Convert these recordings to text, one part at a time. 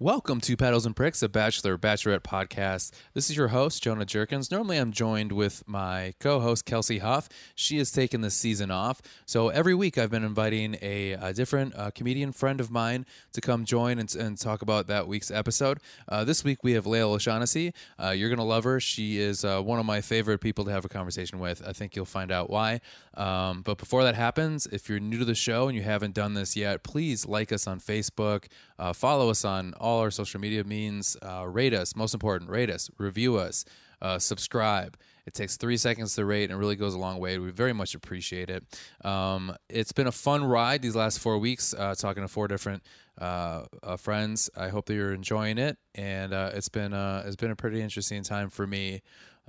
Welcome to Paddles and Pricks, a Bachelor Bachelorette podcast. This is your host, Jonah Jerkins. Normally, I'm joined with my co host, Kelsey Huff. She has taken this season off. So, every week, I've been inviting a, a different uh, comedian friend of mine to come join and, and talk about that week's episode. Uh, this week, we have Layla O'Shaughnessy. Uh, you're going to love her. She is uh, one of my favorite people to have a conversation with. I think you'll find out why. Um, but before that happens, if you're new to the show and you haven't done this yet, please like us on Facebook, uh, follow us on all our social media means, uh, rate us, most important, rate us, review us, uh, subscribe. It takes three seconds to rate and it really goes a long way. We very much appreciate it. Um, it's been a fun ride these last four weeks, uh, talking to four different uh, uh, friends. I hope that you're enjoying it, and uh, it's been uh, it's been a pretty interesting time for me.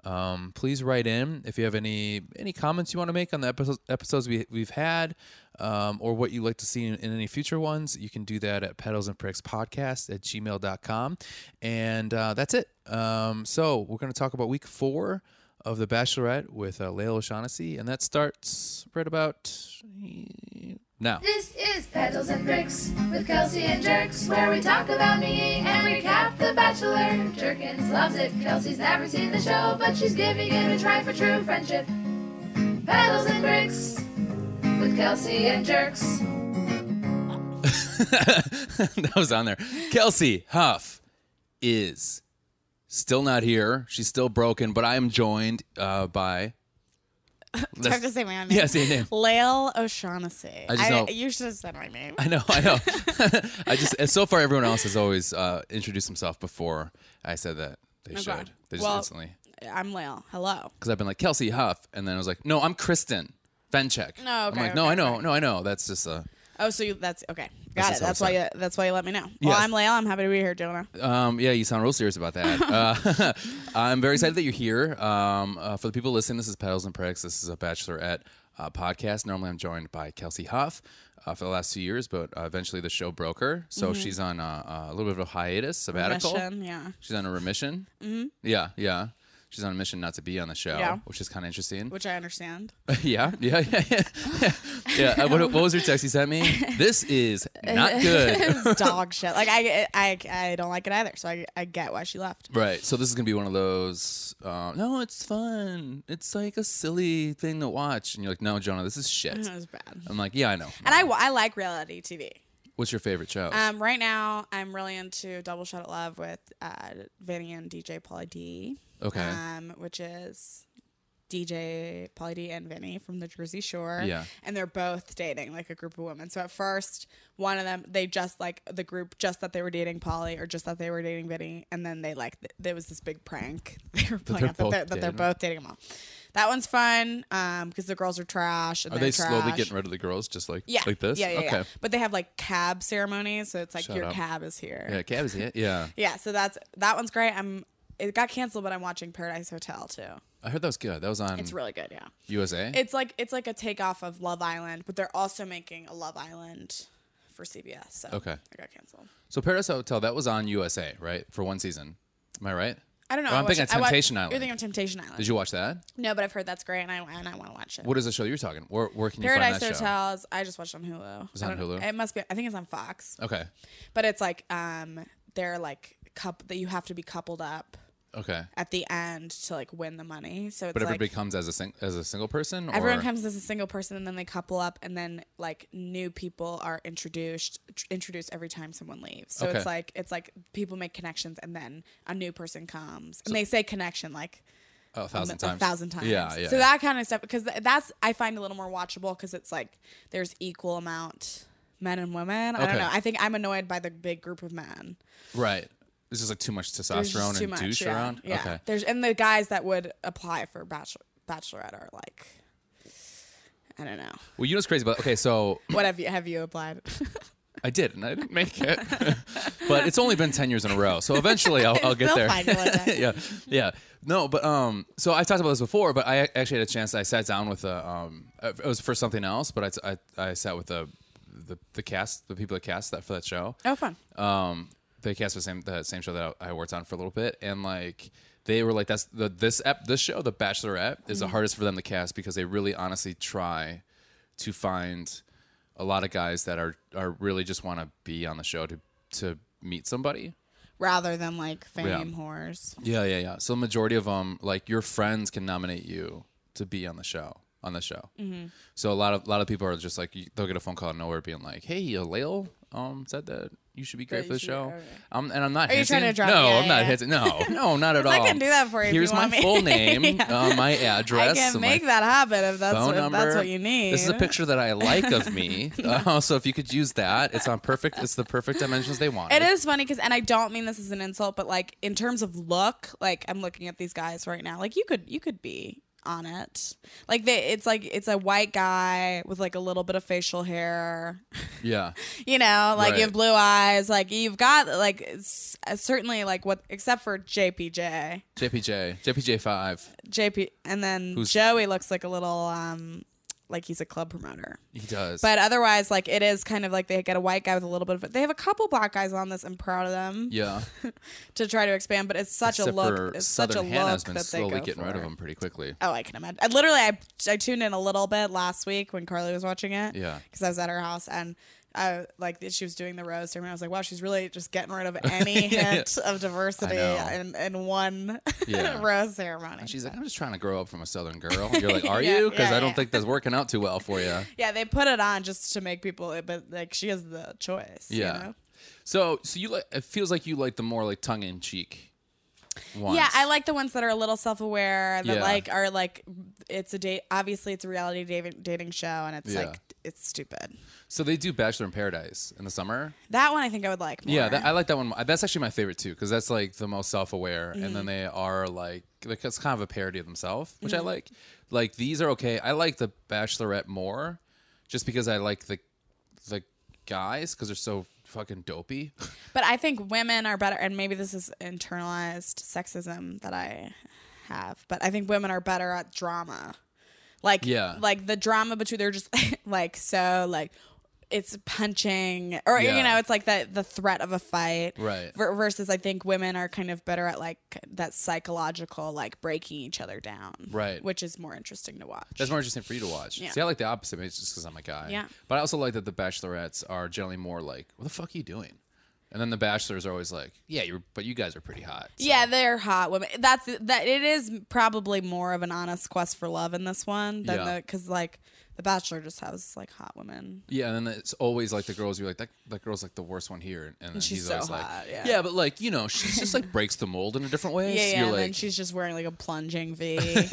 Um, please write in if you have any any comments you want to make on the episodes, episodes we, we've had um, or what you'd like to see in, in any future ones you can do that at pedals and pricks podcast at gmail.com and uh, that's it um, so we're going to talk about week four of the bachelorette with uh, layla o'shaughnessy and that starts right about uh, now This is Petals and Bricks with Kelsey and Jerks, where we talk about me and recap The Bachelor. Jerkins loves it. Kelsey's never seen the show, but she's giving it a try for true friendship. Petals and Bricks with Kelsey and Jerks. that was on there. Kelsey Huff is still not here. She's still broken, but I am joined uh, by. It's hard to say my own name. Yeah, say your name. Lael O'Shaughnessy. I just know- You should have said my name. I know, I know. I just and so far everyone else has always uh, introduced themself before I said that they Okay. should. They just Oh, Well- instantly I'm Lael. Hello. because I've been like Kelsey Huff, and then I was like, no, I'm Kristen Fenchek. No, I'm Oh, okay, like, no, okay, I know, no, I know. That's just uh, Oh, so you, that's okay. That's Got just it. how That's it's why. You, that's why you let me know. Well, Yes. I'm Lael. I'm happy to be here, Jonah. Um, yeah, you sound real serious about that. Uh, I'm very excited that you're here. Um, uh, for the people listening, this is Pedals and Pricks. This is a Bachelorette uh, podcast. Normally, I'm joined by Kelsey Huff uh, for the last two years, but uh, eventually the show broke her, so Mm-hmm. she's on uh, uh, a little bit of a hiatus, sabbatical. Mission, yeah. She's on a remission. Mm-hmm. Yeah, yeah. She's on a mission not to be on the show, Yeah. which is kind of interesting. Which I understand. yeah, yeah, yeah, yeah. yeah. Uh, what, what was your text you sent me? This is not good. it's dog shit. Like I, I, I don't like it either. So I, I get why she left. Right. So this is gonna be one of those. Uh, no, it's fun. It's like a silly thing to watch, and you're like, no, Jonah, this is shit. It was bad. I'm like, yeah, I know. Mm-hmm. And I, wa- I like reality TV. What's your favorite show? Um, right now I'm really into Double Shot at Love with uh, Vinny and DJ Pauly D. okay. um, which is DJ Polly D and Vinny from the Jersey Shore. Yeah. And they're both dating like a group of women. So at first, one of them, they just like the group just that they were dating Polly or just that they were dating Vinny. And then they like, th- there was this big prank they were playing they're out that, they're, both that they're dating. both dating them all. That one's fun because the girls are trash. And Are they're they slowly trash. getting rid of the girls, just like yeah. like this? Yeah, yeah, okay. yeah. But they have like cab ceremonies. So it's like Shut your up. cab is here. Yeah, Cab is it. Yeah, yeah. So that's, that one's great. I'm, it got canceled, but I'm watching Paradise Hotel too. I heard that was good. That was on It's really good, yeah. USA. It's like it's like a takeoff of Love Island, but they're also making a Love Island for CBS. So Okay. it got canceled. so Paradise Hotel that was on USA, right? For one season. Am I right? I don't know. Or I'm I watched- thinking of I watched- Temptation Island. You're thinking of Temptation Island. Did you watch that? no, but I've heard that's great, and I and I want to watch it. What is the show you're talking? Where, where can you Paradise find that Hotels. I just watched it on Hulu. It's on I don't- Hulu? Oh. It must be. I think it's on Fox. show? Okay. But it's like um, they're like cup that you have to be coupled up Okay. at the end to like win the money. So it's But everybody like, comes as a sing- as a single person. Or? Everyone comes as a single person, and then they couple up, and then like new people are introduced tr- introduced every time someone leaves. So Okay. it's like it's like people make connections, and then a new person comes, and they say connection like oh, a thousand a times. thousand times. Yeah, yeah. So that kind of stuff, because th- that's I find a little more watchable because it's like there's equal amount men and women. I Okay. don't know. I think I'm annoyed by the big group of men. Right. This is like too much There's just testosterone too and much. douche yeah. around. Yeah. Okay. There's and the guys that would apply for bachelor bachelorette are like. I don't know. Well, you know what's crazy about okay, so What have you have you applied? I did and I didn't make it, but it's only been ten years in a row, so eventually I'll, I'll get They'll there. find you one day. yeah, yeah. No, but um, so I talked about this before, but I actually had a chance. I sat down with a um, it was for something else, but I I, I sat with the, the the cast, the people that cast that for that show. Oh, fun. um, they cast the same the same show that I I worked on for a little bit, and like they were like, "That's the this ep, this show, The Bachelorette, is the hardest for them to cast because they really honestly try to find a lot of guys that are are really just want to be on the show to to meet somebody. rather than like fame whores. Yeah, yeah, yeah. So the majority of them, like your friends, can nominate you to be on the show. On the show, Mm-hmm. so a lot of a lot of people are just like you- they'll get a phone call out of nowhere, being like, "Hey, Alale, um, said that you should be great you for the should- show." okay. Um, and I'm not. Are you trying to drop- No, yeah, I'm not yeah. hinting. No, no, not at all. I can do that for you if Here's you want my me. full name, uh, my address, I can and my make that happen if that's phone what, number. that's what you need. This is a picture that I like of me. uh, so if you could use that, it's on perfect. It's the perfect dimensions they want. It is funny because, and I don't mean this as an insult, but like in terms of look, like I'm looking at these guys right now. Like you could, you could be on it. Like they, it's like it's a white guy with like a little bit of facial hair. Yeah, You know, like you Right. have blue eyes. Like you've got like s- uh, certainly like what except for JPJ, JPJ, JPJ five. JP, and then Who's- Joey looks like a little um like he's a club promoter. He does. But otherwise, like it is kind of like they get a white guy with a little bit of. They have a couple black guys on this. I'm proud of them yeah. to try to expand, but it's such a Except look. for It's Southern such a Hannah's look been that slowly they go getting for. rid of them pretty quickly. Oh, I can imagine. I literally, I, I tuned in a little bit last week when Carly was watching it. Yeah. because I was at her house and. I like she was doing the rose ceremony. I was like, wow, she's really just getting rid of any Yeah. hint of diversity know. in, in one Yeah. rose ceremony. She's like, I'm just trying to grow up from a Southern girl. You're like, are Yeah, you? Because yeah, I don't yeah. think that's working out too well for you. yeah, they put it on just to make people, but like she has the choice. Yeah. you know? So, so you like? It feels like you like the more like tongue in cheek. ones. Yeah, I like the ones that are a little self-aware that Yeah. like are like it's a date. Obviously, it's a reality dating dating show, and it's Yeah. like it's stupid. So they do Bachelor in Paradise in the summer. That one I think I would like. More. Yeah, that, I like that one. That's actually my favorite too, because that's like the most self-aware, and Mm-hmm. then they are like, like it's kind of a parody of themselves, which Mm-hmm. I like. Like these are okay. I like the Bachelorette more, just because I like the the guys because they're so fucking dopey. but I think women are better, and maybe this is internalized sexism that I have. But I think women are better at drama. Like Yeah. like the drama between they're just like so like it's punching or Yeah. you know it's like the the threat of a fight Right. ver- versus I think women are kind of better at like that psychological like breaking each other down Right. which is more interesting to watch That's more interesting for you to watch. Yeah. See, I like the opposite, maybe it's just because I'm a guy. Yeah. But I also like that the bachelorettes are generally more like, what the fuck are you doing? And then the bachelors are always like, yeah, you're, but you guys are pretty hot. So- Yeah, they're hot women. That's that. It is probably more of an honest quest for love in this one than Yeah. the because like the Bachelor just has like hot women. Yeah, and then it's always like the girls. You're like that. That girl's like the worst one here, and, and, then she's he's so always hot, like, yeah. but like you know, she's just like breaks the mold in a different way. Yeah, so yeah. you're and like, then she's just wearing like a plunging V. and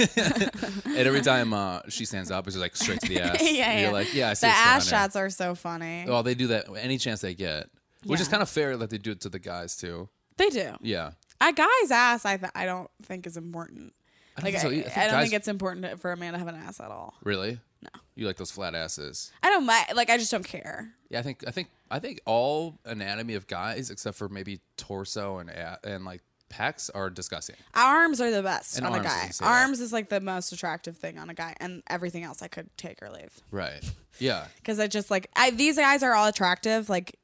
every time uh, she stands up, it's just like straight to the ass. yeah, And yeah. You're like, yeah, I see the what's going ass on here." shots are so funny. Oh, they do that any chance they get, which is Yeah. kind of fair that they do it to the guys too. They do. Yeah, A guy's ass, I th- I don't think is important. I don't Like I, think so. e-, I, I think don't guys- think it's important for a man to have an ass at all. really. No, you like those flat asses. I don't mi- like. I just don't care. Yeah, I think I think I think all anatomy of guys except for maybe torso and a- and like pecs are disgusting. Arms are the best And on a arms, I guy. can say that. Arms is like the most attractive thing on a guy, and everything else I could take or leave. Right. Yeah. because I just like I, these guys are all attractive, like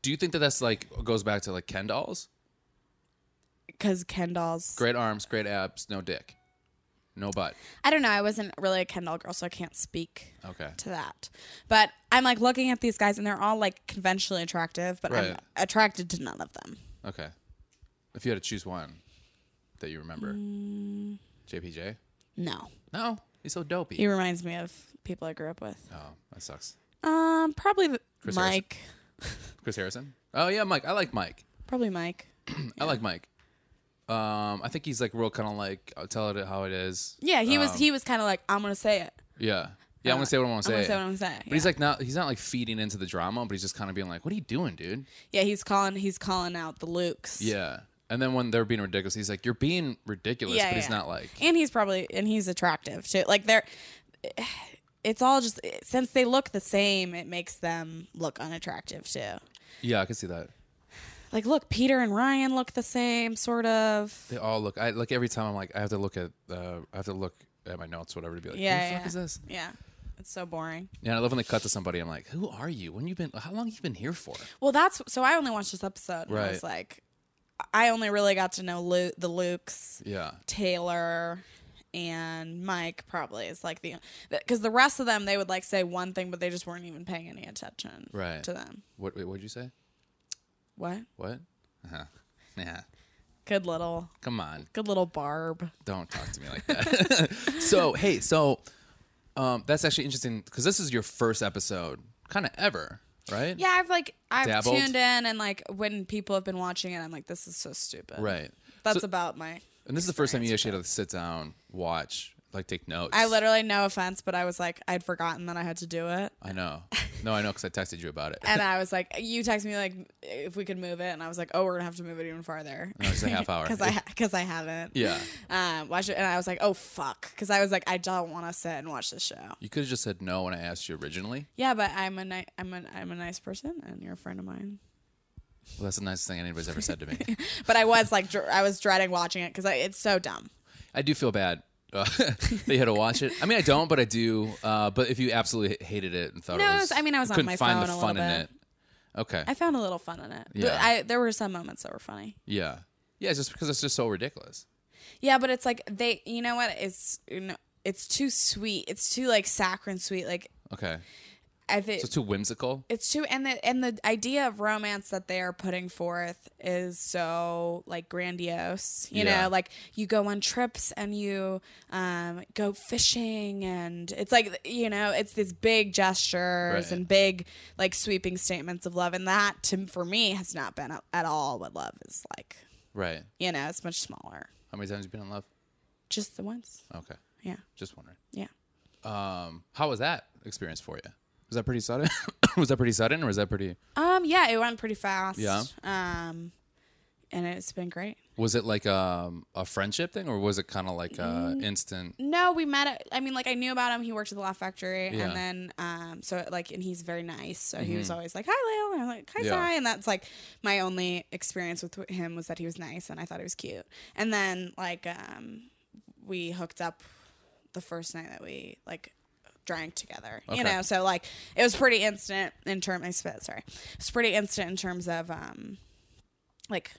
Do you think that that's like goes back to like Ken dolls? because Ken dolls. Great arms, great abs, no dick, no butt. I don't know. I wasn't really a Ken doll girl, so I can't speak Okay. to that. But I'm like looking at these guys, and they're all like conventionally attractive, but I'm Right. attracted to none of them. Okay. If you had to choose one that you remember, Mm. JPJ. No, No, he's so dopey. he reminds me of people I grew up with. oh, that sucks. Um, probably the, Chris Mike. Chris Harrison. Oh yeah, Mike. I like Mike. Probably Mike. I like Mike. Um, I think he's like real kind of like I'll tell it how it is. Yeah, he Um, was. He was kind of like I'm gonna say it. Yeah. Yeah, I want to say what I want to I'm say. gonna say what I'm saying. But he's like not he's not like feeding into the drama, but he's just kind of being like, "What are you doing, dude?" yeah, he's calling. He's calling out the Lukes. Yeah. And then when they're being ridiculous, he's like, "You're being ridiculous," Yeah, but he's yeah. not like and he's probably and he's attractive too. Like they're, it's all just since they look the same, it makes them look unattractive too. Yeah, I can see that. Like look, Peter and Ryan look the same, sort of. They all look I like every time I'm like I have to look at uh I have to look at my notes whatever to be like, "Who Yeah, the fuck yeah. is this?" Yeah, it's so boring. Yeah, and I love when they cut to somebody. I'm like, "Who are you? When you been how long have you been here for?" Well, that's so. I only watched this episode. And I Right. was like, I only really got to know Lu- the Lukes, Yeah. Taylor. And Mike probably is like the because the rest of them they would like say one thing but they just weren't even paying any attention Right. to them. What wait, what'd you say? What? What? Huh. Yeah. Good little, Come on. good little Barb. Don't talk to me like that. so, hey, so um, that's actually interesting because this is your first episode kind of ever, right? Yeah, I've like I've Dabbled. tuned in and like when people have been watching it, I'm like, this is so stupid. Right. That's So- about my. And this is the first time you actually had to sit down, watch, like take notes. I literally no offense, but I was like, I'd forgotten that I had to do it, I know. No, I know because I texted you about it. and I was like, you texted me like if we could move it, and I was like, oh, we're gonna have to move it even farther. No, it's a half hour. because I because I haven't. Yeah. Um, watch it, and I was like, oh fuck, because I was like, I don't want to sit and watch this show. you could have just said no when I asked you originally. Yeah, but I'm a ni- I'm a I'm a nice person, and you're a friend of mine. Well, that's the nicest thing anybody's ever said to me. But I was like, dr- I was dreading watching it because it's so dumb. I do feel bad uh, that you had to watch it. I mean, I don't, but I do. Uh, but if you absolutely hated it and thought No, it it was, was- I mean, I was you on couldn't my find phone the a fun little in bit. it. Okay. I found a little fun in it. But Yeah. I, there were some moments that were funny. yeah. Yeah, it's just because it's just so ridiculous. Yeah, but it's like they, you know what? It's you know, it's too sweet. It's too like saccharine sweet. Like Okay. I think So too whimsical. it's too, and the and the idea of romance that they are putting forth is so like grandiose. You Yeah. know, like you go on trips and you um, go fishing, and it's like you know, it's these big gestures Right. and big like sweeping statements of love, and that to for me has not been at- at all what love is like. Right. You know, it's much smaller. How many times have you been in love? Just the once. Okay. Yeah. Just wondering. Yeah. Um, how was that experience for you? Was that pretty sudden? was that pretty sudden or was that pretty Um, yeah, it went pretty fast. Yeah. Um, and it's been great. was it like um a friendship thing or was it kinda like uh Mm. instant No, we met. At, I mean, like I knew about him. He worked at the Laugh Factory, Yeah. Mm-hmm. and then um, so like, and he's very nice. So he was always like, "Hi, Lale," and I'm like, "Hi, Yeah. Sai," and that's like my only experience with him was that he was nice, and I thought he was cute. And then like um, we hooked up the first night that we like drank together. Okay. You know, so like it was pretty instant in terms. I spit. Sorry, it's pretty instant in terms of um, like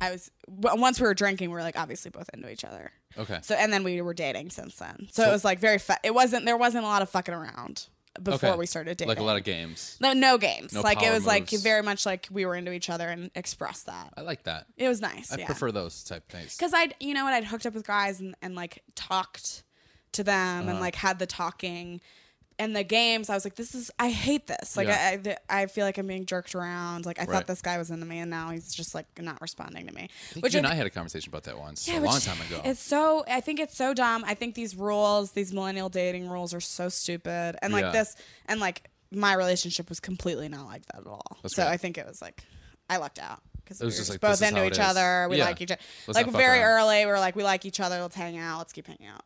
I was w- once we were drinking, we were like obviously both into each other. Okay. So and then we were dating since then. So, it was like very. Fa- it wasn't. There wasn't a lot of fucking around before Okay. we started dating. Like a lot of games. no, no games. No like it power was like moves. very much like we were into each other and expressed that. I like that. It was nice. I yeah. prefer those type things. Because I'd you know what I'd hooked up with guys and, and like talked to them Uh-huh. and like had the talking. And the games, I was like, "This is I hate this. Like, Yeah. I, I I feel like I'm being jerked around. Like, I Right. thought this guy was into me, and now he's just like not responding to me." think Which you I and I had a conversation about that once Yeah, a which- long time ago. It's so I think it's so dumb. I think these rules, these millennial dating rules are so stupid. And like Yeah. this and like my relationship was completely not like that at all. That's so right. I think it was like I lucked out because It we were was just just, like, this both is how into it each is. other. We Yeah. like each other. Let's like not fuck very around. early, we were like we like each other. Let's hang out. Let's keep hanging out.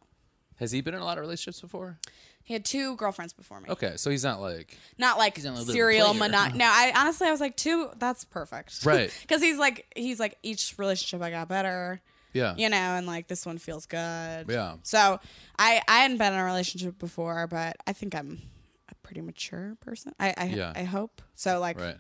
Has he been in a lot of relationships before? He had two girlfriends before me. Okay, so he's not like Not like not a little serial player. mono. No, I honestly I was like two. That's perfect. Right. Because he's like he's like each relationship I got better. yeah. you know, and like this one feels good. Yeah. So I I hadn't been in a relationship before, but I think I'm a pretty mature person. I I, Yeah. I hope so. Like Right.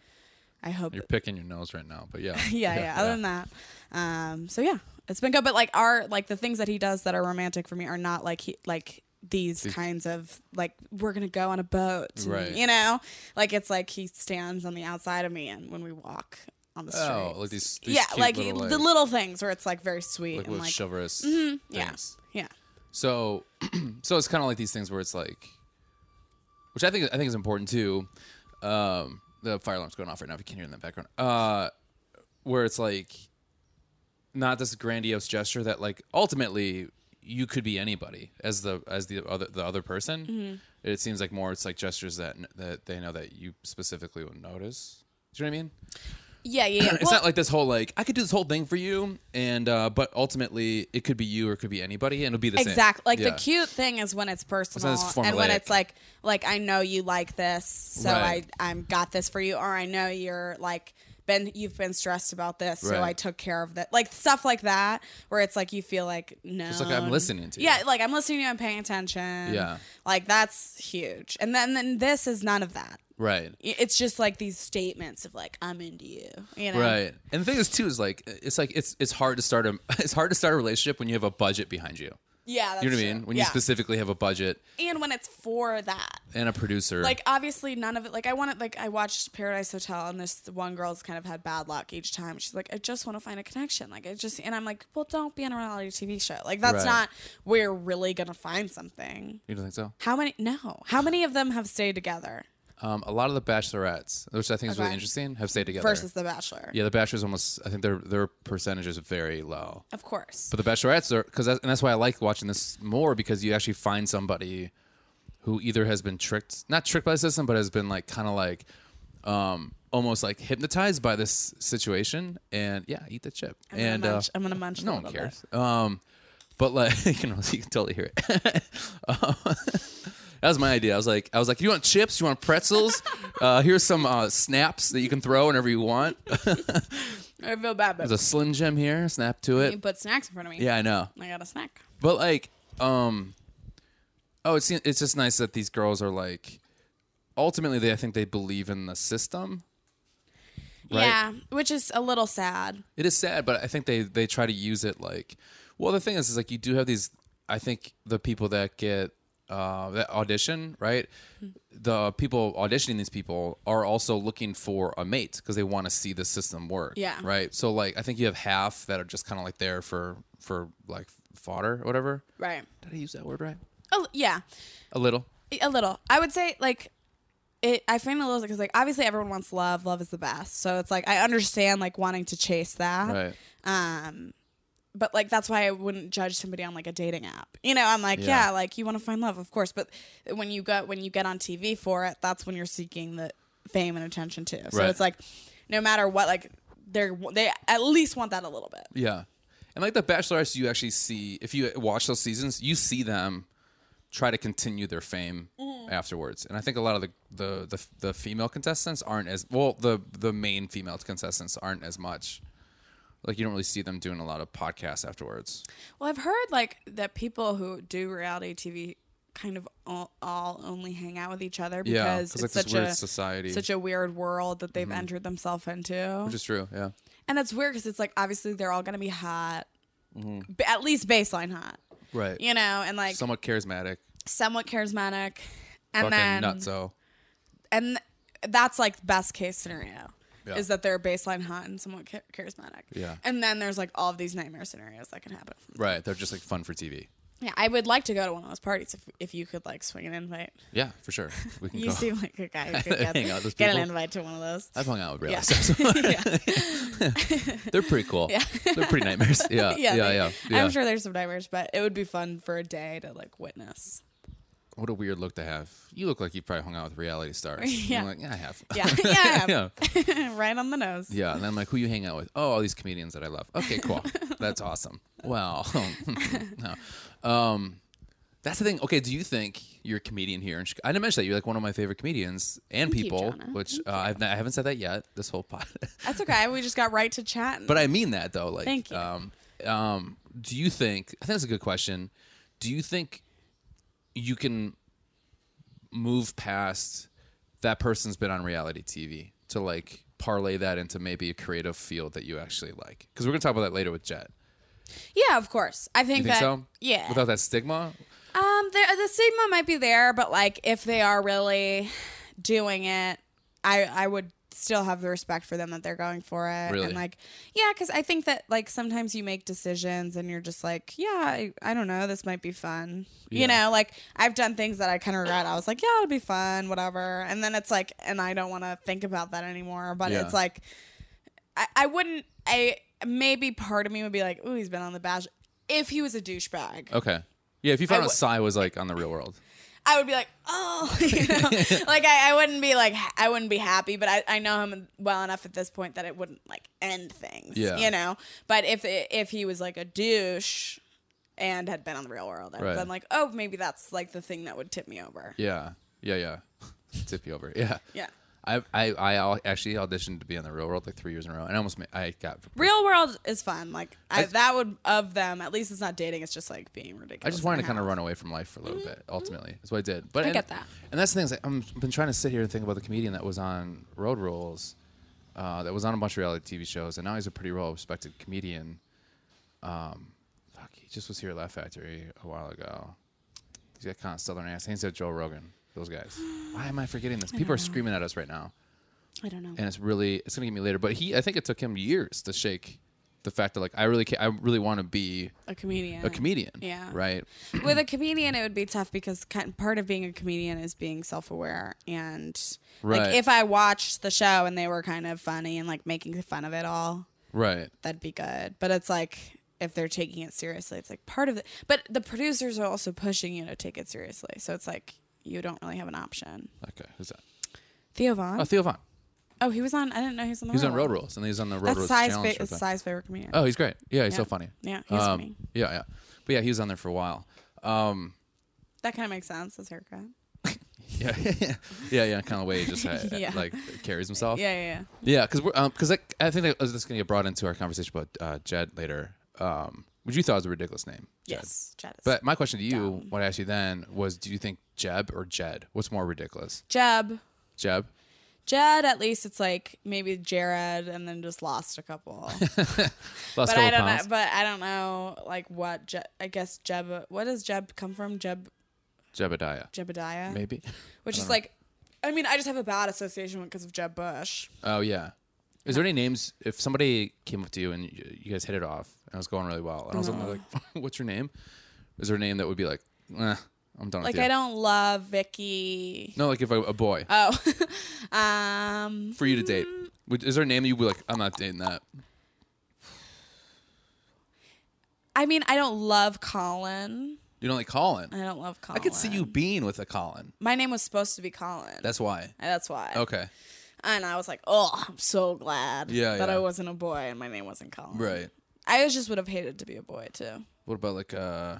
I hope. You're picking your nose right now, but yeah. yeah, yeah, Other than that, um. So yeah, it's been good. But like our like the things that he does that are romantic for me are not like he like these kinds of like we're gonna go on a boat. and, Right. You know, like it's like he stands on the outside of me, and when we walk on the street. Oh, like these, these yeah, cute like little, the little things where it's like very sweet like and little like mm-hmm, chivalrous yeah, things. yeah. So, so it's kind of like these things where it's like, which I think I think is important too. Um, the fire alarm's going off right now. If you can hear it in the background, uh, where it's like, not this grandiose gesture that like ultimately you could be anybody as the as the other the other person. Mm-hmm. It seems like more it's like gestures that that they know that you specifically would notice. Do you know what I mean? Yeah, yeah. yeah. it's not like this whole like I could do this whole thing for you, and uh, but ultimately it could be you or it could be anybody, and it'll be the same. exactly like Yeah. the cute thing is when it's personal and when formulaic. it's like like I know you like this, so Right. I I'm got this for you, or I know you're like been you've been stressed about this, so Right. I took care of that. Like stuff like that, where it's like you feel like no, like I'm listening to you. Yeah, like I'm listening to you, I'm paying attention. Yeah. like that's huge. And then then this is none of that. Right. I- It's just like these statements of like I'm into you, you know. Right. And the thing is too is like it's like it's it's hard to start a it's hard to start a relationship when you have a budget behind you. Yeah, that's you know what I true. mean? When yeah. you specifically have a budget and when it's for that. and a producer. Like obviously none of it like I wanted like I watched Paradise Hotel and this one girl's kind of had bad luck each time. She's like, I just want to find a connection. Like I just and I'm like, Well don't be on a reality TV show. Like that's Right. not where we're really gonna find something. you don't think so? How many no. How many of them have stayed together Um, a lot of the bachelorettes, which I think is really Okay. interesting, have stayed together. versus the bachelor? yeah, the bachelors almost. I think their their percentage is very low. Of course. But the bachelorettes are because and that's why I like watching this more because you actually find somebody who either has been tricked, not tricked by the system, but has been like kind of like um, almost like hypnotized by this situation. And yeah, eat the chip. I'm and gonna uh, munch, I'm gonna munch. a no one little bit. cares. Um, but like you can you can totally hear it. Um, that was my idea. I was like, I was like, you want chips? You want pretzels? uh, here's some uh, snaps that you can throw whenever you want. I feel bad, but There's a Slim Jim here. Snap to you it. put snacks in front of me. Yeah, I know. I got a snack. But like, um, oh, it's it's just nice that these girls are like, ultimately, they I think they believe in the system. Right? Yeah, which is a little sad. It is sad, but I think they they try to use it like. Well, the thing is, is like you do have these. I think the people that get uh, that audition, right? Mm-hmm. The people auditioning these people are also looking for a mate because they want to see the system work. Yeah. Right. So like, I think you have half that are just kind of like there for for like fodder or whatever. Right. Did I use that word right? Oh, yeah. A little. a little. I would say like it. I find it a little because like obviously everyone wants love. Love is the best. So it's like I understand like wanting to chase that. Right. Um, but like that's why I wouldn't judge somebody on like a dating app. You know, I'm like Yeah. yeah, like you want to find love, of course. But when you go when you get on TV for it, that's when you're seeking the fame and attention too. So Right. it's like no matter what, like they're they at least want that a little bit. Yeah. And like the Bachelorettes, you actually see, if you watch those seasons, you see them try to continue their fame Mm-hmm. afterwards. And I think a lot of the, the, the, the female contestants aren't as, well, the, the main female contestants aren't as much. Like you don't really see them doing a lot of podcasts afterwards. Well, I've heard like that people who do reality TV kind of all, all only hang out with each other Yeah, because because it's like this such weird a society, such a weird world Mm-hmm. that they've entered themselves into. which is true. Yeah, and that's weird because it's like obviously they're all gonna be hot, Mm-hmm. b- at least baseline hot, right. you know, and like Somewhat charismatic, somewhat charismatic, and fucking then nutso. and that's like best case scenario. Yeah. Is that they're baseline hot and somewhat cha- charismatic? Yeah. And then there's like all of these nightmare scenarios that can happen. From Right, they're just like fun for TV. Yeah, I would like to go to one of those parties if, if you could like swing an invite. Yeah, for sure. We can You go. seem like a guy who could Hang out with get, get an people. invite to one of those. I've hung out with Yeah. realists. They're pretty cool. Yeah. They're pretty nightmares. Yeah. Yeah. Yeah. they- yeah, I'm sure there's some nightmares, but it would be fun for a day to like witness. What a weird look to have. You look like you probably hung out with reality stars. Yeah. I'm like, yeah, I have. Yeah, yeah, yeah. right on the nose. Yeah. And I'm like, who you hang out with? Oh, all these comedians that I love. Okay, cool. That's awesome. Wow. no. Um, that's the thing. Okay, do you think you're a comedian here in Chicago? I didn't mention that. You're like one of my favorite comedians and Thank you, people, Jonah. which uh, I've not, I haven't said that yet this whole pod. That's okay. We just got right to chat. But I mean that though. Like, Thank you. Um, um, do you think? I think that's a good question. Do you think you can move past that person's been on reality TV to like parlay that into maybe a creative field that you actually like? Because we're gonna talk about that later with Jet. yeah, of course. I think, You think that so? yeah. Without that stigma, um, there, the stigma might be there, but like if they are really doing it, I I would still have the respect for them that they're going for it Really? and like yeah because i think that like sometimes you make decisions and you're just like yeah i, I don't know this might be fun Yeah. you know like i've done things that i kind of regret i was like yeah it'll be fun whatever and then it's like and i don't want to think about that anymore but Yeah. it's like I, I wouldn't i maybe part of me would be like ooh he's been on the bash if he was a douchebag okay. Yeah, if you found I out would- Psy was like on the real world, I would be like, oh, you know, like I, I wouldn't be like, I wouldn't be happy, but I, I know him well enough at this point that it wouldn't like end things, Yeah. you know. But if if he was like a douche and had been on the real world, I've Right. been like, oh, maybe that's like the thing that would tip me over. yeah, yeah, yeah, tippy over, yeah. Yeah. I, I I au- actually auditioned to be on the Real World like three years in a row, and I almost ma- I got Real world is fun. Like I, that would of them. At least it's not dating. It's just like being I ridiculous. just wanted in to the kind of house. run away from life for a little bit. Ultimately, that's what I did. But Mm-hmm. I and, get that. And that's the thing. Is like, I'm I've been trying to sit here and think about the comedian that was on Road Rules, uh, that was on a bunch of reality TV shows, and now he's a pretty well respected comedian. Um, Fuck, he just was here at Laugh Factory a while ago. He's got kind of southern ass. He said Joe Rogan. Those guys. Why am I forgetting this? People are screaming at us right now, I don't know. and it's really it's gonna get me later. But he, I think it took him years to shake the fact that like I really, ca- I really want to be A comedian. a comedian. Yeah. Right. With a comedian, it would be tough because ki- part of being a comedian is being self-aware and Right. like if I watched the show and they were kind of funny and like making fun of it all, Right. that'd be good. But it's like if they're taking it seriously, it's like part of the. But the producers are also pushing you to take it seriously, so it's like you don't really have an option. Okay. Who's that? Theo Vaughn. Oh, Theo Von. oh, he was on. I didn't know he was on the. He's on Road Road Rules, and he's on the Road Oh. That's Rules Sai's Challenge. fa- or it's something. Sai's favorite comedian. Oh, he's great. Yeah, he's so Yeah. funny. Yeah, he's Um, funny. Yeah, yeah. But yeah, he was on there for a while. Um, That kind of makes sense. His haircut. yeah, yeah, yeah, yeah. Kind of way he just uh, Yeah. like carries himself. Yeah, yeah, yeah. Yeah, because we're because I, I think that, this is going to get brought into our conversation about uh, Jed later, um, which you thought was a ridiculous name. Jed. Yes, Jed. is- But my question to you, what I asked you then, was: Do you think Jeb or Jed? What's more ridiculous, Jeb. Jeb? Jed, at least it's like maybe Jared, and then just lost a couple. Last but couple I don't know. pounds. But I don't know like what. Je- I guess Jeb. What does Jeb come from? Jeb Jebediah, Jebediah. maybe. which is like I mean, I just have a bad association with because of Jeb Bush. Oh yeah. Is there any names if somebody came up to you and you, you guys hit it off and it was going really well and I was like, "What's your name?" Is there a name that would be like, eh, "I'm done Like with you"? I don't love Vicky. no, like if a, a boy Oh, um, for you to date, would, is there a name that you'd be like, "I'm not dating that"? I mean, I don't love Colin. You don't like Colin. I don't love Colin. I could see you being with a Colin. My name was supposed to be Colin. That's why. That's why. Okay. And I was like, oh, I'm so glad Yeah, that yeah. I wasn't a boy and my name wasn't Colin. Right. I just would have hated to be a boy too. What about like uh?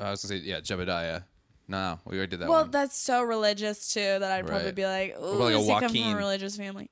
I was gonna say yeah, Jebediah. No, we already did that Well, one. that's so religious too that I'd probably Right. be like, oh, about like a does he come from Joaquin? a religious family?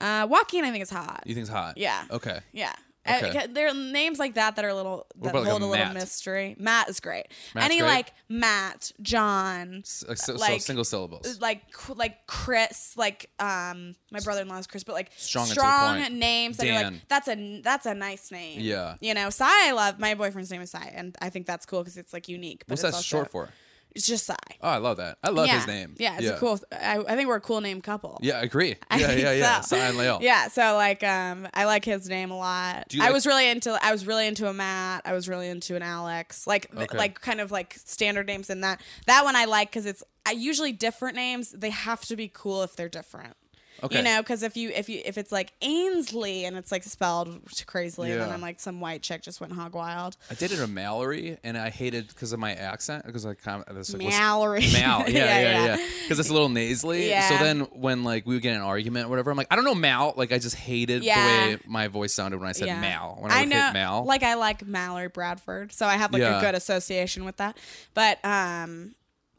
Uh, Joaquin, I think is hot. you think's hot? Yeah. Okay. Yeah. I- Okay. ca- there are names like that that are a little that about, hold like, a a, little Matt? mystery. Matt is great. Matt's Any great? like Matt, John, So, so, Like- uh, single syllables. like Qu- like Chris, like um my brother-in-law's Chris, but like Strong strong, and to the point. names that are Dan. like that's a that's a nice name. Yeah. You know, Sai I love. My boyfriend's name is Sai and I think that's cool cuz it's like unique, but What's it's that also- short for? It's just Sai. Oh, I love that. I love yeah. his name. Yeah, it's a cool I, I think we're a cool name couple. Yeah, I agree. I yeah, think yeah, yeah. so. Sion Leal. Yeah, so like um I like his name a lot. Do you I like- was really into I was really into a Matt, I was really into an Alex. Like th- Okay. like kind of like standard names in that. That one I like cuz it's I usually different names, they have to be cool if they're different. Okay. You know, because if you if you if it's like Ainsley and it's like spelled crazily, and then Yeah. I'm like some white chick just went hog wild. I dated a Mallory, and I hated because of my accent. Because I kind of this like, was- Mallory. Mal. Yeah, yeah, yeah. Because it's a little nasally. Yeah. So then when like we would get in an argument or whatever, I'm like, I don't know Mal. Like I just hated Yeah. the way my voice sounded when I said Yeah. Mal. When I, would hit Mal. Like I like Mallory Bradford, so I have like Yeah. a good association with that. But um,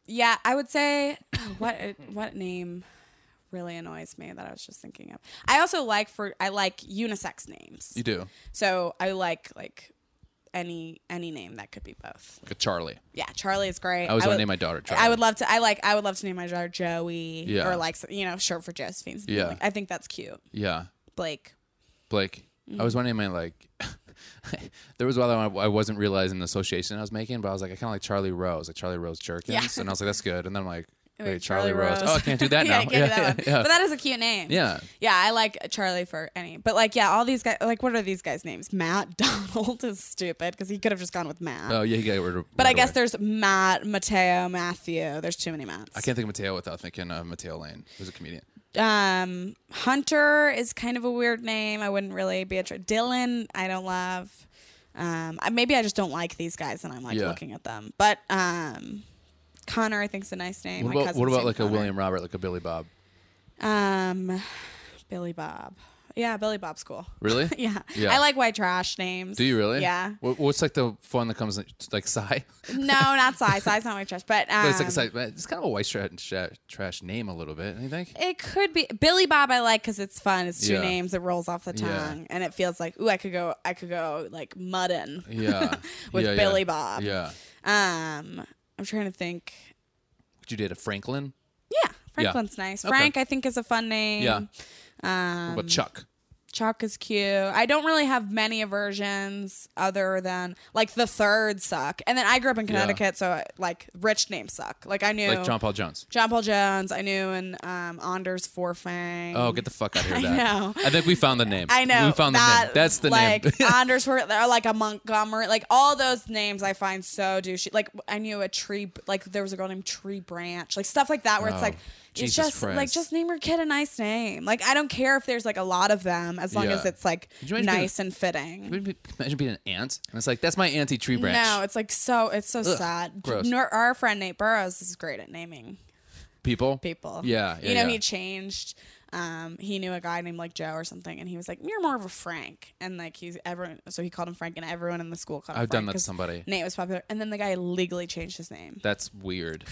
yeah, I would say oh, what uh, what name really annoys me that I was just thinking of. I also like for I like unisex names, you do. so I like like any any name that could be both. Like a Charlie. Yeah, Charlie is great. I always would- want to name my daughter Charlie. I would love to. I like. I would love to name my daughter Joey, Yeah. or like you know, short for Josephine. something Yeah. like- I think that's cute. Yeah. Blake, Blake. I Mm-hmm. was wondering, my like, there was one that I I wasn't realizing the association I was making, but I was like, I kind of like Charlie Rose, like Charlie Rose Jerkins, Yeah. and I was like, that's good. And then I'm like, wait, Wait, Charlie, Charlie Rose. Rose. Oh, I can't do that yeah, now. I can't do that one. yeah. But that is a cute name. Yeah. Yeah, I like Charlie for any. But like, yeah, all these guys. Like, what are these guys' names? Matt Donald is stupid because he could have just gone with Matt. Oh yeah, you got rid of. but right I guess away. there's Matt, Mateo, Matthew. There's too many Matts. I can't think of Mateo without thinking of Mateo Lane, who's a comedian. Um, Hunter is kind of a weird name. I wouldn't really be a Dylan. I don't love. Um, I- maybe I just don't like these guys, and I'm like Yeah. looking at them. But um, Connor, I think's a nice name. What My about what cousin's about named like a Connor. William Robert, like a Billy Bob? Um, Billy Bob. Yeah, Billy Bob's cool. Really? Yeah. Yeah. I like white trash names. Do you really? Yeah. What, what's like the one that comes in- like Psy? No, not Psy. Psy's not white trash, but um, But it's like Psy, but it's kind of a white trash, trash name a little bit. You think? it could be Billy Bob. I like because it's fun. It's two Yeah. names. It rolls off the Yeah. tongue, and it feels like ooh, I could go. I could go like muddin. Yeah. With Yeah, yeah. Billy Bob. Yeah. Um, I'm trying to think. Would you date a Franklin? Yeah, Franklin's nice. Frank, I think, is a fun name. Yeah. Um, What about Chuck? Chalk is cute. I don't really have many aversions other than like the third suck. And then I grew up in Connecticut, so like rich names suck. Like I knew Like John Paul Jones. John Paul Jones. I knew and um, Anders Forfang. Oh, get the fuck out of here! I Dad. know. I think we found the name. I know We found the name. That's the like, name. Anders Forfang, or like a Montgomery, like all those names I find so douchey. Like I knew a tree, like there was a girl named Tree Branch, like stuff like that, where Oh, it's like. Jesus it's just like Christ. just name your kid a nice name. Like I don't care if there's like a lot of them, as long Yeah. as it's like Could you imagine being- nice and fitting. Imagine being an ant, and it's like that's my auntie tree branch. No, it's like so. It's so sad. gross. Nor, our friend Nate Burrows is great at naming people. people. Yeah, yeah, you know yeah. he changed. Um, he knew a guy named like Joe or something, and he was like, "You're more of a Frank," and like he's everyone. So he called him Frank, and everyone in the school called. him I've done Frank that to 'cause somebody. Nate was popular, and then the guy legally changed his name. That's weird.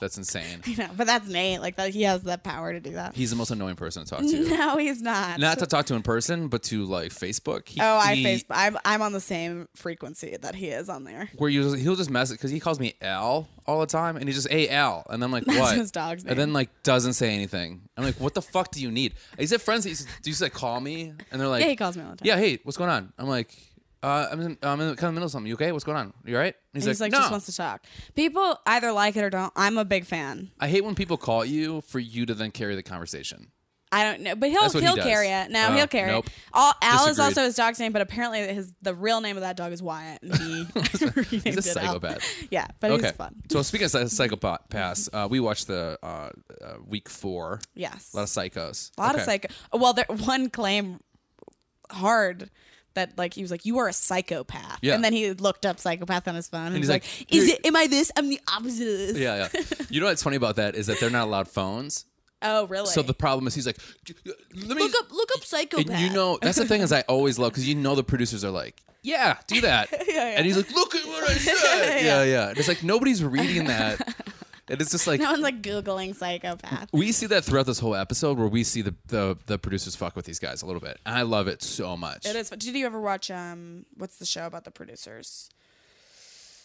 That's insane. You know, but that's Nate. Like that, he has the power to do that. He's the most annoying person to talk to. no, he's not. Not to talk to in person, but to like Facebook. He, oh, I he- Facebook. I'm I'm on the same frequency that he is on there. Where you, he'll just message because he calls me Al all the time, and he just hey Al, and I'm like what? his dog's And then like doesn't say anything. I'm like, what the fuck do you need? Is it friends that used to, used to like call me, and they're like, Yeah, he calls me all the time. yeah, hey, what's going on? I'm like, uh, I'm in, I'm in the kind of middle of something. You okay? What's going on? You all right? And He's, like, just wants to talk. People either like it or don't. I'm a big fan. I hate when people call you for you to then carry the conversation. I don't know, but he'll That's what he he'll does. carry it. No, Oh, he'll carry nope. it. All, Al is Disagreed. also his dog's name, but apparently his the real name of that dog is Wyatt, and he renamed He's a it Al. psychopath. Yeah, but okay. he's fun. So speaking of psy- psychopaths, uh, we watched the uh, uh, week four. Yes, A lot of psychos. a lot Okay. of psycho. Well, there one claim hard that like he was like you are a psychopath, Yeah. and then he looked up psychopath on his phone, and, he's he's like, like, "Is "You're- it? Am I this? I'm the opposite of this." Yeah, yeah. You know what's funny about that is that they're not allowed phones. Oh, really? So the problem is he's like, let me look up look up psychopath. And you know, that's the thing is I always love because you know the producers are like, yeah, do that. yeah. And he's like, look at what I said. yeah, yeah. And it's like nobody's reading that. and it's just like, no one's like googling psychopath. we see that throughout this whole episode where we see the, the, the producers fuck with these guys a little bit. And I love it so much. It is. fun. Did you ever watch um what's the show about the producers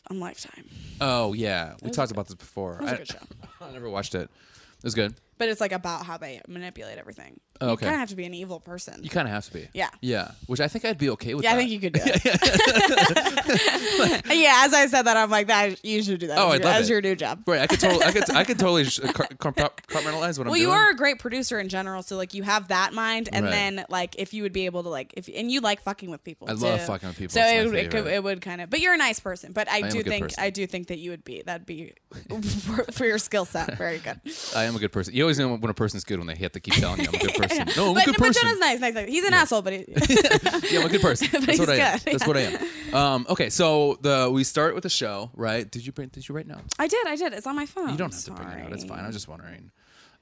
on Lifetime? Oh, yeah. We talked about this before. was a I- good show. I never watched it. It was good. But it's like about how they manipulate everything. Oh, okay. You kind of have to be an evil person. You kind of have to be. Yeah. Yeah. Which I think I'd be okay with yeah, I that. think you could do it. yeah, as I said that, I'm like that. You should do that. Oh, as, I'd your, love as it. your new job. Right, I could totally, I could, I could totally sh- car- compartmentalize what I'm Well, doing. you are a great producer in general, so like you have that mind, and Right. then like if you would be able to like if and you like fucking with people. I love too. fucking with people. So It's my it, would- it, could, favorite. it would kind of, but you're a nice person. But I, am a do good think person. I do think that you would be that'd be for, for your skill set very good. I am a good person. You always know when a person's good when they have to keep telling you I'm a good person. No, I'm but, a good but person. Jonah's nice, nice, nice. He's an asshole, but he, yeah, I'm a good person. That's he's what I am. good, That's yeah. what I am. Um, okay, so the we start with the show, right? Did you bring, did you write notes? I did, I did. It's on my phone. You don't have to bring it out. It's fine. I was just wondering.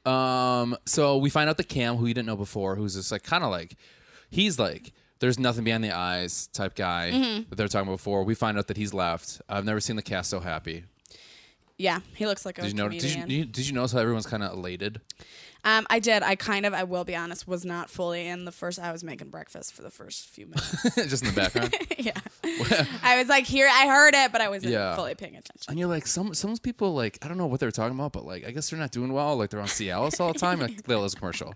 Um, so we find out the Cam, who we didn't know before, who's just like kind of like he's like there's nothing behind the eyes type guy Mm-hmm. that they're talking about before. We find out that he's left. I've never seen the cast so happy. Yeah, he looks like a Did you know? comedian. Did you, you- did you notice how everyone's kind of elated? um, I did. I kind of, I will be honest, was not fully in the first. I was making breakfast for the first few minutes. just in the background. yeah, I was like, here, I heard it, but I wasn't Yeah. fully paying attention. And you're like, some some people like I don't know what they were talking about, but like I guess they're not doing well. Like they're on Cialis all the time. Like that was a commercial.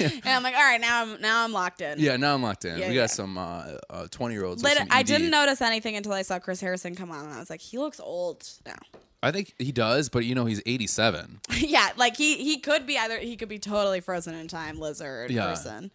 And I'm like, all right, now I'm now I'm locked in. Yeah, now I'm locked in. Yeah, we yeah. got some uh, uh, 20 year olds. Lit- I didn't notice anything until I saw Chris Harrison come on, and I was like, he looks old now. I think he does, but you know he's 87. yeah, like he he could be either he could be totally frozen in time, lizard Yeah. person.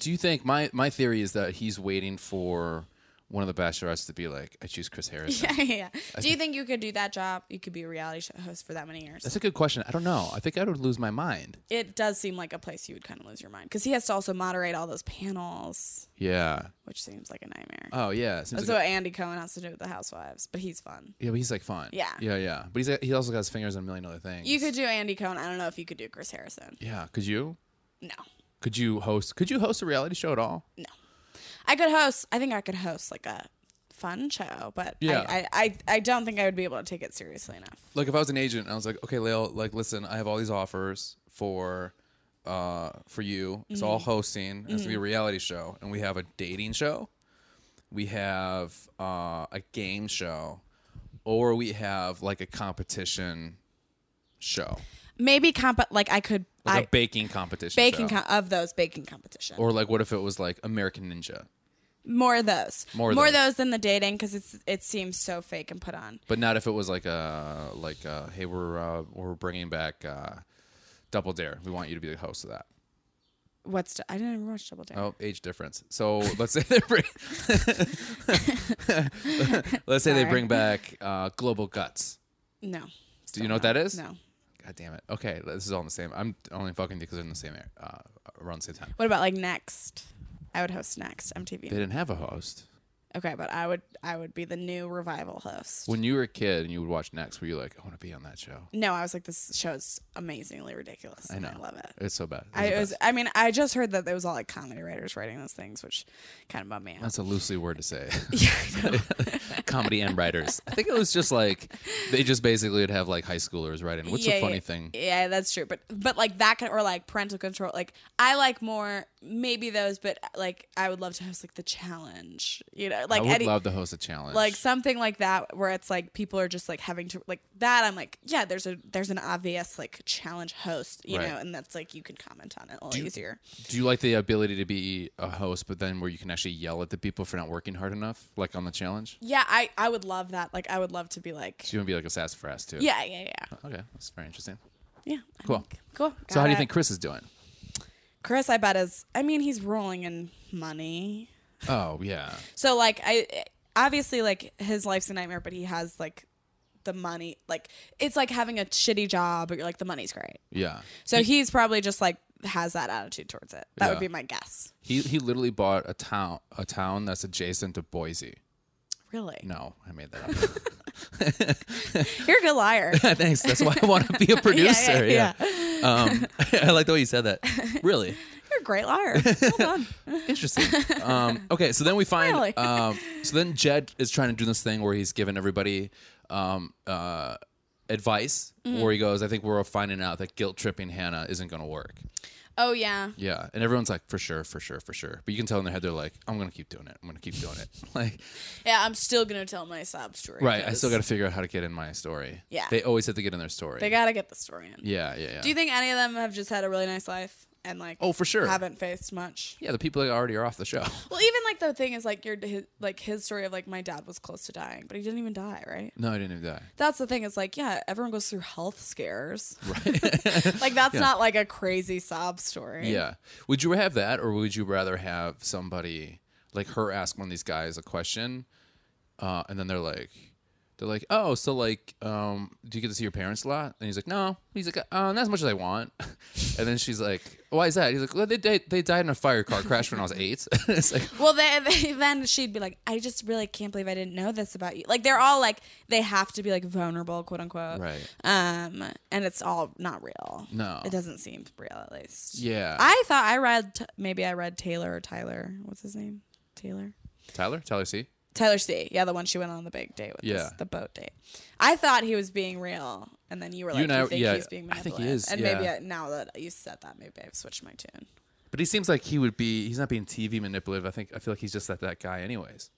Do you think my my theory is that he's waiting for one of the bachelorettes to be like, I choose Chris Harrison. Yeah, yeah. Do you think you could do that job? You could be a reality show host for that many years. That's a good question. I don't know. I think I would lose my mind. It does seem like a place you would kind of lose your mind because he has to also moderate all those panels, Yeah. which seems like a nightmare. Oh yeah. Seems That's like what Andy Cohen has to do with the Housewives, but he's fun. a- yeah, but he's like fine. Yeah. Yeah, yeah. But he's he also got his fingers on a million other things. You could do Andy Cohen. I don't know if you could do Chris Harrison. Yeah. Could you? No, Could you host? Could you host a reality show at all? I could host. I think I could host like a fun show, but Yeah. I, I, I, I don't think I would be able to take it seriously enough. like if I was an agent and I was like, okay, Lale, like listen, I have all these offers for uh for you. It's Mm-hmm. all hosting. It's gonna be a reality show, and we have a dating show, we have uh a game show, or we have like a competition show. maybe comp like I could Like a I baking competition. baking show. com- of those baking competition. Or like, what if it was like American Ninja, more of those. More of more of those. those than the dating because it's it seems so fake and put on. but not if it was like uh like uh hey we're uh, we're bringing back uh Double Dare. We want you to be the host of that. What's I didn't ever watch Double Dare. Oh, age difference. So let's say they bring, let's say they Sorry. bring back uh, Global Guts. No. Do you know what that is? No. God damn it. Okay, this is all in the same. I'm only fucking because they're in the same air, uh, around the same time. What about like next? I would host next They MTV. didn't have a host. Okay, but I would I would be the new revival host. When you were a kid and you would watch Next, were you like, I want to be on that show? no, I was like this show is amazingly ridiculous. I and know. I love it. It's so bad. It's I the it was best. I mean I just heard that it was all like comedy writers writing those things, which kind of bummed me out. That's a loosely word to say. yeah, I know. Comedy and writers. I think it was just like they just basically would have like high schoolers write in. What's yeah, the funny yeah, thing? Yeah, that's true. But but like that can or like parental control. Like I like more maybe those, but like I would love to host like the challenge. You know, like I would any, love to host a challenge. like something like that where it's like people are just like having to like that. I'm like yeah, there's a there's an obvious like challenge host, you Right. know, and that's like you can comment on it a lot you- easier. Do you like the ability to be a host, but then where you can actually yell at the people for not working hard enough, like on the challenge? Yeah, I I would love that. Like I would love to be like So you want to be like a sassafras too? yeah yeah yeah Okay, that's very interesting. yeah. I Cool. think. Cool. so how Got do you it. think Chris is doing? Chris? I bet is. I mean, he's rolling in money. Oh yeah, So like I obviously like his life's a nightmare, but he has like the money. Like it's like having a shitty job, but you're like the money's great. yeah. So he's probably just like has that attitude towards it. That Mm. Yeah. would be my guess. He he literally bought a town a town that's adjacent to Boise. Really, No, I made that up. you're a good liar. Thanks. That's why I want to be a producer. yeah, yeah. Um, I like the way you said that. Really. you're a great liar. Hold on. Interesting. Um, okay, so then we find. Really? Um, so then Jed is trying to do this thing where he's giving everybody um, uh, advice, Mm. where he goes, "I think we're all finding out that guilt tripping Hannah isn't going to work." Oh yeah. Yeah, and everyone's like, "For sure, for sure, for sure." But you can tell in their head they're like, "I'm going to keep doing it. I'm going to keep doing it." Like, Yeah, I'm still gonna tell my sob story. right? I still 'cause got to figure out how to get in my story. Yeah. They always have to get in their story. They gotta get the story in. yeah, yeah, yeah. Do you think any of them have just had a really nice life and like oh, for sure. haven't faced much? Yeah, the people that already are off the show. Well, even like the thing is like your his, like his story of like my dad was close to dying, but he didn't even die, right? No, I didn't even die. That's the thing is like yeah, everyone goes through health scares. Right. Like that's not like a crazy sob story. Yeah. Would you have that, or would you rather have somebody like her ask one of these guys a question, uh, and then they're like, they're like, oh, so like, um, do you get to see your parents a lot? And he's like, no. He's like, uh, not as much as I want. and then she's like, why is that? He's like, well, they di- they died in a fire car crash when I was eight. it's like, Well, they, they, then she'd be like, I just really can't believe I didn't know this about you. Like they're all like they have to be like vulnerable, quote unquote. right. Um, and it's all not real. No. it doesn't seem real at least. Yeah. I thought I read t- maybe I read Taylor or Tyler. What's his name? Taylor. Tyler, Tyler C. Tyler C. Yeah, the one she went on the big date with. Yeah. this- the boat date. I thought he was being real, and then you were You like, you, and I- think yeah, he's being I think manipulative. he is, And yeah. maybe I, now that you said that, maybe I've switched my tune. But he seems like he would be. He's not being TV manipulative. I think I feel like he's just that that guy, anyways.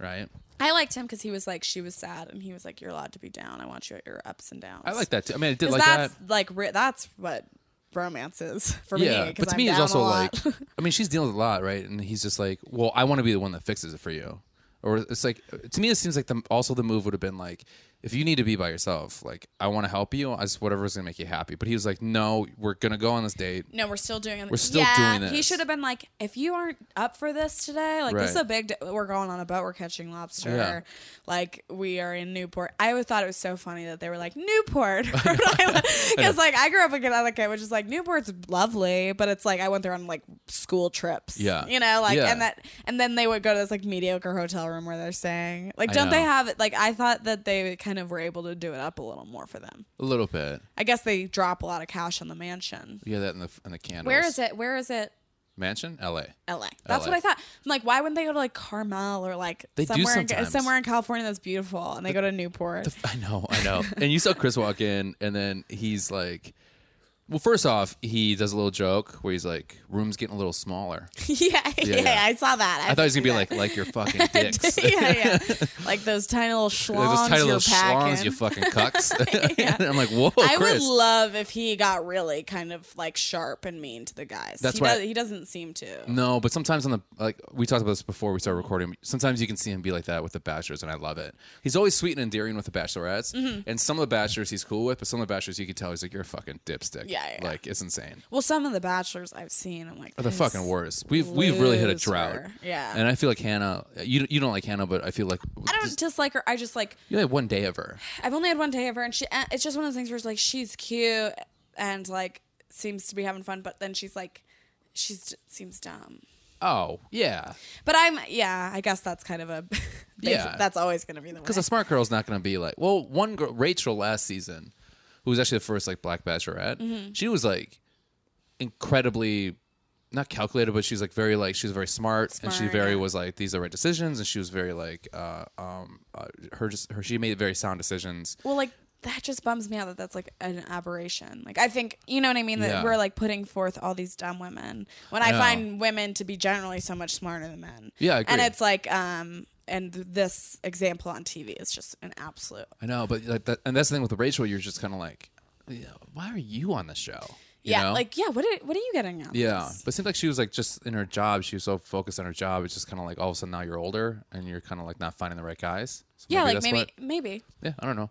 Right. I liked him because he was like, she was sad, and he was like, you're allowed to be down. I want you at your ups and downs. I like that too. I mean, I did 'Cause like that. that's like re- that's what romance is for me. 'cause but to I'm me, it's down a also like, lot. I mean, she's dealing with a lot, right? And he's just like, well, I want to be the one that fixes it for you. Or it's like, to me, it seems like the also the move would have been like, if you need to be by yourself, like I want to help you, I just whatever's gonna make you happy. But he was like, no, we're gonna go on this date. No, we're still doing. We're still yeah, doing He this. should have been like, if you aren't up for this today, like this is Right. a big. d we're going on a boat. We're catching lobster. Yeah. Like we are in Newport. I always thought it was so funny that they were like Newport, because like I grew up in Connecticut, which is like Newport's lovely, but it's like I went there on like school trips. Yeah. you know, like Yeah. and that, and then they would go to this like mediocre hotel room where they're staying. Like, I don't they know. have like I thought that they kind of were able to do it up a little more for them. A little bit, I guess they drop a lot of cash on the mansion. yeah. That in the in the candles. Where is it? Where is it? Mansion, L.A. LA. LA. That's what I thought. I'm like, why wouldn't they go to like Carmel or like They do somewhere in, sometimes. somewhere in California that's beautiful, and they go to Newport? I know, I know. and you saw Chris walk in, and then he's like, Well, first off, he does a little joke where he's like, "Room's getting a little smaller." yeah, yeah, yeah. I saw that. I thought he was gonna be seen like, that. "Like your fucking dicks." yeah, yeah. Like those tiny little schlongs Those tiny you're little packing. schlongs, you fucking cucks. Yeah. And I'm like, whoa, I Chris. would love if he got really kind of like sharp and mean to the guys. That's he, why- Mm. does, he doesn't seem to. No, but sometimes on the like we talked about this before we started recording. Sometimes you can see him be like that with the bachelors, and I love it. He's always sweet and endearing with the bachelorettes, Mm-hmm. and some of the bachelors he's cool with, but some of the bachelors you can tell he's like you're a fucking dipstick. Yeah, yeah, yeah. like it's insane. Well, some of the bachelors I've seen, I'm like, Oh, They're the "This fucking worst. We've we've really hit a drought. loser." Yeah. and I feel like Hannah. You you don't like Hannah, but I feel like I don't dislike her. I just like You had one day of her. I've only had one day of her, and she and it's just one of those things where it's like she's cute and like seems to be having fun, but then she's like she's seems dumb. Oh yeah, But I'm yeah, I guess that's kind of a basic- Yeah. That's always gonna be the because a way. smart girl's not going to be like. Well, one girl, Rachel last season, who was actually the first like black bachelorette, Mm-hmm. she was like incredibly not calculated, but she was like very like she was very smart, and she Smart, very yeah. was like these are the right decisions, and she was very like uh, um uh, her just her she made very sound decisions. Well, like that just bums me out that that's like an aberration. Like I think you know what I mean that Yeah. we're like putting forth all these dumb women when I Yeah. find women to be generally so much smarter than men. Yeah, I and agree. it's like um and this example on TV is just an absolute I know, but like that, and that's the thing with Rachel, you're just kind of like, yeah, why are you on the show? You yeah know? like yeah what are, what are you getting at? Yeah, but it seemed like she was like just in her job. She was so focused on her job. It's just kind of like all of a sudden now you're older and you're kind of like not finding the right guys. So Yeah, like that's maybe what- maybe. yeah, I don't know.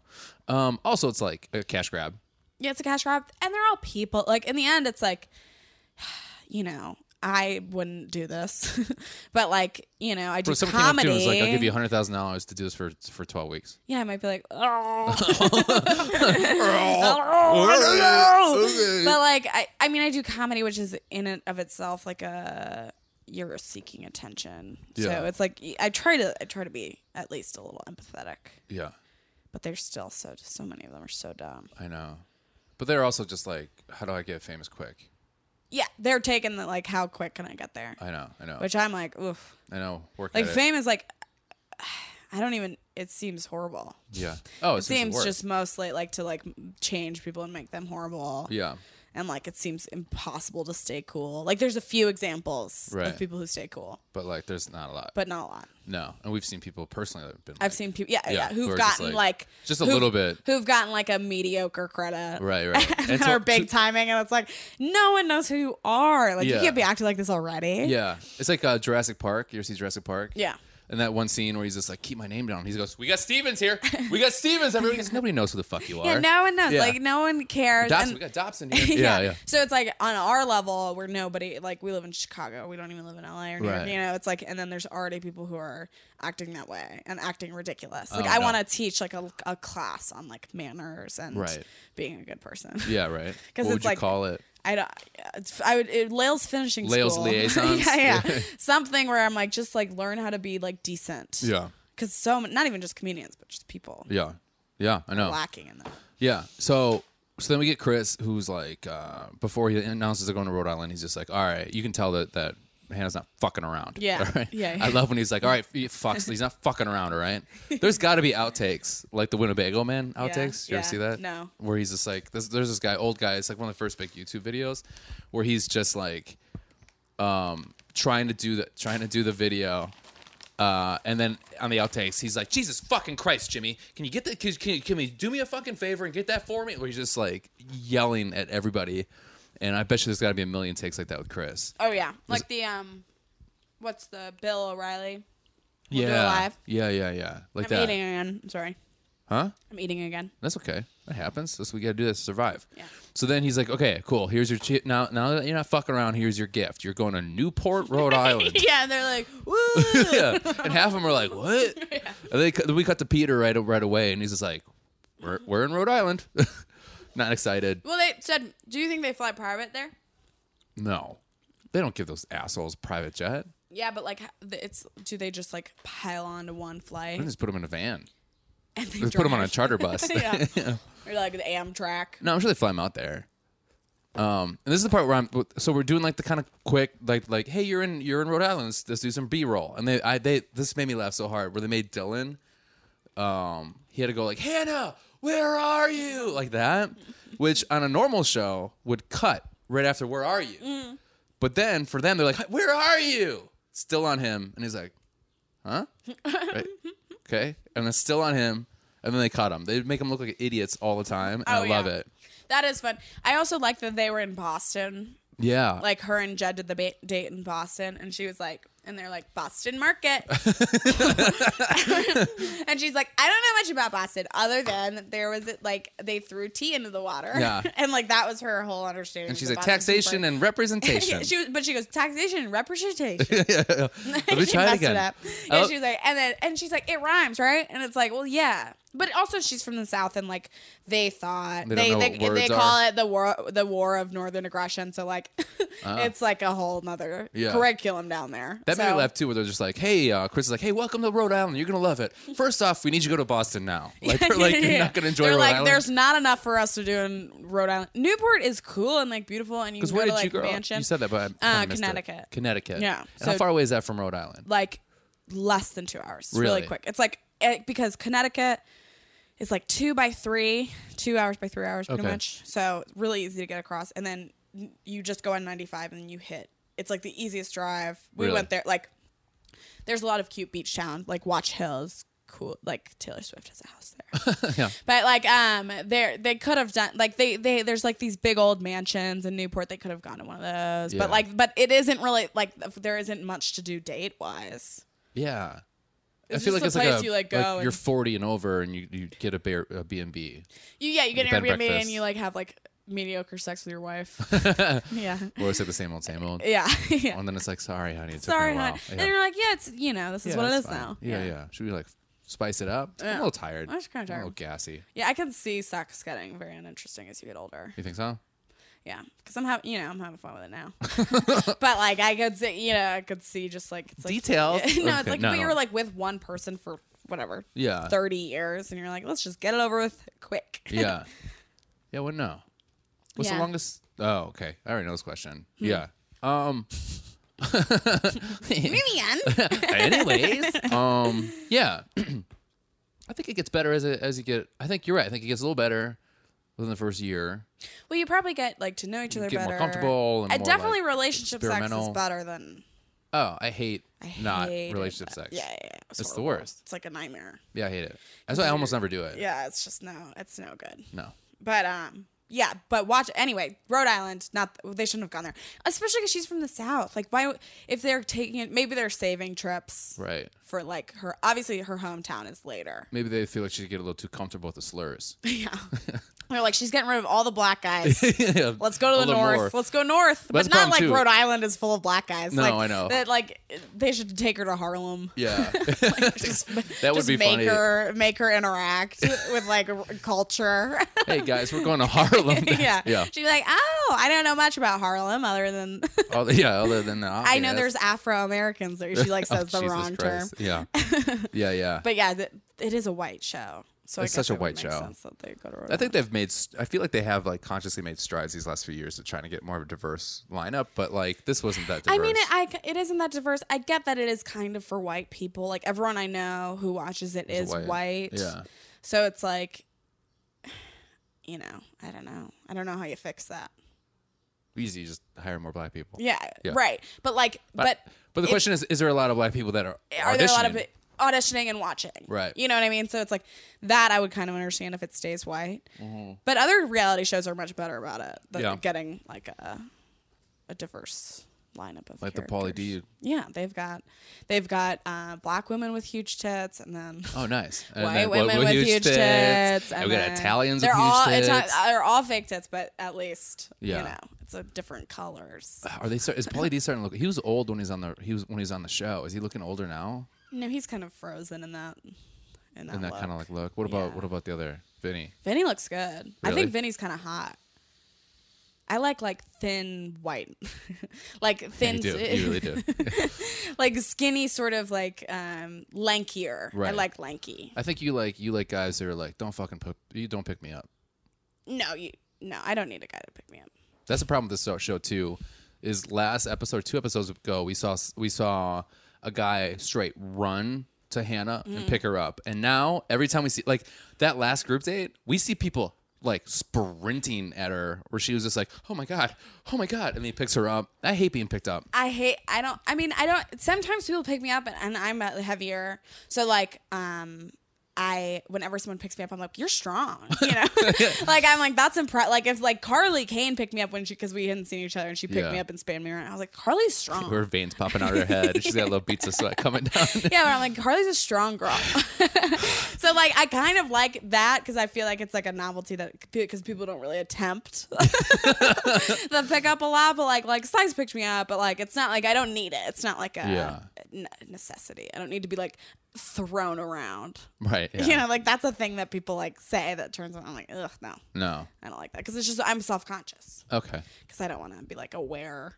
Um, also, it's like a cash grab. Yeah, it's a cash grab and they're all people. Like in the end it's like you know, I wouldn't do this. but like, you know, I do But someone came up to comedy. me and was like, "I'll give you hundred thousand dollars to do this for for twelve weeks." yeah, I might be like, oh, I don't Oh, know. But like I, I mean I do comedy which is in and of itself like a you're seeking attention. Yeah. So it's like I try to I try to be at least a little empathetic. Yeah, But they're still so so many of them are so dumb. I know. But they're also just like, "How do I get famous quick?" Yeah, they're taking the like how quick can I get there? I know, I know, Which I'm like, oof. I know. Work Like at it. fame is like I don't even it seems horrible. Yeah. Oh, it, It seems work. just mostly like to like m- change people and make them horrible. yeah. And like it seems impossible to stay cool. Like there's a few examples Right. of people who stay cool, But like, there's not a lot. but not a lot. no, and we've seen people personally that have been. like, I've seen people yeah, Yeah, yeah, who who've are just gotten like- like, just a who've- little bit. who've gotten like a mediocre credit. Right, right. And And so- are big timing and it's like no one knows who you are. Like Yeah. you can't be acting like this already. Yeah, it's like uh, Jurassic Park. You ever see Jurassic Park? Yeah. And that one scene where he's just like, "Keep my name down." He goes, "We got Stevens here. We got Stevens." Everybody, goes, nobody knows who the fuck you are. Yeah, no one knows. Yeah. Like no one cares. Dobson, And- we got Dobson here. yeah, yeah. So it's like on our level, we're nobody. Like we live in Chicago, we don't even live in LA or New York. Right. You know, it's like, and then there's already people who are acting that way and acting ridiculous. Like Oh, I no. want to teach like a, a class on like manners and Right. being a good person. Yeah, right. what 'Cause would it's you like- call it? I don't. it's- I would it, Lails finishing Lails school. liaisons? yeah, yeah. Something where I'm like, just like learn how to be like decent. Yeah, Because so m- not even just comedians, but just people yeah, yeah. I know. lacking in that. Yeah. So so then we get Chris, who's like, uh, before he announces they're going to Rhode Island, he's just like, all right, you can tell that that Hannah's not fucking around. Yeah. All right? Yeah. I love when he's like, all right, he fucks, he's not fucking around. All right. There's got to be outtakes like the Winnebago Man outtakes. You Yeah. ever see that? No. Where he's just like, there's, there's this guy, old guy. It's like one of the first big YouTube videos, where he's just like, um, trying to do the trying to do the video. Uh, and then on the outtakes, he's like, "Jesus fucking Christ, Jimmy, can you get the can, can, can we do me a fucking favor and get that for me?" Where he's just like yelling at everybody, and I bet you there's got to be a million takes like that with Chris. Oh yeah, like the um, what's the Bill O'Reilly? do it yeah, live. yeah, yeah, yeah, like I'm that, eating again. I'm sorry. huh? I'm eating again. That's okay. That happens. That's what we got to do. This to survive. Yeah. So then he's like, "Okay, cool. Here's your chi- now. Now that you're not fucking around, here's your gift. You're going to Newport, Rhode Island." Yeah, and they're like, woo. yeah. And half of them are like, "What?" And they cut- we cut to Peter right right away, and he's just like, "We're we're in Rhode Island." Not excited. well, they said, do you think they fly private there? No, they don't give those assholes private jet. Yeah, but like, h- it's do they just like pile onto one flight They just put them in a van. and they They put them on a drive? charter bus. yeah. or like the Amtrak? No, I'm sure they fly them out there. Um, and this is the part where I'm. So we're doing like the kind of quick, like like, hey, you're in you're in Rhode Island. Let's, let's do some B-roll. And they, I, they, this made me laugh so hard. Where they made Dylan, um, he had to go like Hannah, where are you? Like that. which on a normal show would cut right after "Where are you?" Mm. But then for them, they're like, "Where are you?" Still on him, and he's like, "Huh?" Right? Okay, and it's still on him, and then they cut him. They make him look like idiots all the time, and Oh, I love yeah. it. That is fun. I also like that they were in Boston. Yeah, Like her and Jed did the ba- date in Boston, and she was like, and they're like Boston Market, and she's like, I don't know much about Boston other than there was like they threw tea into the water, Yeah. and like that was her whole understanding. and she's of like the Boston Tea taxation Party." and representation. Yeah, she was, but she goes taxation and representation. yeah. Let me She try it messed again. up. Yeah, Oh. she was like, and then and she's like, it rhymes, right? And it's like, well, yeah. But also, she's from the south, and like they thought They they don't they, know they, what words call are. it the war the war of northern aggression. So like, it's like a whole nother Ah. Yeah. curriculum down there. That made me So- laugh too, where they're just like, "Hey, uh, Chris is like, hey, welcome to Rhode Island. You're gonna love it. First off, we need you to go to Boston now. Like, we're like you're not gonna enjoy They're Rhode like, Island. There's not enough for us to do in Rhode Island. Newport is cool and like beautiful, and you can Because go where to did like you grow mansion. up? You said that, but I kinda Uh, missed it. Connecticut. Connecticut. Yeah, And how so- far away is that from Rhode Island? like less than two hours. It's Really? really quick. It's like it, because Connecticut is like two by three, two hours by three hours, pretty Okay. much. So it's really easy to get across. And then you just go on 95 and you hit. It's like the easiest drive. We Really? went there. Like, there's a lot of cute beach town, like Watch Hills. Cool. Like Taylor Swift has a house there. yeah. But like um they they could have done like they they there's like these big old mansions in Newport they could have gone to one of those. Yeah. But like but it isn't really like there isn't much to do date wise. Yeah. It's I feel just like a it's like place a, you, like, go you're and- 40 and over, and you, you get a, bear, a B&B. You yeah, you get Bed an and Airbnb breakfast. and you like have like mediocre sex with your wife. yeah. Or it's like the same old, same old. Yeah. yeah. And then it's like, sorry, honey, it took me Sorry, a while. hon. Yeah. And you're like, yeah, it's you know, this is Yeah, what it that's is fine. now. Yeah, yeah, Should we like spice it up? I'm a Yeah. little tired. I'm just kinda A little tired. gassy. Yeah, I can see sex getting very uninteresting as you get older. You think so? Yeah, because I'm having, you know, I'm having fun with it now. but like, I could see, you know, I could see just like it's like, Details. Yeah, no, it's Okay, like no, but you no. were like with one person for whatever, Yeah. thirty years, and you're like, let's just get it over with quick. Yeah. Yeah, well, no. What's the Yeah. Hmm. longest? Oh, okay. I already know this question. Yeah. Um. Minion. anyways, um, yeah. I think it gets better as it, as you get. I think you're right. I think it gets a little better within the first year. well, you probably get like to know each other get more better, comfortable and I more, definitely like, relationship sex is experimental. better than Oh, I hate I not hated relationship that. sex. Yeah, yeah, yeah. It was It's the horrible. worst. It's like a nightmare. Yeah, I hate it. That's why I almost never do it. Yeah, it's just no, it's no good. No. But um, yeah. But watch anyway. Rhode Island, not they shouldn't have gone there, especially because she's from the South. Like, why if they're taking it? Maybe they're saving trips Right. for like her. Obviously, her hometown is later. Maybe they feel like she get a little too comfortable with the slurs. yeah, they're like she's getting rid of all the black guys. Yeah, Let's go a to the little north. more. Let's go north, That's but a not problem, like too. Rhode Island is full of black guys. No, like, I know. that. Like they should take her to Harlem. Yeah. just, That would just be make funny. her make her interact with like r- culture. hey guys, we're going to Harlem. yeah. Yeah. She'd be like, "Oh, I don't know much about Harlem other than All- yeah. Other than that, I know there's Afro Americans there." She Oh, like says the wrong term. Yeah. Yeah. Yeah. But yeah, th- it is a white show. So It's such I guess a it would white make show. sense that they go to Rhode I think Island. they've made. st- I feel like they have like consciously made strides these last few years to trying to get more of a diverse lineup. But like this wasn't that. diverse. I mean, it, I, c- it isn't that diverse. I get that it is kind of for white people. Like everyone I know who watches it is white. white. Yeah. So it's like, you know, I don't know. I don't know how you fix that. easy. Just hire more black people. Yeah, Yeah. right. But like, but, But the if- question is: Is there a lot of black people that are are there a lot of auditioning? pe- auditioning and watching? Right. You know what I mean? So it's like that I would kind of understand if it stays white. But other reality shows are much better about it. Than Mm-hmm. Yeah. Getting like a a diverse lineup of like the characters. Pauly D? Yeah, they've got they've got uh, black women with huge tits, and then. Oh, nice. And White then- women well, with huge, tits. And and we got then- Italians with they're huge all, uh, tits. It's not, they're all fake tits, but at least Yeah. you know it's a different colors. Are they? start- Is Pauly D starting to look? He was old when he's on the. He was when he's on the show. Is he looking older now? No, he's kind of frozen in that. In that, In that look. kind of like look. What about Yeah. what about the other Vinny? Vinny looks good. I Really? think Vinny's kind of hot. I like like thin white, like thin, You do. You really do. like skinny, sort of like um lankier. I Right. like lanky. I think you like you like guys that are like don't fucking put you don't pick me up. No, you no, I don't need a guy to pick me up. That's the problem with this so- show too. Is last episode, two episodes ago, we saw we saw a guy straight run Mm. to Hannah and pick her up, and now every time we see like that last group date, we see people like sprinting at her, where she was just like, "Oh my god, oh my god," and he picks her up. I hate being picked up. I hate. I don't. I mean, I don't. Sometimes people pick me up, and, and I'm uh, heavier. So like, um, I whenever someone picks me up, I'm like, "You're strong," you know. like I'm like, "That's impressive." Like if like Carly Kane picked me up when she because we hadn't seen each other, and she picked Yeah. me up and spanned me around. I was like, "Carly's strong." Her veins popping out of her head. She's got a little beats of sweat coming down. yeah, but I'm like, Carly's a strong girl. so like, I kind of like that because I feel like it's like a novelty that because people don't really attempt the pickup a lot. But like, like Slice picked me up, but like, it's not like I don't need it. It's not like a Yeah. n- necessity. I don't need to be like thrown around. Right. Yeah. You know, like that's a thing that people like say that turns on. I'm like, ugh, no, No. I don't like that because it's just I'm self conscious Okay. because I don't want to be like aware.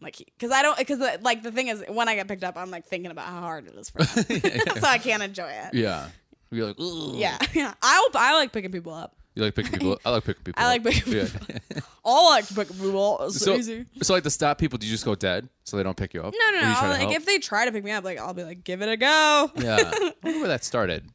Like, because I don't, because like the thing is, when I get picked up, I'm like thinking about how hard it is for them, so I can't enjoy it. Yeah. You're like, Ugh. Yeah, yeah. I hope I like picking people up. You like picking people. up. I like picking people. I up. like picking Yeah. people I like to pick people up. It's so, easy. so like to stop people, do you just go dead so they don't pick you up? No, Or no, do no. you try I'll, to like help? if they try to pick me up, like I'll be like, give it a go. Yeah. I wonder where that started.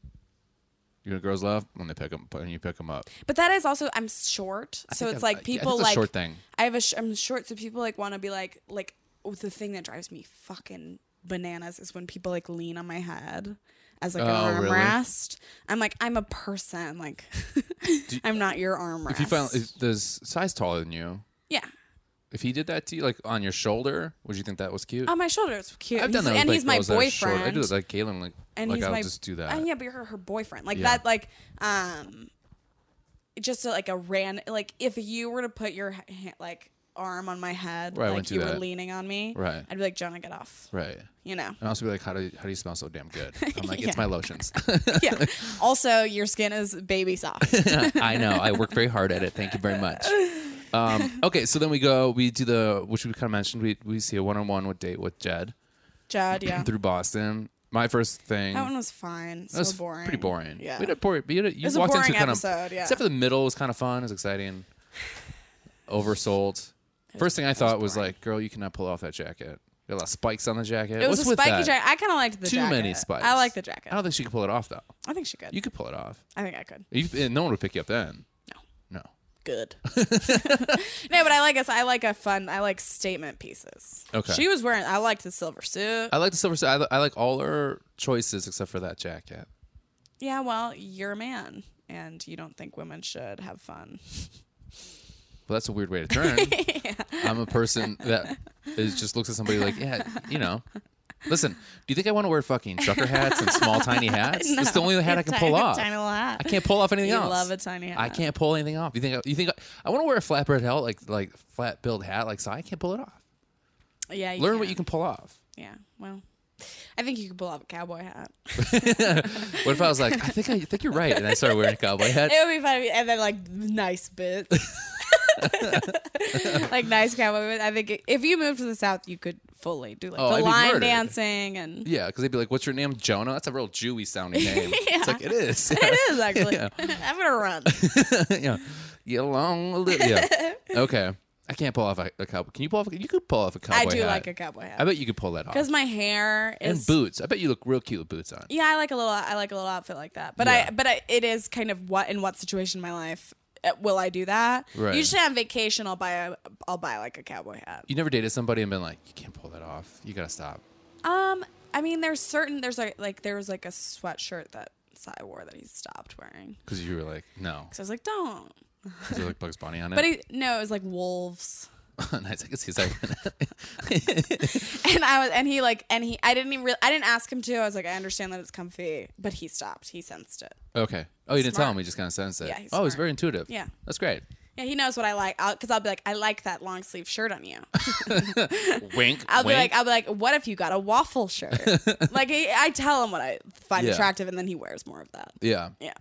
You know, girls love when they pick them when you pick them up. But that is also I'm short, so think it's I- like I- yeah, I think people it's a like short thing. I have a sh- I'm short, so people like want to be like like oh, the thing that drives me fucking bananas is when people like lean on my head as like an Oh, really? armrest. I'm like I'm a person, like I'm not your armrest. If you find if there's size taller than you, yeah. if he did that to you, like on your shoulder, would you think that was cute? On Oh, my shoulder, it's cute. I've done Um, He's- that, with, and like, he's my girls that are short. boyfriend. I do it like Galen, like and like he's I'll my, just do that. And yeah, but you're her, her boyfriend, like Yeah. that, like um, just a, like a ran, like if you were to put your ha- ha- like arm on my head, Right, I wouldn't like do you were that. leaning on me, Right. I'd be like, Jonah, get off, Right. you know, And also be like, how do you, how do you smell so damn good? I'm like, Yeah. it's my lotions. yeah. also, your skin is baby soft. I know. I work very hard at it. Thank you very much. Um, okay, so then we go. We do the which we kind of mentioned. We we see a one on one with date with Jed Judd, yeah, through Boston. My first thing. that one was fine. So That was boring. Pretty boring. Yeah. We had a boring. You, had a, you was a walked boring into kind of. episode, yeah. Except for the middle was kind of fun. It was exciting. Oversold. First thing I thought was, like, girl, you cannot pull off that jacket. You got a lot of spikes on the jacket. It was What's a with spiky that? jacket. I kind of liked the Too jacket. many spikes. I like the I jacket. don't think she could pull it off though. I think she could. You could pull it off. I think I could. You, and no one would pick you up then. No. good. no, but I like us. I like a fun. I like statement pieces. Okay. She was wearing. I liked the silver suit. I like the silver. I, li- I like all her choices except for that jacket. yeah. Well, you're a man, and you don't think women should have fun. Well, that's a weird way to turn. I'm a person that is just looks at somebody like, yeah, you know. Listen, do you think I want to wear fucking trucker hats and small tiny hats? That's the only hat I can Tiny- pull off. Tiny little hat. I can't pull off anything You else. love a tiny hat. I can't pull anything off. You think? I- You think? I, I want to wear a flatbed hat, like like flat billed hat, like so. I can't pull it off. Yeah. You Learn can. what you can pull off. Yeah. Well. I think you could pull off a cowboy hat. What if I was like, I think I, I think you're right, and I started wearing a cowboy hat. It would be fun, if you- and then like nice bits, like nice cowboy. bits. I think if you moved to the south, you could fully do like Oh, I'd the be line murdered. dancing and Yeah, because they'd be like, "What's your name, Jonah?" That's a real Jewy sounding name. It's like it is. it is actually. I'm gonna run. yeah, you long little. Yeah. Okay, I can't pull off a, a cowboy. Can you pull off? A, you could pull off a cowboy. I do hat. like a cowboy I hat bet you could pull that off. because my hair And is. boots. I bet you look real cute with boots on. yeah, I like a little. I like a little outfit like that. But Yeah. I. But I, it is kind of what in what situation in my life uh, will I do that? Right. Usually on vacation, I'll buy a. I'll buy like a cowboy hat. You never dated somebody and been like, "You can't pull that off. You gotta stop." Um, I mean, there's certain. There's like like there was like a sweatshirt that Cy wore that he stopped wearing. Because you were like, "No." So I was like, don't. 'Cause you look Bugs Bunny on it. But he no, it was like wolves. nice. I can see his eye. and I was, and he like, and he, I didn't even, re- I didn't ask him to. I was like, I understand that it's comfy, but he stopped. He sensed it. Okay. Oh, you didn't tell Smart. him. He just kind of sensed it. Yeah, he's oh, he's smart. very intuitive. Yeah. That's great. Yeah, he knows what I like. I'll, Cause I'll be like, I like that long sleeve shirt on you. Wink. I'll be wink. like, I'll be like, what if you got a waffle shirt? like, I, I tell him what I find Yeah. attractive, and then he wears more of that. yeah. Yeah.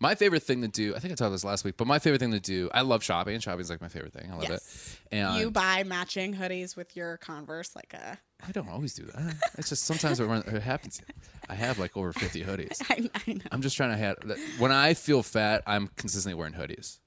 My favorite thing to do, I think I talked about this last week, but my favorite thing to do, I love shopping. Shopping's like my favorite thing. I love Yes. it. And you buy matching hoodies with your Converse, like uh, a. I don't always do that. It's just sometimes it, run, it happens. I have like over 50 hoodies. I, I know. I'm just trying to have, when I feel fat, I'm consistently wearing hoodies.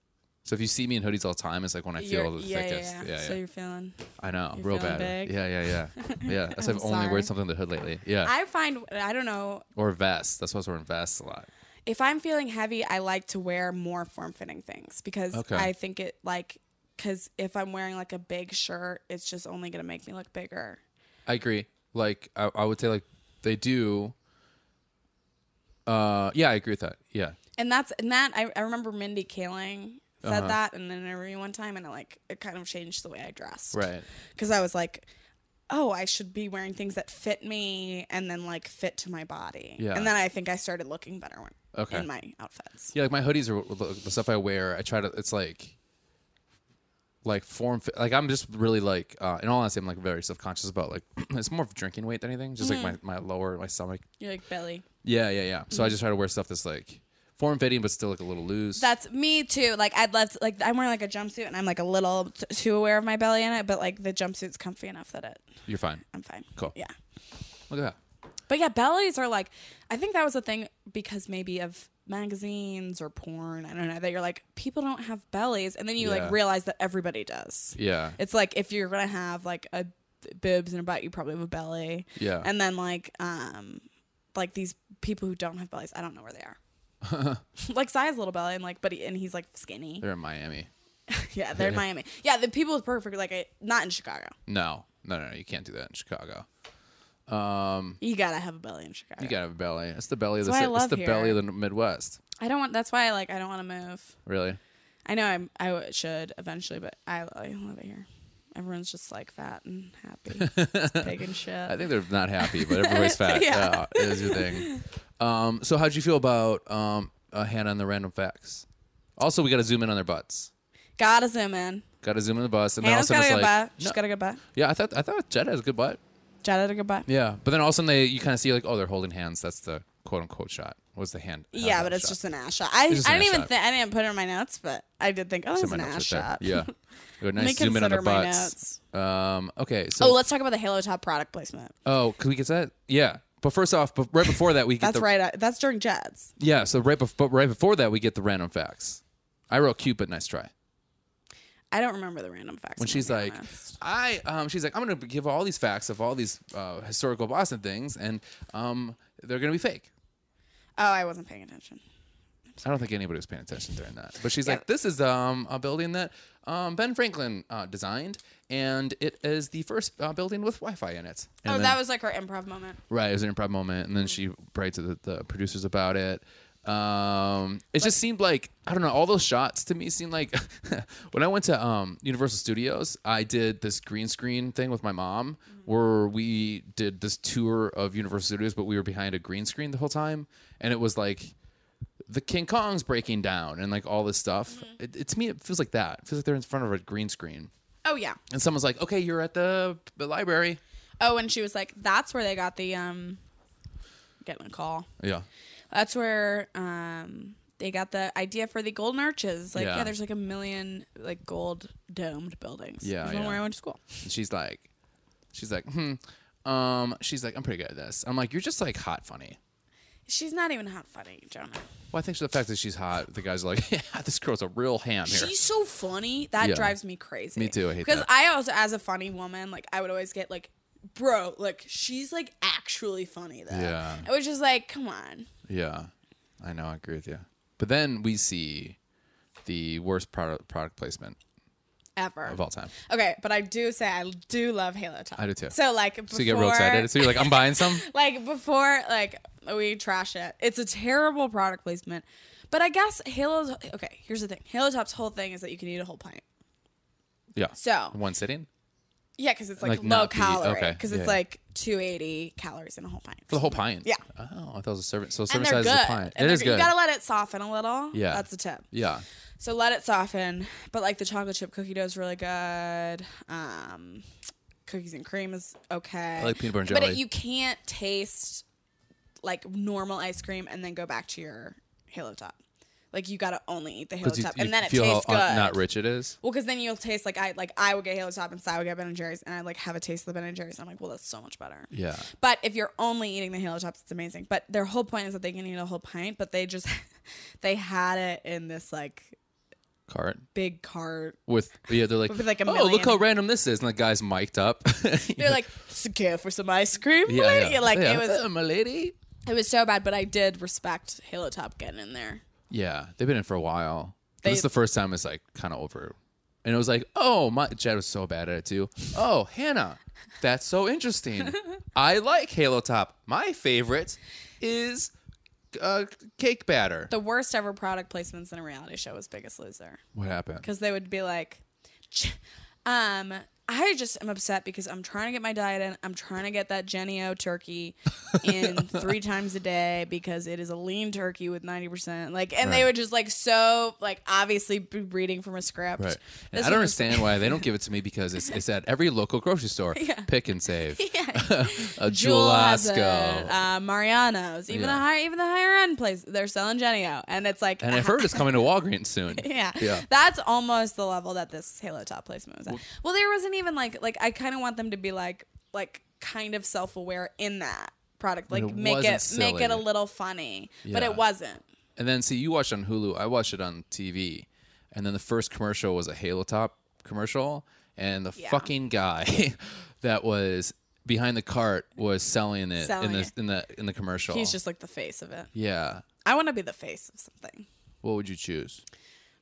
So if you see me in hoodies all the time, it's like when I feel You're- the yeah, thickest. Yeah, yeah, yeah. So you're feeling. I know, you're real feeling bad. big. Yeah, yeah, yeah, yeah. That's I've I'm only sorry. wear something in the hood lately. Yeah, I find I don't know. or vests. That's why I was wearing vests a lot. if I'm feeling heavy, I like to wear more form fitting things because Okay. I think it like because if I'm wearing like a big shirt, it's just only gonna make me look bigger. I agree. Like I, I would say, like they do. Uh, yeah, I agree with that. Yeah, And that's and that I, I remember Mindy Kaling said Uh-huh. that in an interview one time, and it like it kind of changed the way I dressed. right. Because I was like, oh, I should be wearing things that fit me and then like fit to my body. Yeah. And then I think I started looking better when, Okay. in my outfits. Yeah, like my hoodies are the stuff I wear. I try to. It's like, like form. fit- Like I'm just really like. Uh, in all honesty, I'm like very self conscious about like. it's more of drinking weight than anything. Just Mm-hmm. like my my lower my stomach. You're like belly. Yeah, yeah, yeah. Mm-hmm. So I just try to wear stuff that's like form fitting, but still like a little loose. That's me too. Like I'd love to, like I'm wearing like a jumpsuit and I'm like a little t- too aware of my belly in it, but like the jumpsuit's comfy enough that it You're fine. I'm fine. Cool. Yeah. Look at that. But yeah, bellies are like I think that was a thing because maybe of magazines or porn, I don't know, that you're like people don't have bellies and then you Yeah. like realize that everybody does. Yeah. It's like if you're going to have like a bibs and a butt, you probably have a belly. Yeah. And then like um like these people who don't have bellies, I don't know where they are. like Sai has a little belly and like but he, and he's like skinny. They're in Miami. Yeah, they're in Miami. Yeah, the people with perfect like I, not in Chicago. No, no, no, no. You can't do that in Chicago. Um, You gotta have a belly in Chicago. You gotta have a belly. It's the belly. Of the, why I ci- it's love the here. belly of the Midwest. I don't want. That's why I like. I don't want to move. Really. I know I'm. I w- should eventually, but I, I love it here. Everyone's just like fat and happy, It's big and shit. I think they're not happy, but everybody's fat. yeah. Yeah. is your thing. Um, so how'd you feel about um, uh, Hannah and the random facts? Also, we gotta zoom in on their butts. gotta zoom in. Gotta zoom in the butts, and Hannah's then all got a of a good sudden butt. it's She's like, got a good butt. no- yeah, I thought I thought Jed has a good butt. Jada had a good butt. Yeah, Yeah, but then all of a sudden they you kind of see like, oh, they're holding hands. That's the quote unquote shot. Was the hand? hand but it's shot. just an ass shot. I, I It's just an didn't ass even shot. think. I didn't put it in my notes, but I did think, oh, It's in that's my an notes ass right shot. there. Yeah. Go nice me zoom in on their consider my butts. Um, okay, so Oh, let's talk about the Halo Top product placement. Oh, can we get that? Yeah. But first off, but right before that, we get That's the right. I, that's during Jed's. yeah. So right before, but right before that, we get the random facts. I wrote cute, but nice try. I don't remember the random facts. When I'm she's gonna be like, honest. I um, she's like, I'm gonna give all these facts of all these uh, historical Boston things, and um, they're gonna be fake. oh, I wasn't paying attention. I don't think anybody was paying attention during that. But she's Yeah. like, this is um, a building that um, Ben Franklin uh, designed, and it is the first uh, building with Wi-Fi in it. And oh, then- that was like her improv moment. Right, it was an improv moment, and then she bragged to the, the producers about it. Um, it just seemed like I don't know. All those shots to me seemed like when I went to um, Universal Studios, I did this green screen thing with my mom, where we did this tour of Universal Studios, but we were behind a green screen the whole time, and it was like the King Kong's breaking down and like all this stuff. It, it to me, it feels like that. It feels like they're in front of a green screen, Oh yeah. and someone's like, "Okay, you're at the, the library." Oh, and she was like, "That's where they got the um, getting a call. Yeah, That's where um, they got the idea for the golden arches. Like, Yeah. yeah, there's like a million like gold domed buildings. Yeah, There's one yeah. where I went to school. And she's like, she's like, hmm. Um, she's like, I'm pretty good at this. I'm like, you're just like hot funny. She's not even hot funny, Jonah. Well, I think the fact that she's hot, the guys are like, yeah, this girl's a real ham here. She's so funny that Yeah. drives me crazy. Me too, I hate because that. I also, as a funny woman, like I would always get like, bro, like she's like actually funny though. Yeah. It was just like, come on. yeah, I know, I agree with you. But then we see the worst product product placement Ever. of all time. Okay, but I do say I do love Halo Top. I do too. So like before, So you get real excited. So you're like, I'm buying some. like before like we trash it. It's a terrible product placement. But I guess Halo's okay, here's the thing. Halo Top's whole thing is that you can eat a whole pint. Yeah. So- one sitting Yeah, because it's like, Like, low not be- calorie. okay, Because yeah. it's like 280 calories in a whole pint. for the whole pint. Yeah. Oh, I thought it was a serving. So a serving and size they're is a good. pint. And it they're is good. good. You gotta let it soften a little. Yeah. that's a tip. yeah. So let it soften, but like the chocolate chip cookie dough is really good. Um, cookies and cream is okay. I like peanut butter and But jelly. it, you can't taste like normal ice cream and then go back to your Halo Top. Like you gotta only eat the Halo 'Cause you, Top, you and then it feel tastes how un- good. not rich it is. Well, because then you'll taste like I like I would get Halo Top and Sai would get Ben and Jerry's, and I like have a taste of the Ben and Jerry's. And I'm like, well, that's so much better. Yeah. But if you're only eating the Halo Tops, it's amazing. But their whole point is that they can eat a whole pint, but they just they had it in this like Cart. big cart. with yeah they're like, With, like, a oh look million. how random this is and the guy's mic'd up They're like, it's a gift for some ice cream. yeah, lady." Like Yeah. it was "Uh, my lady It was so bad, but I did respect Halo Top getting in there. Yeah, they've been in for a while. But this They- is the first time it's like kind of over. And it was like, oh, my Jed was so bad at it too. Oh, Hannah, that's so interesting. I like Halo Top. My favorite is uh, cake batter. The worst ever product placements in a reality show was Biggest Loser. what happened? because they would be like, "Ch- um, I just am upset because I'm trying to get my diet in. I'm trying to get that Genio turkey in three times a day because it is a lean turkey with 90%. Like, and they Right. would just like so, like, obviously be reading from a script. Right. And This I don't one was- understand why they don't give it to me because it's, it's at every local grocery store. Pick and save. a Jewel has it, Julasco. uh, Mariano's, even Yeah. a higher, even the higher end place, they're selling Genio, and it's like, And I've heard it's coming to Walgreens soon. yeah. Yeah. That's almost the level that this Halo Top placement was at. Well, there wasn't even like like I kind of want them to be like like kind of self aware in that product, like it make wasn't it make it a silly. little funny, but Yeah. it wasn't. And then see, you watched on Hulu. I watched it on TV. And then the first commercial was a Halo Top commercial, and the Yeah. fucking guy that was behind the cart was selling it Selling in the it. in the in the commercial. He's just like the face of it. yeah. I want to be the face of something. What would you choose?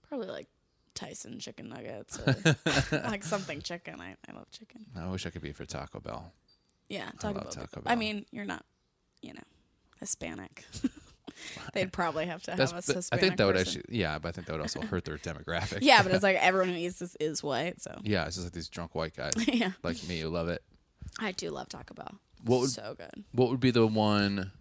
Probably like Tyson chicken nuggets or like something chicken. I, I love chicken. I wish I could be for Taco Bell. Yeah, talk love about Taco I Bell. mean, you're not, you know, Hispanic. They'd probably have to have That's us th- I Hispanic. think that would person. actually yeah, but I think that would also hurt their demographic. Yeah, but it's like everyone who eats this is white, so yeah, it's just like these drunk white guys yeah. like me who love it. I do love Taco Bell. What would- so good? What would be the one?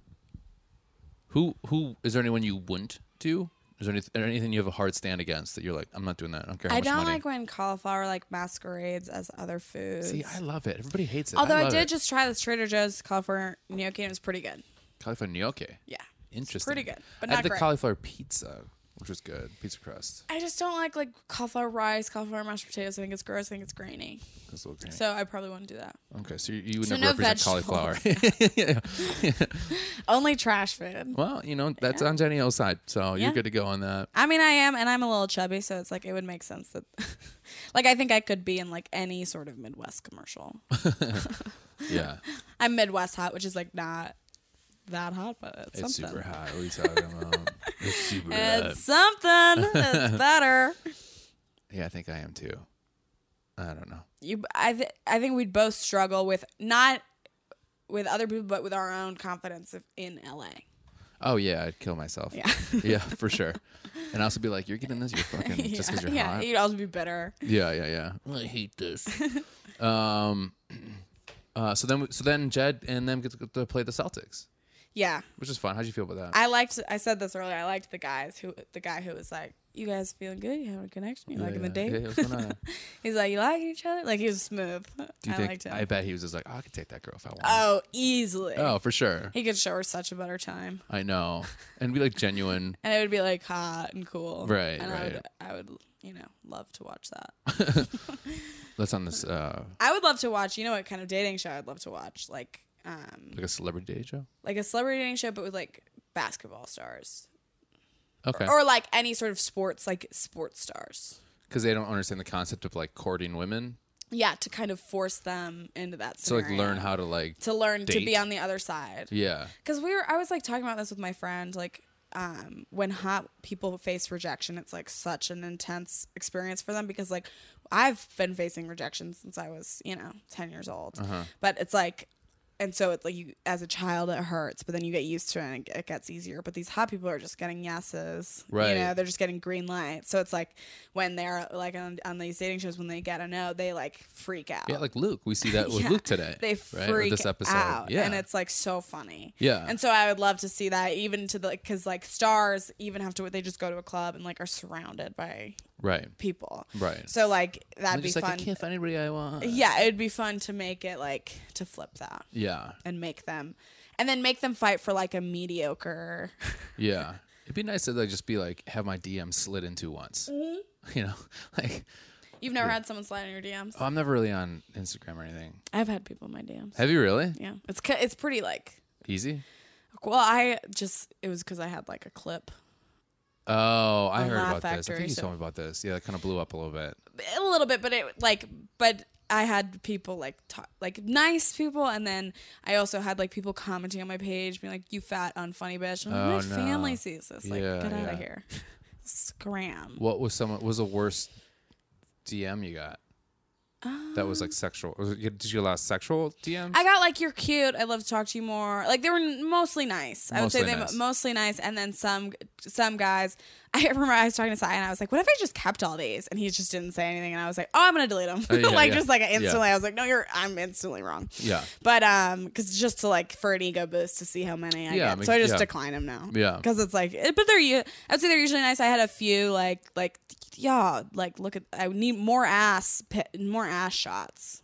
Who who is there anyone you wouldn't do? Is there anyth- anything you have a hard stand against that you're like I'm not doing that. I don't care how I much don't money. like when cauliflower like masquerades as other foods. See, I love it. Everybody hates it. Although I, love did it. just try this Trader Joe's cauliflower gnocchi and it was pretty good. cauliflower gnocchi. Yeah, Interesting. pretty good, but I not had the great. cauliflower pizza, which was good. Pizza crust. I just don't like like cauliflower rice, cauliflower mashed potatoes. I think it's gross. I think it's grainy. That's a little grainy. So I probably wouldn't do that. okay, so you, you would So never no represent cauliflower. Yeah. Only trash food. Well, you know that's on Danielle's side, so Yeah. you're good to go on that. I mean, I am, and I'm a little chubby, so it's like it would make sense that, like, I think I could be in like any sort of Midwest commercial. Yeah, I'm Midwest hot, which is like not that hot, but it's, it's something. super hot. What are you talking about? it's super hot. It's something. It's better. Yeah, I think I am too. I don't know. You, I, th- I think we'd both struggle with not with other people, but with our own confidence if, in LA. Oh yeah, I'd kill myself. Yeah. Yeah, for sure. And I also be like, you're getting this, you're fucking Mm, just because you're yeah, hot. you'd also be bitter. Yeah, yeah, yeah. I hate this. um, uh, so then, so then Jed and them get to, get to play the Celtics, Yeah, which is fun. How'd you feel about that? I liked. I said this earlier. I liked the guys who, the guy who was like, "You guys feeling good? You having a connection? You Yeah, liking yeah. the date?" Yeah, what's going on? He's like, "You like each other?" Like he was smooth. Do you I think? liked him. I bet he was just like, "Oh, I could take that girl if I want. oh, easily. oh, for sure. He could show her such a better time. I know, and be like genuine. and it would be like hot and cool. Right, and right. I would, I would, you know, love to watch that. That's on this uh, I would love to watch. You know what kind of dating show I'd love to watch? Like, um, like a celebrity date show. like a celebrity dating show, but with like basketball stars Okay, or like any sort of sports, like sports stars. because they don't understand the concept of like courting women, Yeah, to kind of force them into that. so like Scenario. learn how to like. to learn to be date. on the other side. yeah, because we were i was like talking about this with my friend like um when hot people face rejection it's like such an intense experience for them because like i've been facing rejection since i was you know 10 years old but it's like and so it's like you as a child it hurts but then you get used to it and it- it gets easier but these hot people are just getting yeses Right. you know they're just getting green lights so it's like when they're like on, on these dating shows when they get a no they like freak out yeah, like Luke. We see that with Oh. Yeah. Luke today. they right? freak Or this episode. out, Yeah, and it's like so funny. Yeah. and so I would love to see that even to the because like stars even have to they just go to a club and like are surrounded by right. people. Right. So like that'd I'm be just like I fun. can't find anybody I want. yeah, it'd be fun to make it like to flip that Yeah, and make them, and then make them fight for like a mediocre. yeah. It'd be nice to like just be like have my DM slid into once. Mm-hmm. You know, like You've never had someone slide in your DMs. oh, I'm never really on Instagram or anything. I've had people in my DMs. Have you really? yeah, it's ca- it's pretty like. Easy. Well, I just it was because I had like a clip, Oh, I On heard Laugh about this. I Factory, think you so- told me about this. Yeah, that kind of blew up a little bit. a little bit, but it like but I had people like talk, like nice people, and then I also had like people commenting on my page, being like, "You fat unfunny bitch." And Oh, my no. family sees this. Like, Yeah, get out yeah. of here. Scram. What was someone? What was the worst DM you got? that was like sexual. Was it- Did you allow sexual DMs? Um, I got like you're cute. I'd love to talk to you more. Like they were n- mostly nice. I would say Mostly they nice. mostly nice. And then some some guys. I remember I was talking to Sai and I was like, "What if I just kept all these?" And he just didn't say anything. And I was like, "Oh, I'm gonna delete them." Uh, yeah, like yeah. just like Yeah. instantly, I was like, "No, you're. I'm instantly wrong." yeah, But um, because just to like for an ego boost to see how many I Yeah, get, I mean, so I just yeah. decline them now. Yeah. because it's like, it- but they're you. I'd say they're usually nice. I had a few like like yeah, like look at I need more ass pi- more ass shots.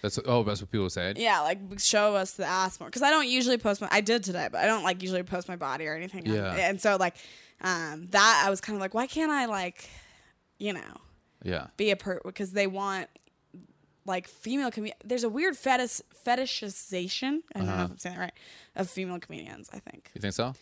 that's oh, that's what people say. Yeah, like show us the ass more because I don't usually post my. I did today, but I don't like usually post my body or anything. on- Yeah. and so like, um, that I was kind of like, why can't I like, you know, Yeah, be a per because they want like female com there's a weird fetish fetishization i don't know if i'm saying that right of female comedians i think you think so?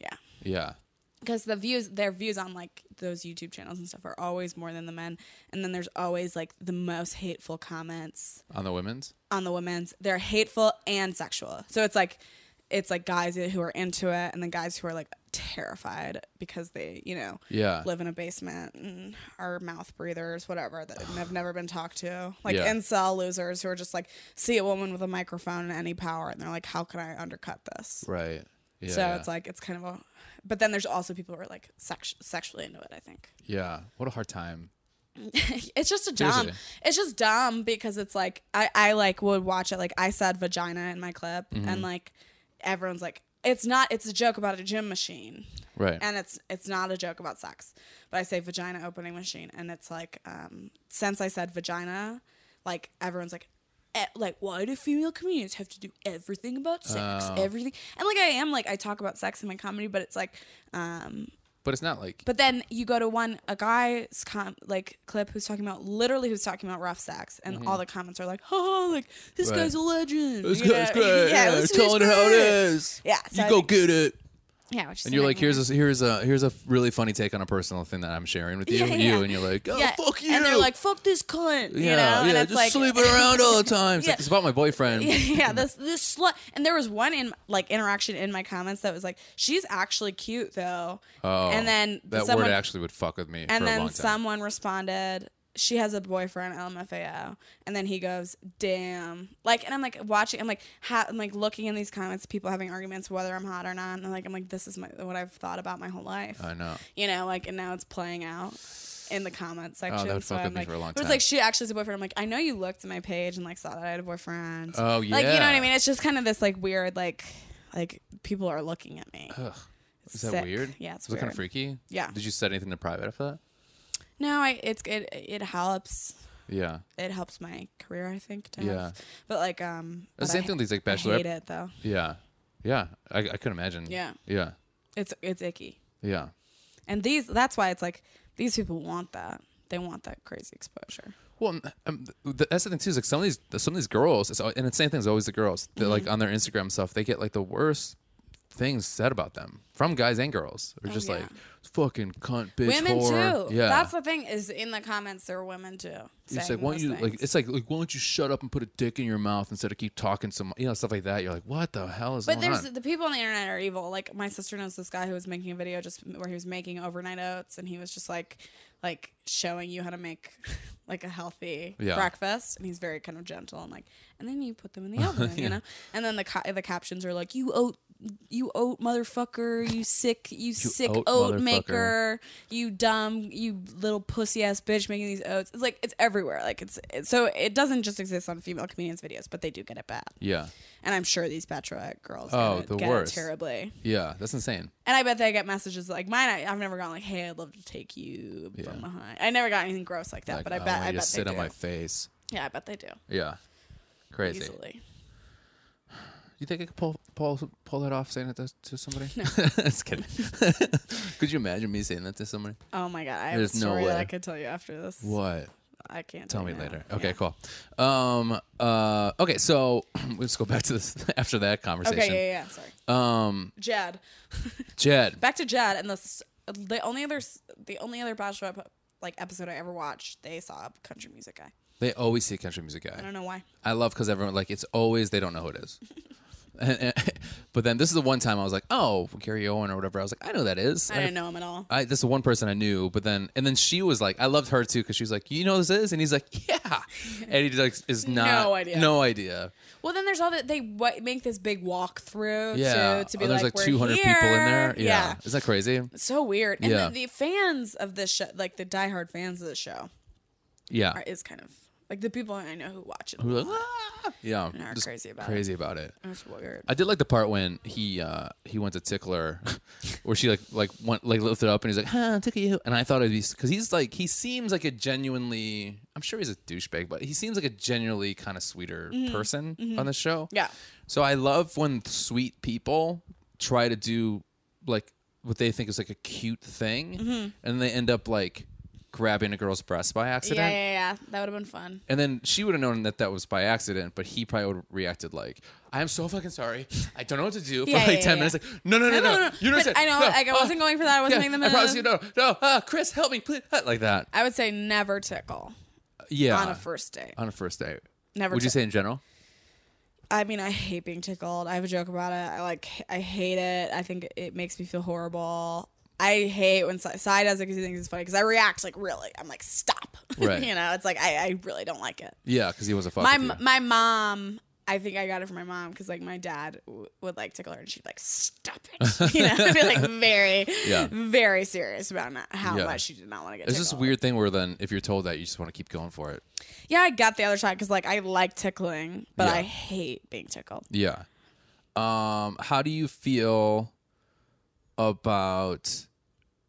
yeah Yeah, because the views their views on like those youtube channels and stuff are always more than the men and then there's always like the most hateful comments on the women's. on the women's they're hateful and sexual so it's like it's like guys who are into it and then guys who are like terrified because they you know Yeah. live in a basement and are mouth breathers whatever that have never been talked to like Yeah. incel losers who are just like see a woman with a microphone and any power and they're like how can i undercut this Right. Yeah. so yeah. it's like it's kind of a but then there's also people who are like sex- sexually into it i think yeah. What a hard time. it's just a dumb. Seriously. It's just dumb because it's like I, I like would watch it like I said vagina in my clip Mm-hmm. and like everyone's like it's not it's a joke about a gym machine Right. and it's it's not a joke about sex but I say vagina opening machine and it's like um since I said vagina like everyone's like eh, like why do female comedians have to do everything about sex Oh. everything and like I am like I talk about sex in my comedy but it's like um but it's not like. but then you go to one a guy's com- like clip who's talking about literally who's talking about rough sex, and all the comments are like, "Oh, like this Mm-hmm. Right. guy's a legend." This you guy's know? great. yeah, Yeah, this dude's telling her how it great. is. Yeah, so you I go think- get it. Yeah, which is And you're like, amazing. here's a here's a here's a really funny take on a personal thing that I'm sharing with you. Yeah, You yeah. and you're like, oh yeah. fuck you. and they're like, "Fuck this cunt," yeah, you know, yeah, and it's just like sleeping around all the time. It's Yeah. like it's about my boyfriend. yeah, yeah, this this slut. And there was one in like interaction in my comments that was like, "She's actually cute though," Oh, and then that someone word actually would fuck with me for And a long then time. someone responded, she has a boyfriend, LMFAO. And then he goes, damn. Like, and I'm like watching, I'm like, ha- I'm like looking in these comments, people having arguments whether I'm hot or not. And like, I'm like, this is my, what I've thought about my whole life. I know. You know, like, and now it's playing out in the comment section. Oh, would so fuck with I'm me like, for a long But time. it's like, she actually has a boyfriend. I'm like, I know you looked at my page and like saw that I had a boyfriend. Oh, Like, you know what yeah. I mean? It's just kind of this like weird, like, like people are looking at me. Ugh. Is that Sick. weird? Yeah, it's Was it kind weird. of freaky? Yeah. Did you set anything to private after that? No, I, it's, it, it helps. Yeah. it helps my career, I think. To Yeah. Have. But like, um, The but same I- thing with these like I bachelorette. Mm. hate it though. Yeah. Yeah. I, I could imagine. Yeah. Yeah. It's it's icky. Yeah. And these that's why it's like these people want that. They want that crazy exposure. Well, um, th- that's the thing too. Is like some of these, some of these girls, it's, al- and it's the same thing. It's always the girls. They're Mm-hmm. like on their Instagram stuff. They get like the worst things said about them from guys and girls. They're just Oh, yeah. like fucking cunt, bitch, women whore. too. Yeah, That's the thing is in the comments there are women too. it's like saying why don't those you like things. it's like like why don't you shut up and put a dick in your mouth instead of keep talking some you know stuff like that. You're like, what the hell is But going there's on? the people on the internet are evil. Like my sister knows this guy who was making a video just where he was making overnight oats, and he was just like, like showing you how to make like a healthy Yeah. breakfast, and he's very kind of gentle and like, and then you put them in the oven, you know, and then the ca- the captions are like, you oat, you oat motherfucker, you sick, you, sick oat oat, motherfucker. maker, you dumb, you little pussy ass bitch making these oats. It's like it's everywhere. Like it's it's- so it doesn't just exist on female comedians videos, but they do get it bad yeah, and I'm sure these Petra girls Oh, get, it, the get it worst. terribly. yeah, that's insane. And I bet they get messages like mine. I, I've never gotten like, "Hey, I'd love to take you from behind." I never got anything gross like that, Like, but I oh, bet why I you bet they sit do. on my face. yeah, I bet they do Yeah, crazy. easily. You think I could pull pull pull that off saying it to, to somebody? No, just kidding. could you imagine me saying that to somebody? Oh my god, I have There's a no story that way. I could tell you after this. What? I can't Tell do me now. later. Okay, cool. Um, uh, okay, so let's go back to this after that conversation. Okay, yeah, yeah, yeah. Sorry, Um, Jed. Jed. Back to Jed and the s- the only other s- the only other Bachelor like episode I ever watched. They saw a country music guy. They always see a country music guy. I don't know why. I love because everyone like it's always they don't know who it is. And- and- but then this is the one time I was like, oh, Gary Owen or whatever. I was like, I know who that is. I didn't know him at all. I, this is one person I knew, but then and then she was like, I loved her too because she was like, you know who this is, and he's like, yeah, and he like is not No idea. no idea. Well, then there's all that they wa- make this big walk through Yeah, to, to be Oh, there's like, like, we're 200 people in there. here. Yeah. is that crazy? It's so weird. And Yeah. the, the fans of this show, like the diehard fans of the show, Yeah, are, is kind of like the people I know who watch it. a We were lot. like, "Ah!" yeah, And are crazy about it. crazy about it. It's weird. I did like the part when he uh, he went to Tickler, where she like like went like lifted up and he's like, "Huh, tickle you," and I thought it'd be because he's like he seems like a genuinely I'm sure he's a douchebag, but he seems like a genuinely kind of sweeter person on the show. Mm-hmm. Yeah. So I love when sweet people try to do like what they think is like a cute thing, Mm-hmm. and they end up like grabbing a girl's breast by Yeah, accident. yeah, yeah. That would have been fun. And then she would have known that that was by accident, but he probably would have reacted like, "I am so fucking sorry. I don't know what to do." For Yeah, like yeah, ten yeah. minutes, like, "No, no, no, no, you But understand? I know, No, like, I ah, wasn't going for that. I wasn't yeah, making I the promise you, move. no, no, ah, Chris, help me, please, ah," like that. I would say never tickle Yeah, on a first date. on a first date. Never Would you tick- say in general? I mean, I hate being tickled. I have a joke about it. I like, I hate it. I think it makes me feel horrible. I hate when Sai, Sai does it because he thinks it's funny. Because I react like really. I'm like, stop. Right. you know, it's like I, I really don't like it. Yeah, because he was a fuck. My with you. my mom. I think I got it from my mom because like my dad w- would like tickle her and she'd be like stop it, you know, I'd be like very, Yeah. very serious about not, how Yeah. much she did not want to get. There's this tickled. weird thing where then if you're told that, you just want to keep going for it. Yeah, I got the other side because like I like tickling, but Yeah. I hate being tickled. Yeah. Um, how do you feel about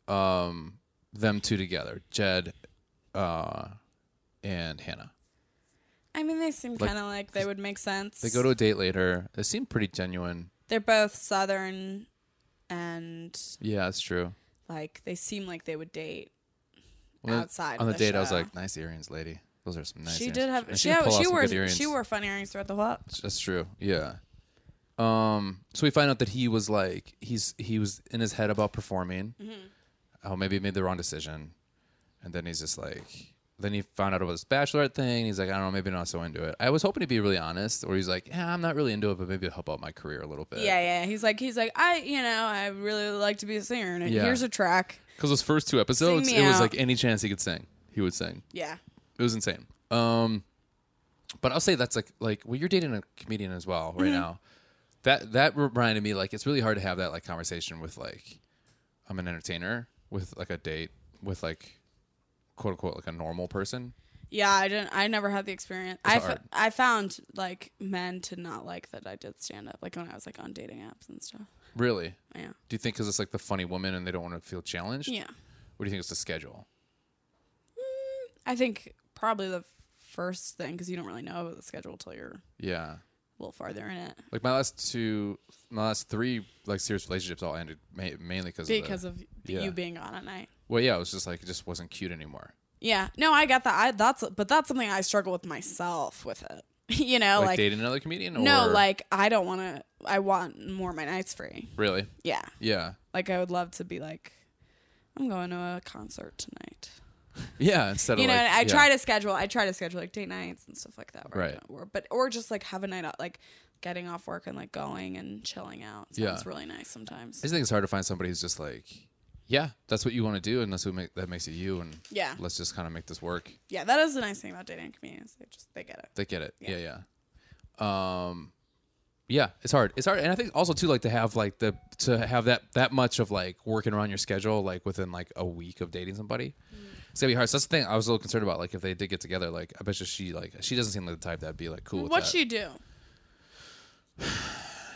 um them two together, Jed uh and Hannah? I mean, they seem Like- kind of like they would make sense. They go to a date later. They seem pretty genuine. They're both southern, and Yeah, that's true. like they seem like they would date When- outside on of the, the date, I was show. like, "Nice earrings, lady. Those are some nice." she earrings." did have And she can had, pull out she some wore good earrings. she wore fun earrings throughout the whole. That's true. Yeah. Um. So we find out that he was like he's he was in his head about performing. Mm-hmm. Oh, maybe he made the wrong decision, and then he's just like. Then he found out about this bachelorette thing. He's like, I don't know, maybe not so into it. I was hoping to be really honest, or he's like, Yeah, I'm not really into it, but maybe it'll help out my career a little bit. Yeah, yeah. He's like he's like I you know I really would like to be a singer. And Yeah. Here's a track. Because those first two episodes, me it was out. like any chance he could sing, he would sing. Yeah. It was insane. Um, but I'll say that's like like well, you're dating a comedian as well right Mm-hmm. now. That that reminded me like it's really hard to have that like conversation with like I'm an entertainer with like a date with like quote unquote like a normal person. Yeah, I didn't. I never had the experience. I, f- hard. I found like men to not like that I did stand up, like when I was like on dating apps and stuff. Really? Yeah, Do you think because it's like the funny woman and they don't want to feel challenged? yeah. What do you think it's the schedule? I think probably the first thing because you don't really know about the schedule till you're Yeah. a little farther in it Like my last two, my last three like serious relationships all ended ma- mainly because because of of yeah. you being on at night. the, well yeah it was just like it just wasn't cute anymore. Yeah, no, I got that. I that's but that's something I struggle with myself with it. you know, Like, Oh, like, dating another comedian or no, like I don't want to. I want more of my nights free. really Yeah, yeah like I would love to be like, I'm going to a concert tonight. Yeah, instead you of know like, and i yeah. try to schedule i try to schedule like date nights and stuff like that where I Right. don't- or, but or just like have a night out like getting off work and like going and chilling out Yeah. sounds really nice sometimes I just think it's hard to find somebody who's just like, yeah, that's what you want to do, and that's what make, that makes it you, and Yeah. let's just kind of make this work. yeah that is the nice thing about dating comedians they just they get it They get it. Yeah. yeah, Um, yeah, it's hard. It's hard, and I think also too like to have like the to have that that much of like working around your schedule like within like a week of dating somebody. Mm. It's gonna be hard. So that's the thing I was a little concerned about. Like if they did get together, like I bet you she like she doesn't seem like the type that'd be like cool. With what that. she do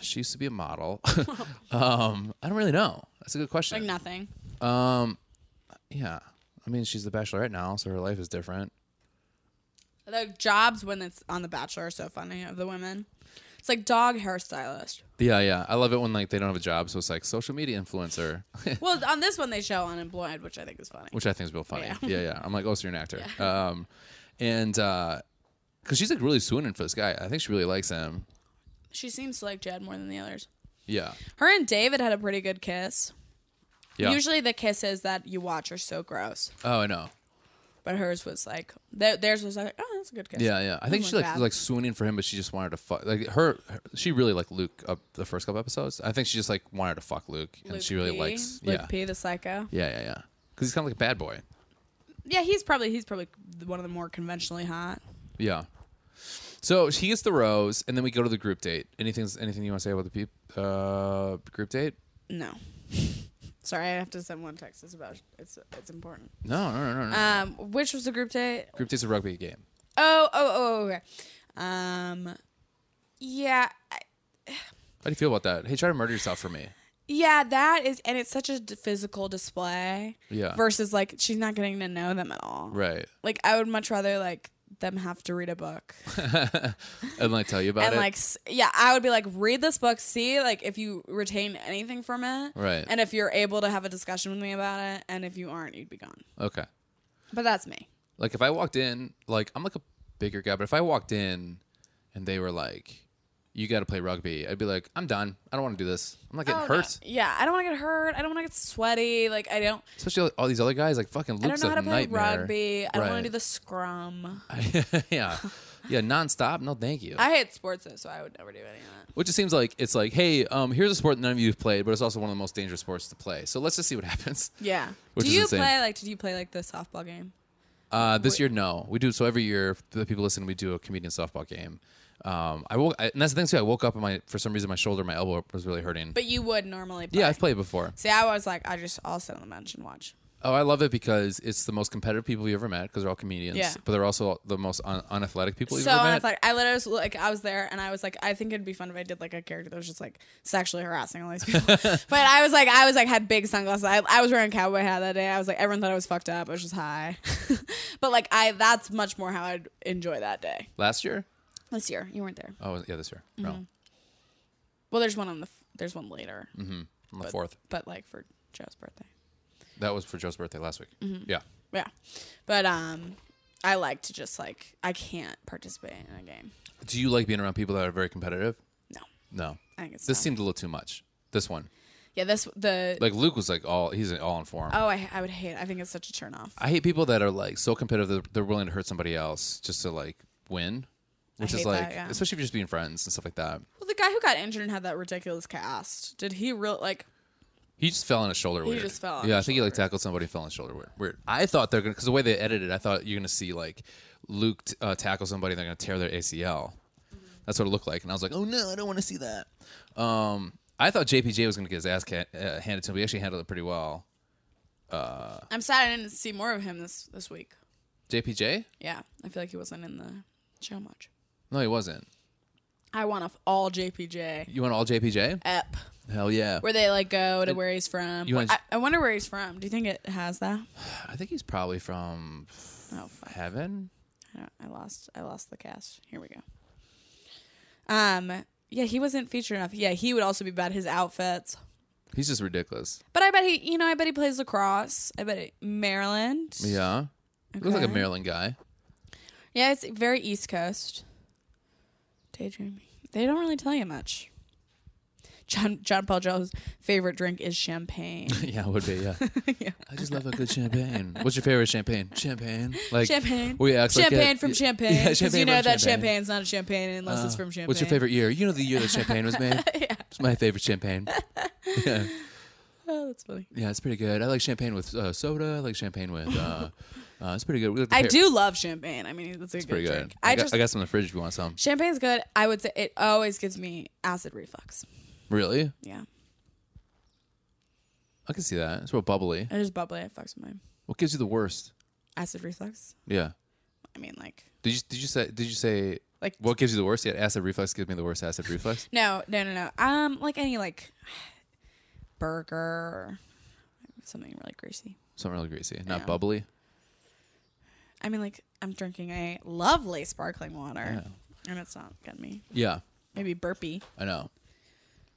she used to be a model. um, I don't really know. That's a good question. like nothing Um, yeah. I mean, she's the bachelorette now, so her life is different. the jobs when it's on the bachelor are so funny of the women it's like dog hairstylist Yeah, yeah. I love it when like they don't have a job, so it's like social media influencer, well on this one they show unemployed which i think is funny which I think is real funny. Yeah, Yeah. yeah. I'm like, oh, so you're an actor. Um, and uh, because she's like really swooning for this guy. I think she really likes him. she seems to like jed more than the others Yeah, her and david had a pretty good kiss yeah. usually the kisses that you watch are so gross oh, I know. But hers was like th- theirs was like, oh, that's a good kiss. Yeah, yeah. I think Doesn't she look like bad. was, like swooning for him, but she just wanted to fuck. Like her, her- she really liked Luke up the first couple episodes. I think she just like wanted to fuck Luke, and Luke she really P. likes. Luke yeah. P, the psycho. yeah, yeah, yeah, Because he's kind of like a bad boy. Yeah, he's probably he's probably one of the more conventionally hot. Yeah. So he gets the rose, and then we go to the group date. Anything's anything you want to say about the peep, uh, group date? No, sorry, I have to send one text. It's about it's it's important. No, no, no, no. no. Um, which was the group date? group date's a rugby game. Oh, oh, oh, okay. Um, yeah, I- How do you feel about that? Hey, try to murder yourself for me. yeah, that is, and it's such a d- physical display. Yeah. Versus, like, she's not getting to know them at all. Right. Like, I would much rather like them have to read a book and like tell you about and it. like, s- yeah, I would be like, read this book, see like if you retain anything from it, Right. And if you're able to have a discussion with me about it, and if you aren't, you'd be gone. okay. But that's me. Like if I walked in, like I'm like a bigger guy, but if I walked in and they were like, "You got to play rugby," I'd be like, "I'm done. I don't want to do this. I'm not getting Oh, no. hurt." Yeah, I don't want to get hurt. I don't want to get sweaty. Like, I don't. Especially all- all these other guys, like fucking I don't Luke's know how a to play nightmare. rugby. I don't want Right. to do the scrum. yeah, yeah, nonstop. No, thank you. I hate sports though, so I would never do any of that. Which it seems like it's like, hey, um, here's a sport that none of you have played, but it's also one of the most dangerous sports to play. So let's just see what happens. Yeah. Which do is you insane. play like? Did you play like the softball game? Uh, this year, no, we do. So every year, the people listen, we do a comedian softball game. Um, I woke, I, and that's the thing too. I woke up and my, for some reason, my shoulder, my elbow was really hurting. But you would normally. play. yeah, I've played before. See, I was like, I just I'll sit on the bench and watch. Oh, I love it because it's the most competitive people you ever met because they're all comedians. Yeah. But they're also the most un- unathletic people you've So ever I met. was like, I literally was, like, I was there, and I was like, I think it'd be fun if I did like a character that was just like sexually harassing all these people. but I was like, I was like, had big sunglasses. I, I was wearing a cowboy hat that day. I was like, everyone thought I was fucked up. I was just high. but like, I that's much more how I'd enjoy that day. Last year? This year, you weren't there. Oh, yeah, this year. Mm-hmm. No, Well, there's one on the f- there's one later, Mm-hmm. on the fourth. but like for Joe's birthday. That was for Joe's birthday last week. Mm-hmm. Yeah. Yeah. But um I like to just like I can't participate in a game. Do you like being around people that are very competitive? No. No. I think it's This dumb. seemed a little too much. This one. Yeah, this the Like Luke was like all he's all in form. Oh, I I would hate. I think it's such a turn off. I hate people that are like so competitive that they're willing to hurt somebody else just to like win, which is hate like that, yeah. especially if you're just being friends and stuff like that. Well, the guy who got injured and had that ridiculous cast, did he real like He just fell on his shoulder. He weird. just fell on yeah, I his think he like tackled somebody, fell on his shoulder. Weird. weird. I thought they're gonna because the way they edited, I thought you're gonna see like Luke t- uh, tackle somebody, and they're gonna tear their ACL. Mm-hmm. That's what it looked like, and I was like, oh no, I don't want to see that. Um, I thought JPJ was gonna get his ass ca- uh, handed to him. But he actually handled it pretty well. I'm sad I didn't see more of him this this week. JPJ? Yeah. I feel like he wasn't in the show much. No, he wasn't. I want off all JPJ You want all JPJ? ep Hell yeah. where they like go to where he's from. You wanna- I, I wonder where he's from. Do you think it has that? I think he's probably from Oh, fuck. heaven. I, don't, I lost I lost the cast. Here we go. Um yeah, he wasn't featured enough. Yeah, he would also be bad his outfits. He's just ridiculous. But I bet he, you know, I bet he plays lacrosse. I bet it, Maryland. Yeah. Looks like a Okay. Maryland guy. Yeah, it's very East Coast. Daydreaming. They don't really tell you much. John John Paul Jones' favorite drink is champagne. yeah, would be. Yeah. Yeah. I just love a good champagne. What's your favorite champagne? Champagne. Like Champagne. We act like champagne it- from yeah, champagne. yeah, Because you champagne know from that champagne. champagne's not a champagne unless it's Uh, from champagne. What's your favorite year? You know the year that champagne was made. yeah. It's my favorite champagne. Yeah, Oh, that's funny. yeah, it's pretty good. I like champagne with uh, soda. I like champagne with. Uh, uh, it's pretty good. We like the I pear- do love champagne. I mean, it's a good Pretty good. drink. I, I got, just I got some in the fridge if you want some. champagne's good. I would say it always gives me acid reflux. Really? Yeah, I can see that. It's real bubbly. it is bubbly. It fucks with my What gives you the worst? acid reflux. Yeah. I mean, like, Did you did you say did you say like what gives you the worst? Yeah, acid reflux gives me the worst acid reflux. No, no, no, no. Um, like any like burger, or something really greasy. Something really greasy, not Yeah. bubbly. I mean, like I'm drinking a lovely sparkling water, and it's not getting me. Yeah, Maybe burpee, I know.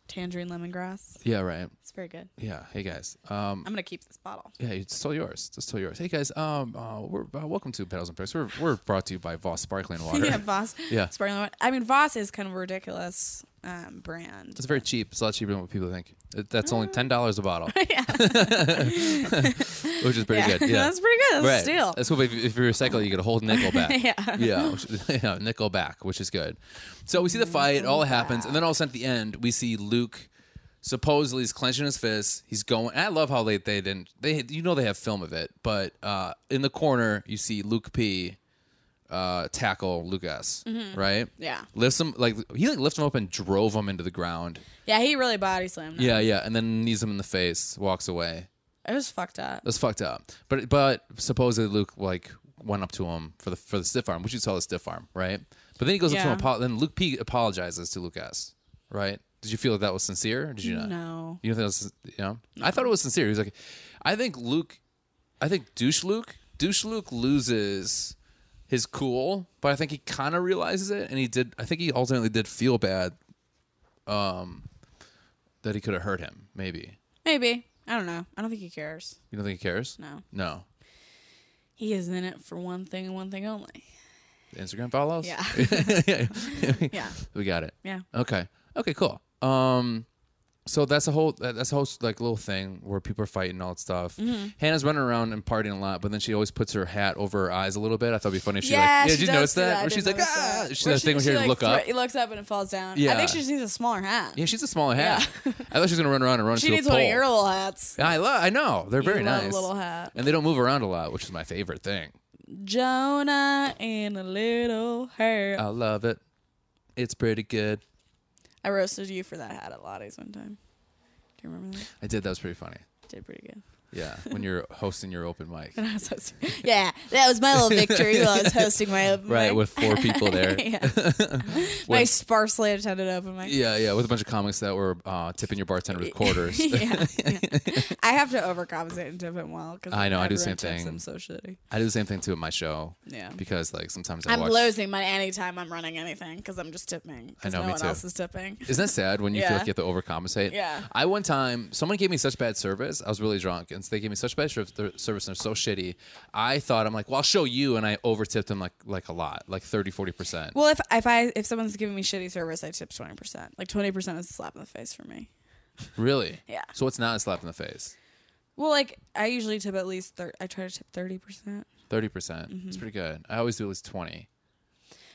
tangerine lemongrass. Yeah, right. It's very good. Yeah. Hey guys. Um, I'm gonna keep this bottle. Yeah, it's still yours. It's still yours. Hey guys, um, uh, we're uh, welcome to Pedals and Picks. We're we're brought to you by Voss Sparkling Water. yeah, Voss. Yeah. Sparkling water. I mean, Voss is kind of ridiculous. um, brand. It's very cheap. It's a lot cheaper than what people think. It- That's Ah. only ten dollars a bottle, yeah, which is pretty yeah. good. Yeah, that's pretty good. That's a steal. That's cool. If, if you recycle, you get a whole nickel back. Yeah. Yeah, which- yeah, nickel back, which is good. So we see the fight, it all happens, and then all of a sudden at the end, we see Luke supposedly he's clenching his fists. He's going. and I love how they they didn't they you know they have film of it, but uh, in the corner you see Luke P. Uh, tackle Lucas, right? Mm-hmm. Yeah. lifts him like he like lifted him up and drove him into the ground. Yeah, he really body slammed. him. Yeah, yeah, and then knees him in the face, walks away. It was fucked up. That's fucked up. But but supposedly Luke like went up to him for the for the stiff arm, which you saw the stiff arm, right? But then he goes up to him. Yeah. apo- Then Luke P apologizes to Lucas, right? Did you feel like that was sincere? Or did you not? No. You don't think that was you know? I thought it was sincere. He was like, I think Luke, I think douche Luke, douche Luke loses his cool, but I think he kind of realizes it, and he did. I think he ultimately did feel bad, um, that he could have hurt him. Maybe Maybe. I don't know. I don't think he cares. you don't think he cares? No. No. He is in it for one thing and one thing only. Instagram follows. Yeah. Yeah. we got it. Yeah. Okay. Okay. Cool. Um, so that's a whole that- that's a whole like little thing where people are fighting and all that stuff. Mm-hmm. Hannah's running around and partying a lot, but then she always puts her hat over her eyes a little bit. I thought it'd be funny if she like yeah, did you does notice do that? I Where did she's like notice ah, that. she's Where that thing where she like, look thro- up. He looks up and it falls down. I Yeah. think she just needs a smaller hat. Yeah, she's a smaller hat. Yeah. I thought she was gonna run around and run she into needs a pole. one of your little hats. I love. I know they're very You love a nice. little hat. And they don't move around a lot, which is my favorite thing. Jonah and a little hair. I love it. It's pretty good. I roasted you for that hat at Lottie's one time. Do you remember that? I did. That was pretty funny. Did pretty good. Yeah, when you're hosting your open mic. And I was hosting. Yeah, that was my little victory while I was hosting my open Right, mic. with four people there. yeah. my sparsely attended open mic. Yeah, yeah, with a bunch of comics that were uh, tipping your bartender with quarters. yeah, yeah. I have to overcompensate and tip him well because I know, I do the same thing. I'm so shitty. I do the same thing too at my show. Yeah. Because like sometimes I I'm watch. losing my anytime I'm running anything because I'm just tipping. 'cause know, no me one too. else is tipping. Isn't that sad when you feel Yeah. like you have to overcompensate? Yeah. I one time someone gave me such bad service. I was really drunk, and they gave me such bad ser- their service, and they're so shitty. I thought I'm like, well, I'll show you, and I overtipped them like like a lot, like 30, 40 percent. Well, if if I if someone's giving me shitty service, I tip twenty percent. Like twenty percent is a slap in the face for me. Really? Yeah. So it's not a slap in the face. Well, like I usually tip at least thir- I try to tip thirty percent. Thirty percent. Mm-hmm. It's pretty good. I always do at least twenty.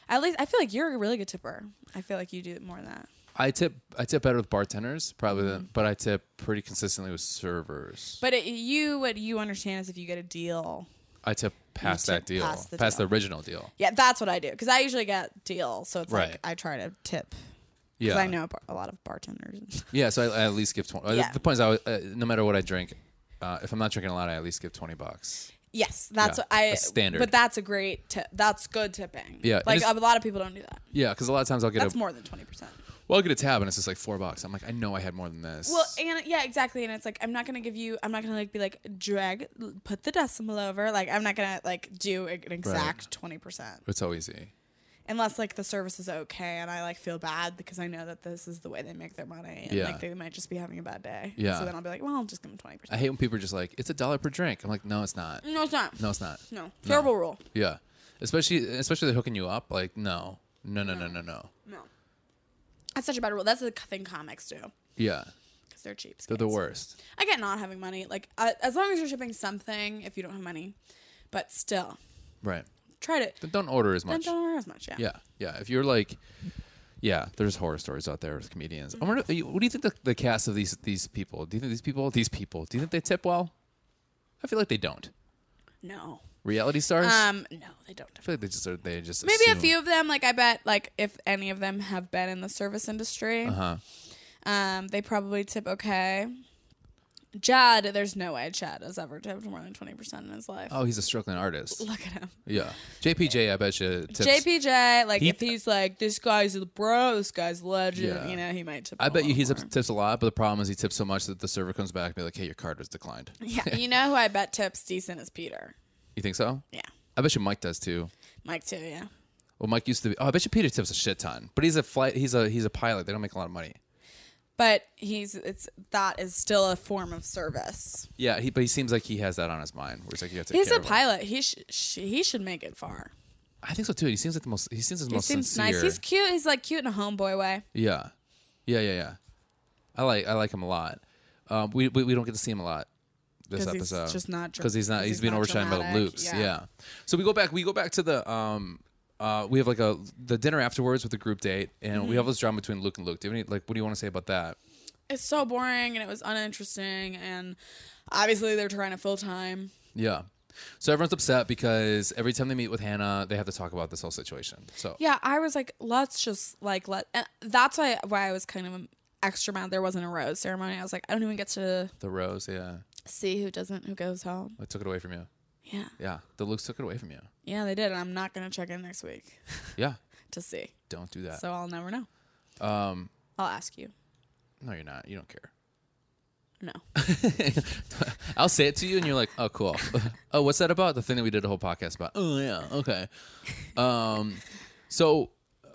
At least I feel like you're a really good tipper. I feel like you do more than that. I tip. I tip better with bartenders, probably, Mm-hmm. than, but I tip pretty consistently with servers. But it, you, what you understand is if you get a deal, I tip past You that tip deal, past past the, the original deal. yeah, that's what I do because I usually get deal, so it's Right. like I try to tip Yeah, because I know a, bar- a lot of bartenders. Yeah, so I, I at least give twenty. Yeah. The point is, I, always- uh, no matter what I drink, uh, if I'm not drinking a lot, I at least give twenty bucks. yes, that's Yeah, what I a standard. But that's a great tip. That's good tipping. Yeah, and like a it's- lot of people don't do that. Yeah, because a lot of times I'll get That's a more than twenty percent. well, I'll get a tab and it's just like four bucks. I'm like, I know I had more than this. Well, and yeah, exactly. And it's like I'm not gonna give you. I'm not gonna like be like drag, l- put the decimal over. Like I'm not gonna like do an exact twenty percent it's so easy. unless like the service is okay and I like feel bad because I know that this is the way they make their money and Yeah. like they might just be having a bad day. Yeah. So then I'll be like, well, I'll just give them twenty I percent. hate when people are just like, it's a dollar per drink. I'm like, no, it's not. No, it's not. No, it's not. Mm. No. Terrible rule. Yeah, especially especially they're hooking you up. Like, no, no, no, no, no, no. No. That's such a bad rule. That's the thing comics do Yeah, because they're cheap. they're the worst. I get not having money. Like uh, as long as you're shipping something, if you don't have money, but still Right. try to. Then don't order as Then much. don't order as much. Yeah. Yeah, yeah. If you're like, yeah, there's horror stories out there with comedians. I wonder, what do you think the, the cast of these these people? Do you think these people, these people, do you think they tip well? I feel like they don't. No. Reality stars. Um. No, they don't. I feel like they just are. They just Maybe assume. a few of them. Like I bet, like if any of them have been in the service industry, Uh-huh. um, they probably tip okay. Chad, there's no way Chad has ever tipped more than twenty percent in his life. Oh, he's a struggling artist. Look at him. Yeah, JPJ. I bet you. Tips. JPJ, like He- if he's like this guy's the bro, this guy's legend, Yeah. you know, he might tip. I a bet you lot he tips, more. tips a lot, but the problem is he tips so much that the server comes back and be like, "Hey, your card was declined." Yeah, you know who I bet tips decent is Peter. You think so? Yeah, I bet you Mike does too. Mike too. Yeah, Well, Mike used to be. Oh, I bet you Peter tips a shit ton, but he's a flight. He's a he's a pilot. They don't make a lot of money. but he's it's that is still a form of service. Yeah, he, but he seems like he has that on his mind. Where he's like, you got to take He's care a of him. pilot. He sh- sh- he should make it far. I think so too. He seems like the most. He seems the He most seems sincere. nice. He's cute. He's like cute in a homeboy way. yeah, Yeah, yeah, yeah. I like I like him a lot. Um, we, we we don't get to see him a lot this 'Cause he's episode just not dra- because he's not 'cause he's he's being not overshadowed by the dramatic, loops. Yeah. yeah. So we go back we go back to the um uh we have like a the dinner afterwards with the group date and Mm-hmm. we have this drama between Luke and Luke. Do you have any like what do you want to say about that? It's so boring and it was uninteresting and obviously they're trying to fill time. Yeah. So everyone's upset because every time they meet with Hannah, they have to talk about this whole situation. So Yeah, I was like, let's just like let. And that's why why I was kind of extra mad there wasn't a rose ceremony. I was like, I don't even get to the rose, yeah, see who doesn't who goes home. I took it away from you. Yeah, Yeah, the Luke's took it away from you. yeah, they did, and I'm not gonna check in next week Yeah, to see, don't do that. so I'll never know. um, I'll ask you. no, you're not. You don't care. No, I'll say it to you, and you're like, "Oh, cool. oh, what's that about? The thing that we did a whole podcast about? Oh, yeah, okay. Um, so, uh,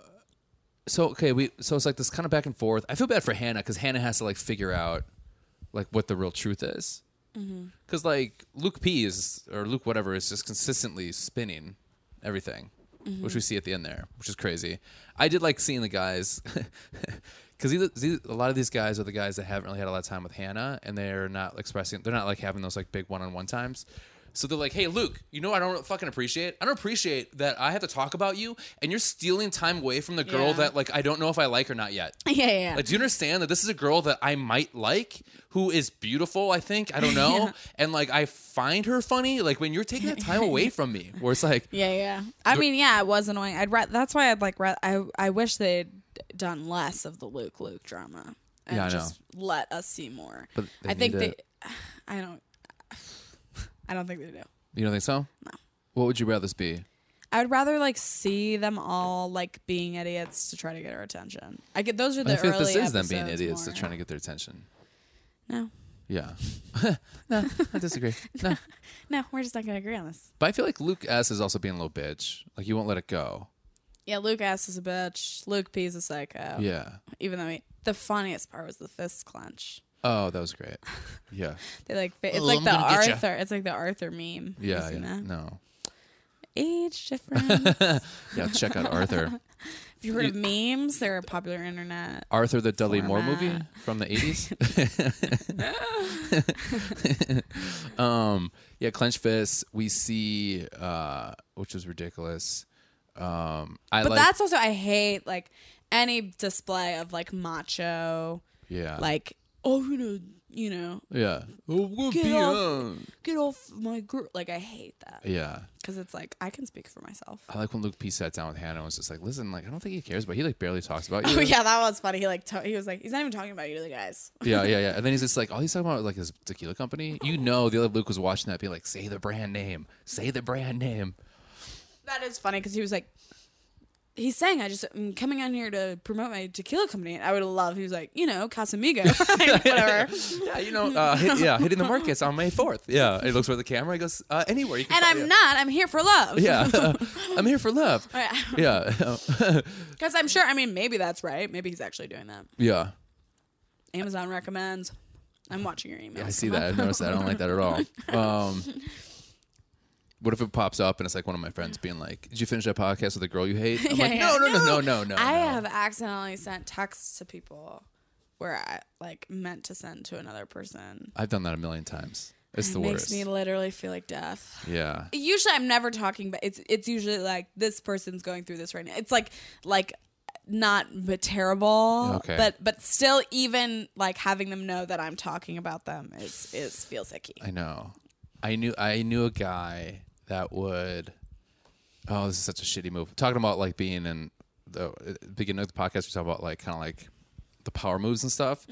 so okay, we so it's like this kind of back and forth. I feel bad for Hannah because Hannah has to like figure out like what the real truth is, because like Luke P is or Luke whatever is just consistently spinning everything, which we see at the end there, which is crazy. I did like seeing the guys. Because a lot of these guys are the guys that haven't really had a lot of time with Hannah, and they're not expressing, they're not like having those like big one-on-one times. So they're like, "Hey, Luke, you know what I don't fucking appreciate. I don't appreciate that I have to talk about you, and you're stealing time away from the girl Yeah. that like I don't know if I like or not yet. yeah, yeah, yeah. Like, do you understand that this is a girl that I might like, who is beautiful? I think I don't know, and like I find her funny. Like when you're taking that time away from me, where it's like, yeah, yeah. I mean, yeah, it was annoying. I'd ra- that's why I'd like ra- I I wish they'd done less of the Luke Luke drama and Yeah, I know. just let us see more. But they I think need they, it. I don't, I don't think they do. you don't think so? No. What would you rather this be? I would rather like see them all like being idiots to try to get our attention. I get those are the I feel like early this is them being episodes idiots. They're more. trying to get their attention. No, Yeah. no, I disagree. No. no, we're just not gonna agree on this. But I feel like Luke S is also being a little bitch. Like you won't let it go. Yeah, Luke ass is a bitch. Luke P is a psycho. Yeah. Even though he, the funniest part was the fist clench. Oh, that was great. Yeah. They like fi- it's Oh, like I'm the gonna get ya. Arthur. It's like the Arthur meme. Have you Yeah. seen yeah. that? No. Age difference. Have Yeah. Check out Arthur. you heard of memes? They're a popular internet. Arthur the Dudley Moore movie Format. from the eighties. um, yeah, clenched fists. We see, uh, which was ridiculous. Um, I But like. that's also I hate like any display of like macho yeah. like oh you know you know Yeah. Oh, we'll Get be off- on. get off my girl. Like I hate that Yeah. because it's like I can speak for myself. I like when Luke P sat down with Hannah and was just like, listen, like, I don't think he cares, but he like barely talks about you. Oh yeah, that was funny. He like to- he was like he's not even talking about you to the guys. yeah, yeah, yeah. And then he's just like, all he's talking about is like his tequila company. You know, the other Luke was watching that, being like, say the brand name, say the brand name. That is funny because he was like he's saying I just I'm coming on here to promote my tequila company. I would love. He was like you know Casamigo whatever. Yeah, you know, uh, hit, yeah, hitting the markets on May fourth. Yeah, he looks for the camera. He goes uh, anywhere. You can And find- I'm not. I'm here for love. Yeah, yeah. I'm here for love. Yeah, Because I'm sure. I mean, maybe that's right. Maybe he's actually doing that. yeah. Amazon recommends. I'm watching your emails. I see that. I've noticed that. I don't like that at all. Um, what if it pops up and it's like one of my friends being like, "Did you finish that podcast with a girl you hate?" I'm Yeah, like, yeah. no, no, no, no, no, no. I no. have accidentally sent texts to people where I like meant to send to another person. I've done that a million times. It's It the makes worst. me literally feel like death. yeah. Usually, I'm never talking, but it's it's usually like this person's going through this right now. It's like like not but terrible, Okay. but but still, even like having them know that I'm talking about them is is feels icky. I know. I knew I knew a guy that would. Oh, this is such a shitty move. Talking about like being in the at the beginning of the podcast, we talk about like kind of like the power moves and stuff.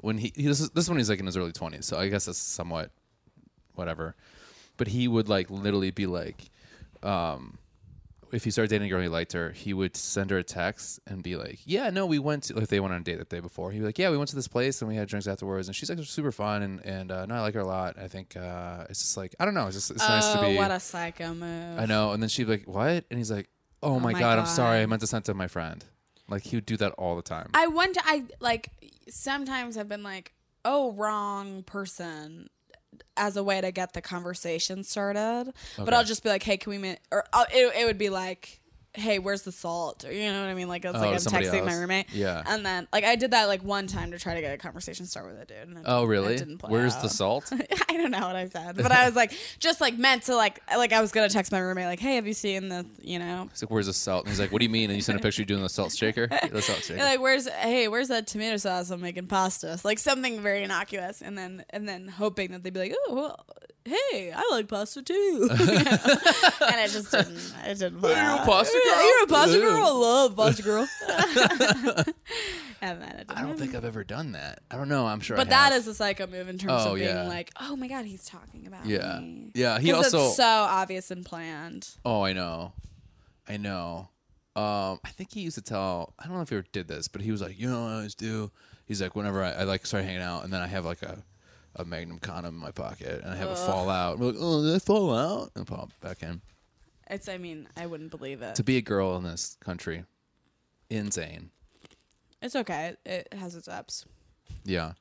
When he, he this is this is when he's like in his early twenties, so I guess that's somewhat whatever. But he would like literally be like, um, if he started dating a girl he liked her, he would send her a text and be like, "Yeah, no, we went to like they went on a date the day before." He'd be like, "Yeah, we went to this place and we had drinks afterwards, and she's like super fun and and uh, no, I like her a lot. I think uh, it's just like I don't know, it's just it's nice to oh, be what a psycho move! I know. And then she'd be like, "What?" And he's like, "Oh, my, my god, I'm sorry. God. I meant to send to my friend." Like he would do that all the time. I went. I like sometimes I've been like, oh, wrong person, as a way to get the conversation started. But I'll just be like, hey, can we meet? Or I'll, it, it would be like, hey, where's the salt? Or, you know what I mean? Like, it's Oh, like I'm somebody texting my else. roommate. Yeah. And then, like, I did that like one time to try to get a conversation started with a dude. And it- Oh, it really? didn't play Where's the out. salt? I don't know what I said, but I was like, just like meant to like, like I was gonna text my roommate like, hey, have you seen the, you know, He's like, "Where's the salt?" And he's like, "What do you mean?" And you send a picture of you doing the salt shaker. The salt shaker. You're like where's hey where's that tomato sauce I'm making pasta It's like something very innocuous and then and then hoping that they'd be like oh well, hey I like pasta too and it just didn't it didn't Hey, you're a fly. pasta You're- girl? you're a pasta Ew. girl I love pasta girl and then it didn't I don't think I've ever done that. I don't know. I'm sure. but I that have. is a psycho move in terms Oh, of being yeah. like oh my god he's talking about Yeah. me. Yeah. He 'Cause also. it's so obvious and planned oh, I know. I know. Um, I think he used to tell. I don't know if he ever did this, but he was like, "You know what I always do." He's like, "Whenever I, I like start hanging out, and then I have like a." A magnum condom in my pocket, and I have a fallout. We're like, oh, did I fall out? And pop back in. it's I mean I wouldn't believe it To be a girl in this country, insane. it's okay it has its ups Yeah.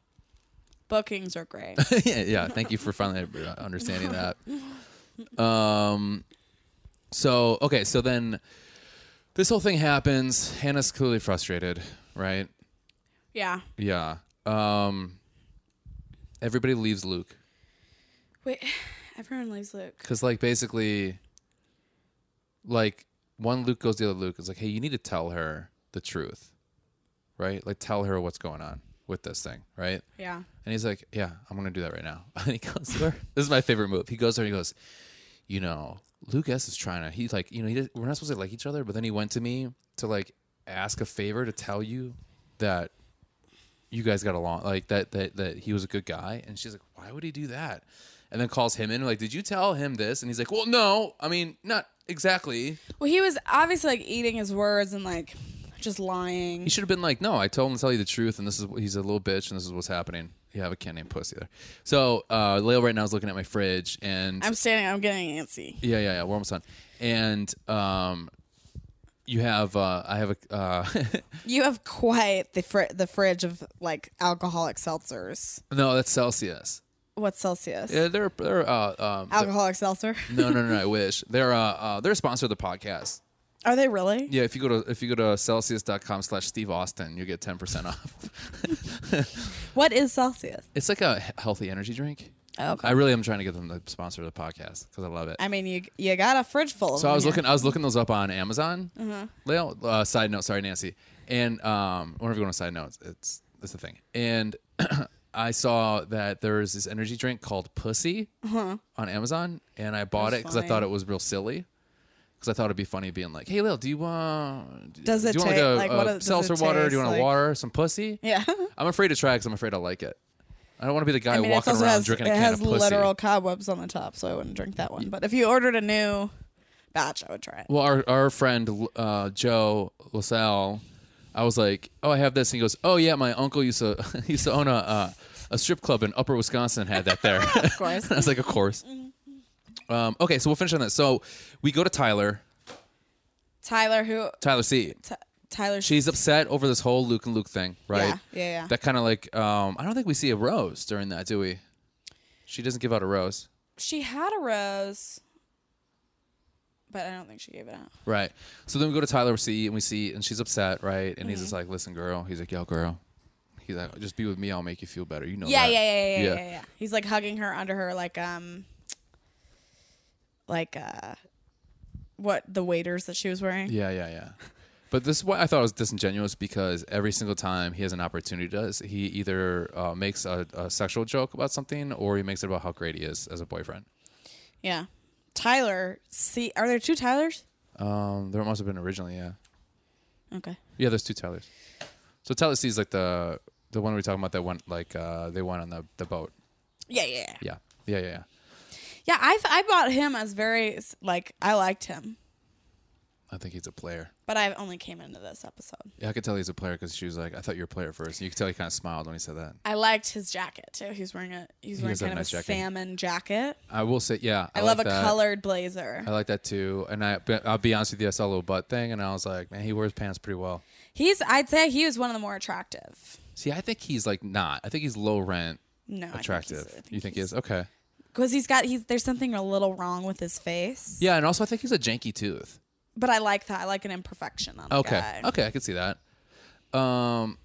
bookings are great yeah, yeah. Thank you for finally uh, understanding that. Um, so okay, so then this whole thing happens. Hannah's clearly frustrated, right? yeah Yeah. Um, everybody leaves Luke Wait, everyone leaves Luke. because, like, basically, like one Luke goes to the other Luke. It's like, hey, you need to tell her the truth, right? Like, tell her what's going on with this thing, right? Yeah. And he's like, Yeah, I'm gonna do that right now. And he goes to her. This is my favorite move. He goes to her and he goes, You know, Lucas is trying to he's like, you know, he did, we're not supposed to like each other, but then he went to me to like ask a favor to tell you that you guys got along like that that that he was a good guy. And she's like, Why would he do that? And then calls him in, like, Did you tell him this? And he's like, Well, no, I mean, not exactly. Well, he was obviously like eating his words and like just lying. He should have been like, no, I told him to tell you the truth, and this is he's a little bitch, and this is what's happening. You have a kid named Pussy there. So uh, Leo right now is looking at my fridge, and I'm standing. I'm getting antsy. yeah, yeah, yeah, we're almost done. And um, you have uh, I have a uh, You have quite the fr- the fridge of like alcoholic seltzers. no, that's Celsius. What's Celsius? Yeah, they're they're uh, um, alcoholic seltzer. no, no, no, no, I wish they're uh, uh, they're a sponsor of the podcast. Are they really? Yeah, if you go to if you go to celsius.com slash Steve Austin, you get ten percent off. What is Celsius? it's like a he- healthy energy drink. Okay. I really am trying to get them to sponsor the podcast because I love it. I mean, you you got a fridge full. Of So I them was here. looking, I was looking those up on Amazon. Uh-huh. Leo, uh, side note, sorry, Nancy, and um, whenever you go on a side note, it's it's, it's the thing. And I saw that there is this energy drink called Pussy on Amazon, and I bought it Uh-huh. That's because I funny. thought it was real silly. Because I thought it'd be funny being like, "Hey, Leo, do you want? do- Does it do you want ta- like like, a, what a it- does it seltzer water? Do you taste want a like?" water? Some pussy? Yeah. I'm afraid to try because I'm afraid I like it. I don't want to be the guy I mean, it walking also around has it drinking a can of has pussy. literal cobwebs on the top, so I wouldn't drink that one. But if you ordered a new batch, I would try it. Well, our our friend uh, Joe LaSalle, I was like, "Oh, I have this," and he goes, "Oh yeah, my uncle used to he used to own a uh, a strip club in Upper Wisconsin and had that there." Of course. Mm-hmm. I was like, "Of course." Um, okay, so we'll finish on that. So we go to Tyler, Tyler, who Tyler C. Ty Tyler? She's upset over this whole Luke and Luke thing, right? Yeah, yeah, yeah. That kind of like um, I don't think we see a rose during that, do we? She doesn't give out a rose, she had a rose, but I don't think she gave it out. right? So then we go to Tyler C. and we see, and she's upset, right? And he's just Mm-hmm. like, "Listen, girl," he's like, "Yo, girl." He's like, just be with me. I'll make you feel better. You know Yeah, Oh, that. yeah, yeah, yeah, Yeah. yeah, yeah, yeah. He's like hugging her under her, like um, like uh, what the waiters that she was wearing. Yeah, yeah, yeah. But this is why I thought it was disingenuous because every single time he has an opportunity, does he either uh, makes a, a sexual joke about something or he makes it about how great he is as a boyfriend. Yeah. Tyler, see, are there two Tylers? Um, there must have been originally, yeah, Okay. yeah. There's two Tylers. So Tyler sees like the the one we were talking about that went like uh, they went on the the boat. Yeah, yeah, yeah. Yeah, yeah, yeah, yeah. Yeah, I I bought him as very like I liked him, I think he's a player. but I only came into this episode. Yeah, I could tell he's a player because she was like, "I thought you were a player first. And you could tell he kind of smiled when he said that. I liked his jacket too. He's wearing a he's wearing does have kind a of nice a jacket. salmon jacket. I will say, yeah, I, love like a that. colored blazer. I like that too. And I, but I'll be honest with you, I saw a little butt thing, and I was like, man, he wears pants pretty well. He's I'd say he was one of the more attractive. See, I think he's like not. I think he's low rent, No, attractive. you think he is? Okay. Because he's got he's there's something a little wrong with his face. Yeah, and also I think he's a janky tooth. But I like that. I like an imperfection on a Okay. guy. Okay, I can see that. Um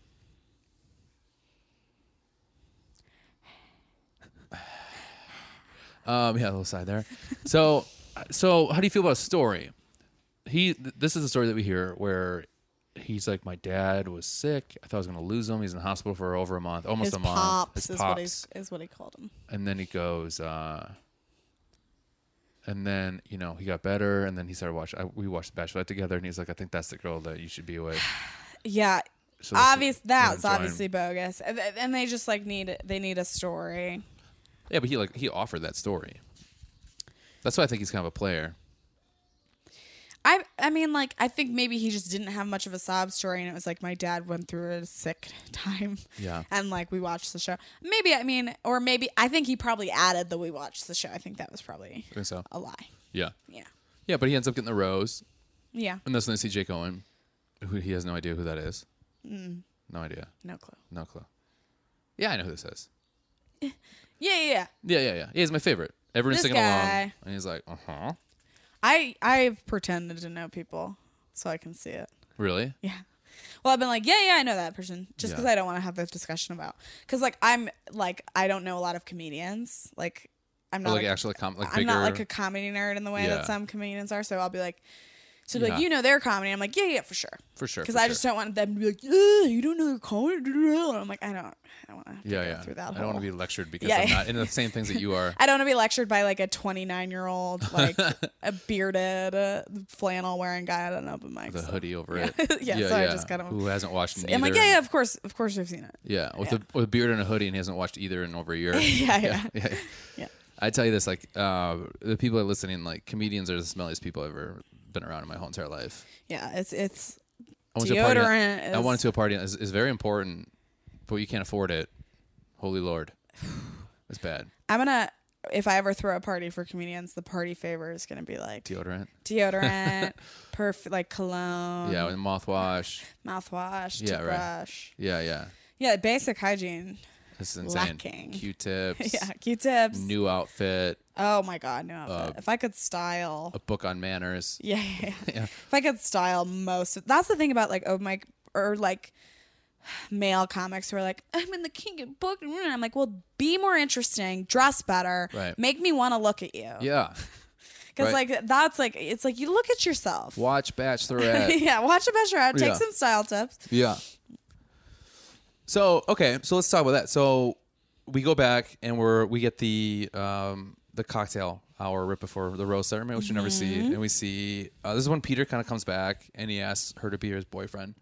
Um, yeah, a little side there. So, so how do you feel about a story? He, th- this is a story that we hear where he's like, my dad was sick. I thought I was going to lose him. He's in the hospital for over a month, almost His a month. pops His is what pops he's, is what he called him. and then he goes uh and then you know he got better and then he started watching I, we watched the bachelorette together and he's like i think that's the girl that you should be with Yeah. So that's- Obvious. That's enjoying- obviously bogus. And, th- and they just like need they need a story. yeah but he like he offered that story that's why i think he's kind of a player I I mean like I think maybe he just didn't have much of a sob story and it was like my dad went through a sick time. Yeah. And like we watched the show. Maybe I mean or maybe I think he probably added that we watched the show. I think that was probably i think so a lie. yeah Yeah. yeah but he ends up getting the rose Yeah. and that's when they see jake owen who he has no idea who that is Mm. no idea No clue. no clue yeah i know who this is Yeah, yeah, yeah. yeah yeah yeah he's my favorite everyone's This singing along guy. and he's like uh-huh I I've pretended to know people so I can see it. really Yeah. Well, I've been like, yeah, yeah, I know that person, just Yeah. because I don't want to have this discussion about. Because like I'm like I don't know a lot of comedians. Like I'm or not like, a- actually com- like I'm bigger not like a comedy nerd in the way Yeah. that some comedians are. So I'll be like, so be Yeah. like you know their comedy. I'm like, yeah, yeah, for sure. for sure Because for I sure. just don't want them to be like, "Ugh, you don't know their comedy. And I'm like, I don't, I don't want to have to yeah, go yeah. through that. I don't want whole- to be lectured because Yeah, I'm yeah. not in the same things that you are. I don't want to be lectured by like a 29 year old, like a bearded, uh, flannel wearing guy at an open mic. The so. hoodie over it. Yeah, so I just kind of- Who hasn't watched either? I'm like, yeah, yeah, of course, of course, I've seen it. Yeah, with Yeah. a with a beard and a hoodie and he hasn't watched either in over a year. Yeah, yeah. yeah, yeah. Yeah. I tell you this, like uh, the people that are listening, like comedians are the smelliest people I've ever been around in my whole entire life. Yeah, it's it's I went to a party. Deodorant I is- went to a party is, is very important, but you can't afford it. Holy Lord, it's bad. I'm gonna if I ever throw a party for comedians, the party favor is gonna be like Deodorant. deodorant, perf like cologne, yeah, and mouthwash. mouthwash, Yeah, right. toothbrush. Yeah, yeah. Yeah, basic hygiene. It's insane. Lacking. Q-tips. yeah, Q-tips. New Uh, outfit. oh my god, no outfit. if I could style, a book on manners. yeah, yeah, yeah. If I could style most, of, that's the thing about like oh my or like male comics who are like I'm in the king of book. and I'm like, well, be more interesting, dress better, Right. make me want to look at you. Yeah. Because Right. like that's like it's like you look at yourself. Watch Bachelorette. yeah, watch a bachelorette. Take Yeah. some style tips. yeah. So okay, so let's talk about that. So we go back and we're we get the um the cocktail hour right before the rose ceremony, which you never see, Mm-hmm. and we see uh, this is when Peter kind of comes back and he asks her to be his boyfriend.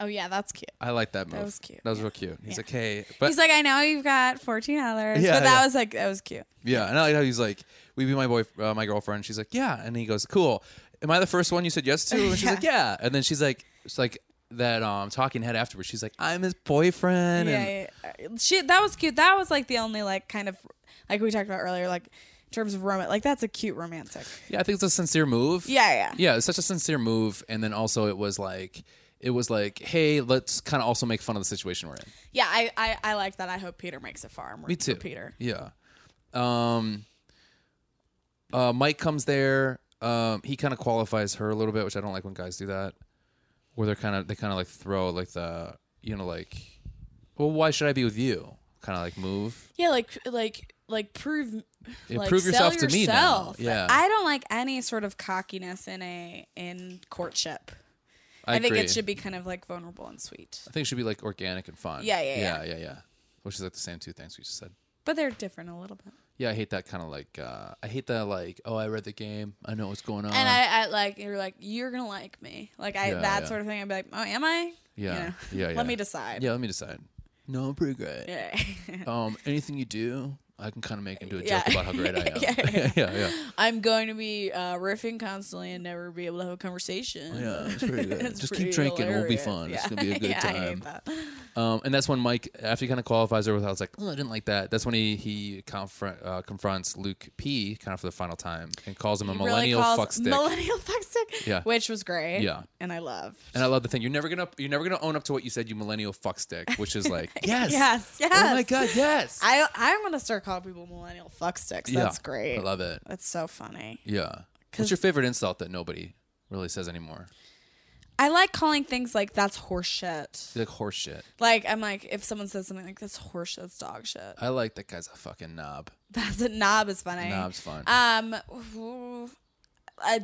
Oh yeah, that's cute. I like that move. was cute, That was yeah. real cute. He's Yeah. like, hey, but He's like, I know you've got fourteen dollars, Yeah, but that yeah. was like that was cute. yeah, and I like how he's like, we be my boy, uh, my girlfriend. She's like, yeah, and he goes, cool. Am I the first one you said yes to? And she's Yeah. like, yeah, and then she's like, it's like that um talking head afterwards. She's like, I'm his boyfriend. and, Yeah, yeah. Uh, she that was cute. That was like the only like kind of like we talked about earlier, like in terms of romance. Like that's a cute romantic. Yeah, I think it's a sincere move. Yeah, yeah. Yeah, it's such a sincere move. And then also it was like it was like, hey, let's kind of also make fun of the situation we're in. Yeah, I I, I like that. I hope Peter makes it far. I'm Me rooting too. for Peter. Yeah. Um uh Mike comes there. Um he kind of qualifies her a little bit, which I don't like when guys do that. Where they're kind of they kind of like throw like the you know like well, why should I be with you? Kind of like move. Yeah, like like like prove Yeah, like, prove sell yourself to me now. yourself. Yeah. I don't like any sort of cockiness in a in courtship. I, think agree. it should be kind of like vulnerable and sweet. I think it should be like organic and fun. Yeah, yeah, yeah, yeah. yeah, yeah. Which is like the same two things we just said. But they're different a little bit. Yeah, I hate that kind of like. Uh, I hate that like. Oh, I read the game. I know what's going on. and I, I like you're like you're gonna like me, like I Uh-huh. Yeah, that yeah. sort of thing. I'd be like, oh, am I? Yeah, yeah, yeah. Let me decide. yeah, let me decide. No, I'm pretty great. Yeah. Um, anything you do, I can kind of make into a joke Yeah. about how great I am. Yeah, yeah, yeah, yeah. yeah, yeah. I'm going to be uh, riffing constantly and never be able to have a conversation. Yeah, it's pretty good. It's Just keep pretty drinking, it'll be hilarious. fun. It's gonna be a good Yeah, I hate time. that. Um, and that's when Mike, after he kind of qualifies her with, I was like, oh, I didn't like that. That's when he he confront uh, confronts Luke P. kind of for the final time and calls him a He millennial really fuck calls stick. Millennial fuckstick. Yeah. Which was great. Yeah. And I love. and I love the thing you're never gonna you're never gonna own up to what you said, you millennial fuck stick, which is like yes, Yes, oh my yes. god, yes, I I'm gonna start calling people millennial fucksticks. That's Yeah, great. I love it. That's so funny. Yeah. What's because your favorite insult that nobody really says anymore? I like calling things like that's horseshit. You're like horse shit. Like I'm like if someone says something like that's horseshit, that's dog shit. I like that guy's a fucking knob. That's a knob is funny. Knob's fun. Um, ooh, uh,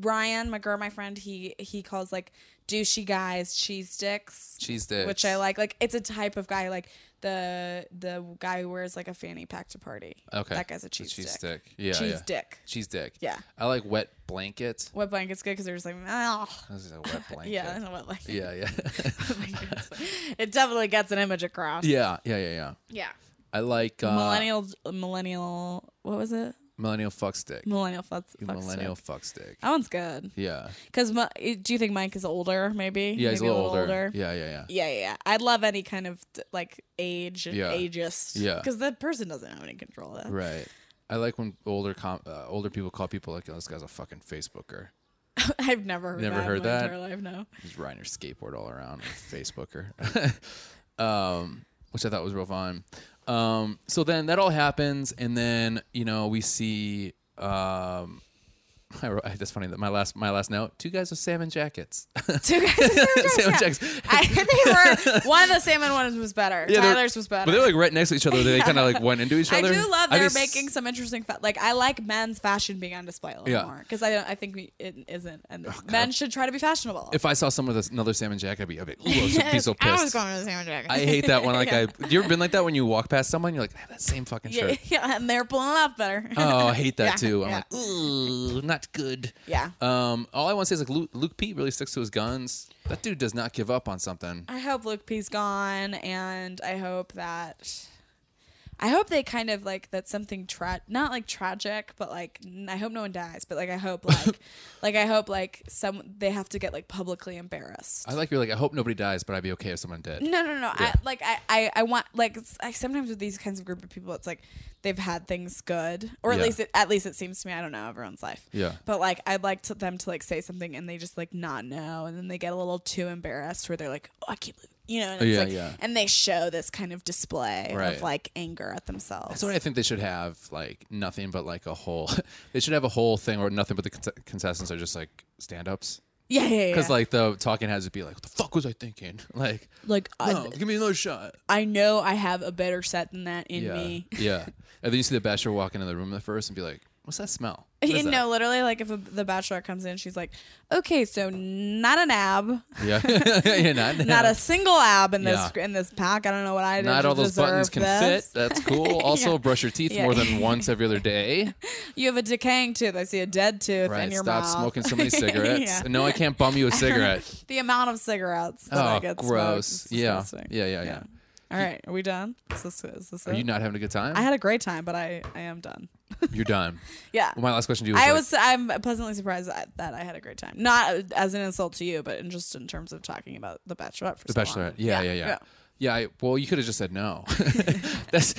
Ryan McGurr, my friend, he he calls like douchey guys cheese sticks, Cheese dicks. which I like. Like it's a type of guy like the the guy who wears like a fanny pack to party. Okay. that guy's a The cheese, cheese stick. stick. Yeah, cheese yeah. dick. Cheese dick. Yeah. I like wet blanket. Wet blanket's good because they're just like, oh, This is a wet blanket. yeah, I know what like. Yeah, yeah. it definitely gets an image across. yeah, yeah, yeah, yeah. Yeah. I like uh, millennial, millennial, what was it? millennial fuck stick. Millennial fuck, You fuck millennial stick. fuck stick. That one's good. Yeah. Because eh, do you think Mike is older? Maybe. Yeah, he's a Maybe little older. Yeah, yeah, yeah. Yeah, yeah, yeah. I love any kind of th- like age, Yeah. ageist. Yeah. Because that person doesn't have any control of that. Right. I like when older com- uh, older people call people like, "Oh, this guy's a fucking Facebooker. I've never heard Never that. in heard my that? Entire life, no. He's riding your skateboard all around, Facebooker." um, which I thought was real fun. Um, so then that all happens, and then you know we see. Um, I wrote, that's funny. That my last my last note: two guys with salmon jackets. Two guys. with salmon Salmon jackets. jackets. I, they were one of the salmon ones was better. Yeah, they're- Tyler's was better. But they were like right next to each other. They kind of like went into each I other. do love I'd be they're s- making some interesting fa- like I like men's fashion being on display a lot Yeah. Oh, more because I don't I think we, it isn't and men should try to be fashionable. If I saw someone with another salmon jacket, I'd be, I'd be, Ooh, I'd be so pissed. I was going to the salmon jacket. I hate that when like I. You ever been like that when you walk past someone, you're like, I have that same fucking yeah, shirt. yeah, and they're pulling off better. Oh, I hate that Yeah, too. I'm yeah. like, ooh, not good. Yeah. Um, all I want to say is like Luke, Luke Pete really sticks to his guns. That dude does not give up on something. I hope Luke P's gone, and I hope that. I hope they kind of like that something tra- not like tragic, but like n- I hope no one dies, but like I hope like like I hope like some they have to get like publicly embarrassed. I like you're like, I hope nobody dies, but I'd be okay if someone did. No, no, no. I, like I, I, I want like it's- I, sometimes with these kinds of group of people, it's like they've had things good, or at Yeah. least it, at least it seems to me. I don't know everyone's life. Yeah. But like I'd like to, them to like say something and they just like not know, and then they get a little too embarrassed where they're like, oh, I can't believe. You know, and it's Yeah, like, yeah. and they show this kind of display Right. of like anger at themselves. That's why I think they should have like nothing but like a whole. they should have a whole thing where nothing but the con- contestants are just like stand-ups. yeah, yeah, yeah. Because like the talking heads would be like, "What the fuck was I thinking?" Like, like no, I, give me another shot. I know I have a better set than that in yeah, me. yeah. And then you see the bachelor walk into the room at first and be like, "What's that smell?" What You is that?" know, literally, like if a, the bachelor comes in, she's like, "Okay, so not an ab, Yeah, yeah not, not a single ab in this Yeah. in this pack. I don't know what I did. Not to all those buttons deserve can this. fit. That's cool. Also, brush your teeth Yeah. more than once every other day. You have a decaying tooth. I see a dead tooth Right. in your Stop mouth. smoking so many cigarettes. Yeah. No, I can't bum you a cigarette. The amount of cigarettes. That I oh, get gross. Smoked. is Yeah. disgusting. yeah, yeah, yeah, All right, are we done? Is this, is this Are it? you not having a good time? I had a great time, but I I am done. You're done. Yeah. Well, my last question to you was, I like, was I'm pleasantly surprised that, that I had a great time. Not as an insult to you, but in just in terms of talking about the Bachelorette for The so Bachelorette. long. Yeah, yeah, yeah. yeah. I, well, you could have just said no. That's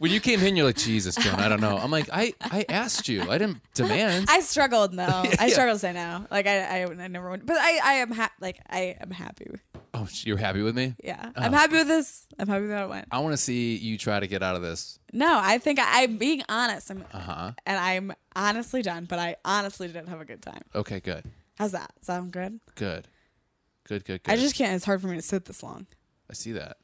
when you came in. You're like, Jesus, Joan. I don't know. I'm like, I, I asked you. I didn't demand. I struggled though. I Yeah. struggled to say no. Like I, I, I never would. But I, I am ha- like I am happy. with- oh, you're happy with me? Yeah, I'm happy with this. I'm happy that it went. I want to see you try to get out of this. No, I think I, I'm being honest. I'm, Uh-huh. and I'm honestly done. But I honestly didn't have a good time. Okay, good, How's that? Sound good? good, good, good, good. I just can't. It's hard for me to sit this long. I see that.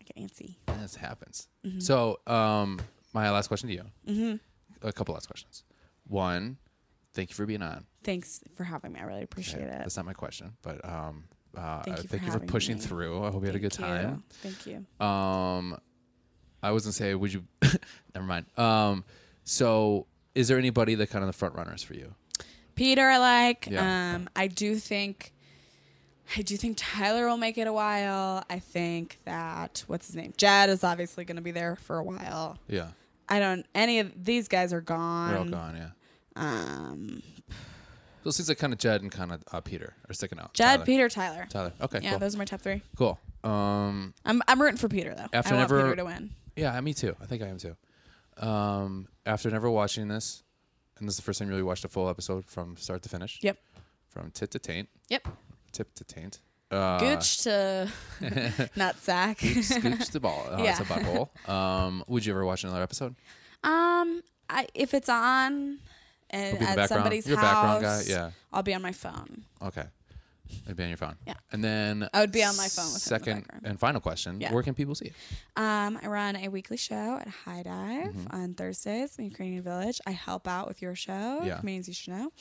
I get antsy. This happens. Mm-hmm. So, um, my last question to you. Mm-hmm. A couple last questions. One, thank you for being on. Thanks for having me. I really appreciate it. That's not my question, but um, uh, Thank you for thank you for having pushing me. through. I hope you had a good Thank you. time. Thank you. Um, I was gonna say, would you? never mind. Um, so is there anybody that kind of the front runners for you? Peter, I like. Yeah. Um, I do think, I do think Tyler will make it a while. I think that what's his name, Jed, is obviously going to be there for a while. Yeah, I don't. Any of these guys are gone. they're all gone. Yeah. Um, So it seems like kind of Jed and kind of uh, Peter are sticking out. Jed, Tyler. Peter, Tyler. Tyler. Okay. Yeah, cool. those are my top three. cool. Um, I'm I'm rooting for Peter though. After I want never- Peter to win. yeah, me too. I think I am too. Um, after never watching this, and this is the first time you really watched a full episode from start to finish. Yep. From tit to taint, Yep. tip to taint. Uh, Gooch to not Zach. Scooch the ball. Oh, That's a Yeah. butthole. Um, would you ever watch another episode? um, I if it's on and be the at background- somebody's your house. background guy, yeah. I'll be on my phone. Okay. It'd be on your phone. Yeah. And then I would be on my phone with it in the second background. and final question. Yeah. Where can people see it? Um, I run a weekly show at High Dive Mm-hmm. on Thursdays in Ukrainian Village. I help out with your show, Yeah. Comedians You Should Know.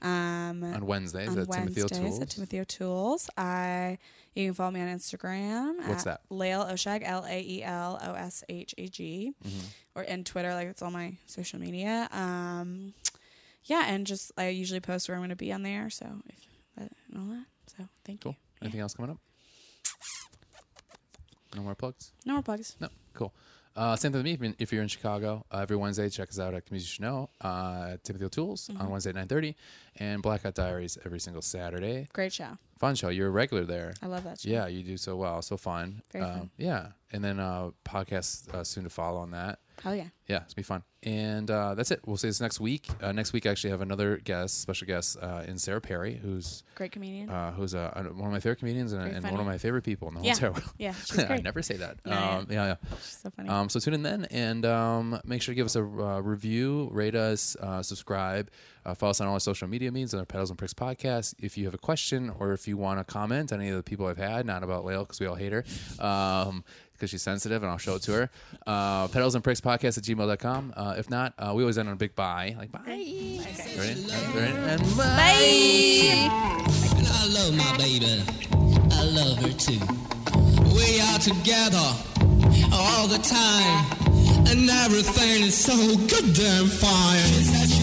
Um, On Wednesdays at Timothy O'Toole's. at Timothy O'Toole's. I you can follow me on Instagram. What's at that? Lael Oshag, L A E L O S H A G, Mm-hmm. or in Twitter, like it's all my social media. Um, yeah, and just I usually post where I'm going to be on there, so if that and all that. So thank Cool. you. Anything else coming up? No more plugs? No more plugs. No. Cool. Uh, same thing with me. If you're in- If you're in Chicago, uh, every Wednesday, check us out at Community Chanel, uh, Timothy O'Toole's Mm-hmm. on Wednesday at 9.30, and Blackout Diaries every single Saturday. Great show. Fun show. You're a regular there. I love that show. Yeah, you do so well. So fun. Very um, fun. Yeah. And then uh, podcasts uh, soon to follow on that. Hell yeah. Yeah, it's gonna be fun. And uh, that's it. We'll see this next week. Uh, next week, I actually have another guest, special guest uh, in Sarah Perry, who's Great comedian. uh, who's uh, an- one of my favorite comedians and, Very and funny. one of my favorite people in the whole Yeah. entire world. Yeah, she's I great. never say that. No, yeah. um, yeah, yeah. She's so funny. Um, so tune in then, and um, make sure to give us a uh, review, rate us, uh, subscribe, uh, follow us on all our social media means on our Pedals and Pricks podcast. If you have a question or if you want to comment on any of the people I've had, not about Lael because we all hate her, um, because she's sensitive, and I'll show it to her. Uh, pedals and Pricks podcast at gmail.com. Uh, if not, uh, we always end on a big bye, like bye. Ready? Ready? And bye. I love my baby. I love her too. We are together all the time, and everything is so goddamn fine.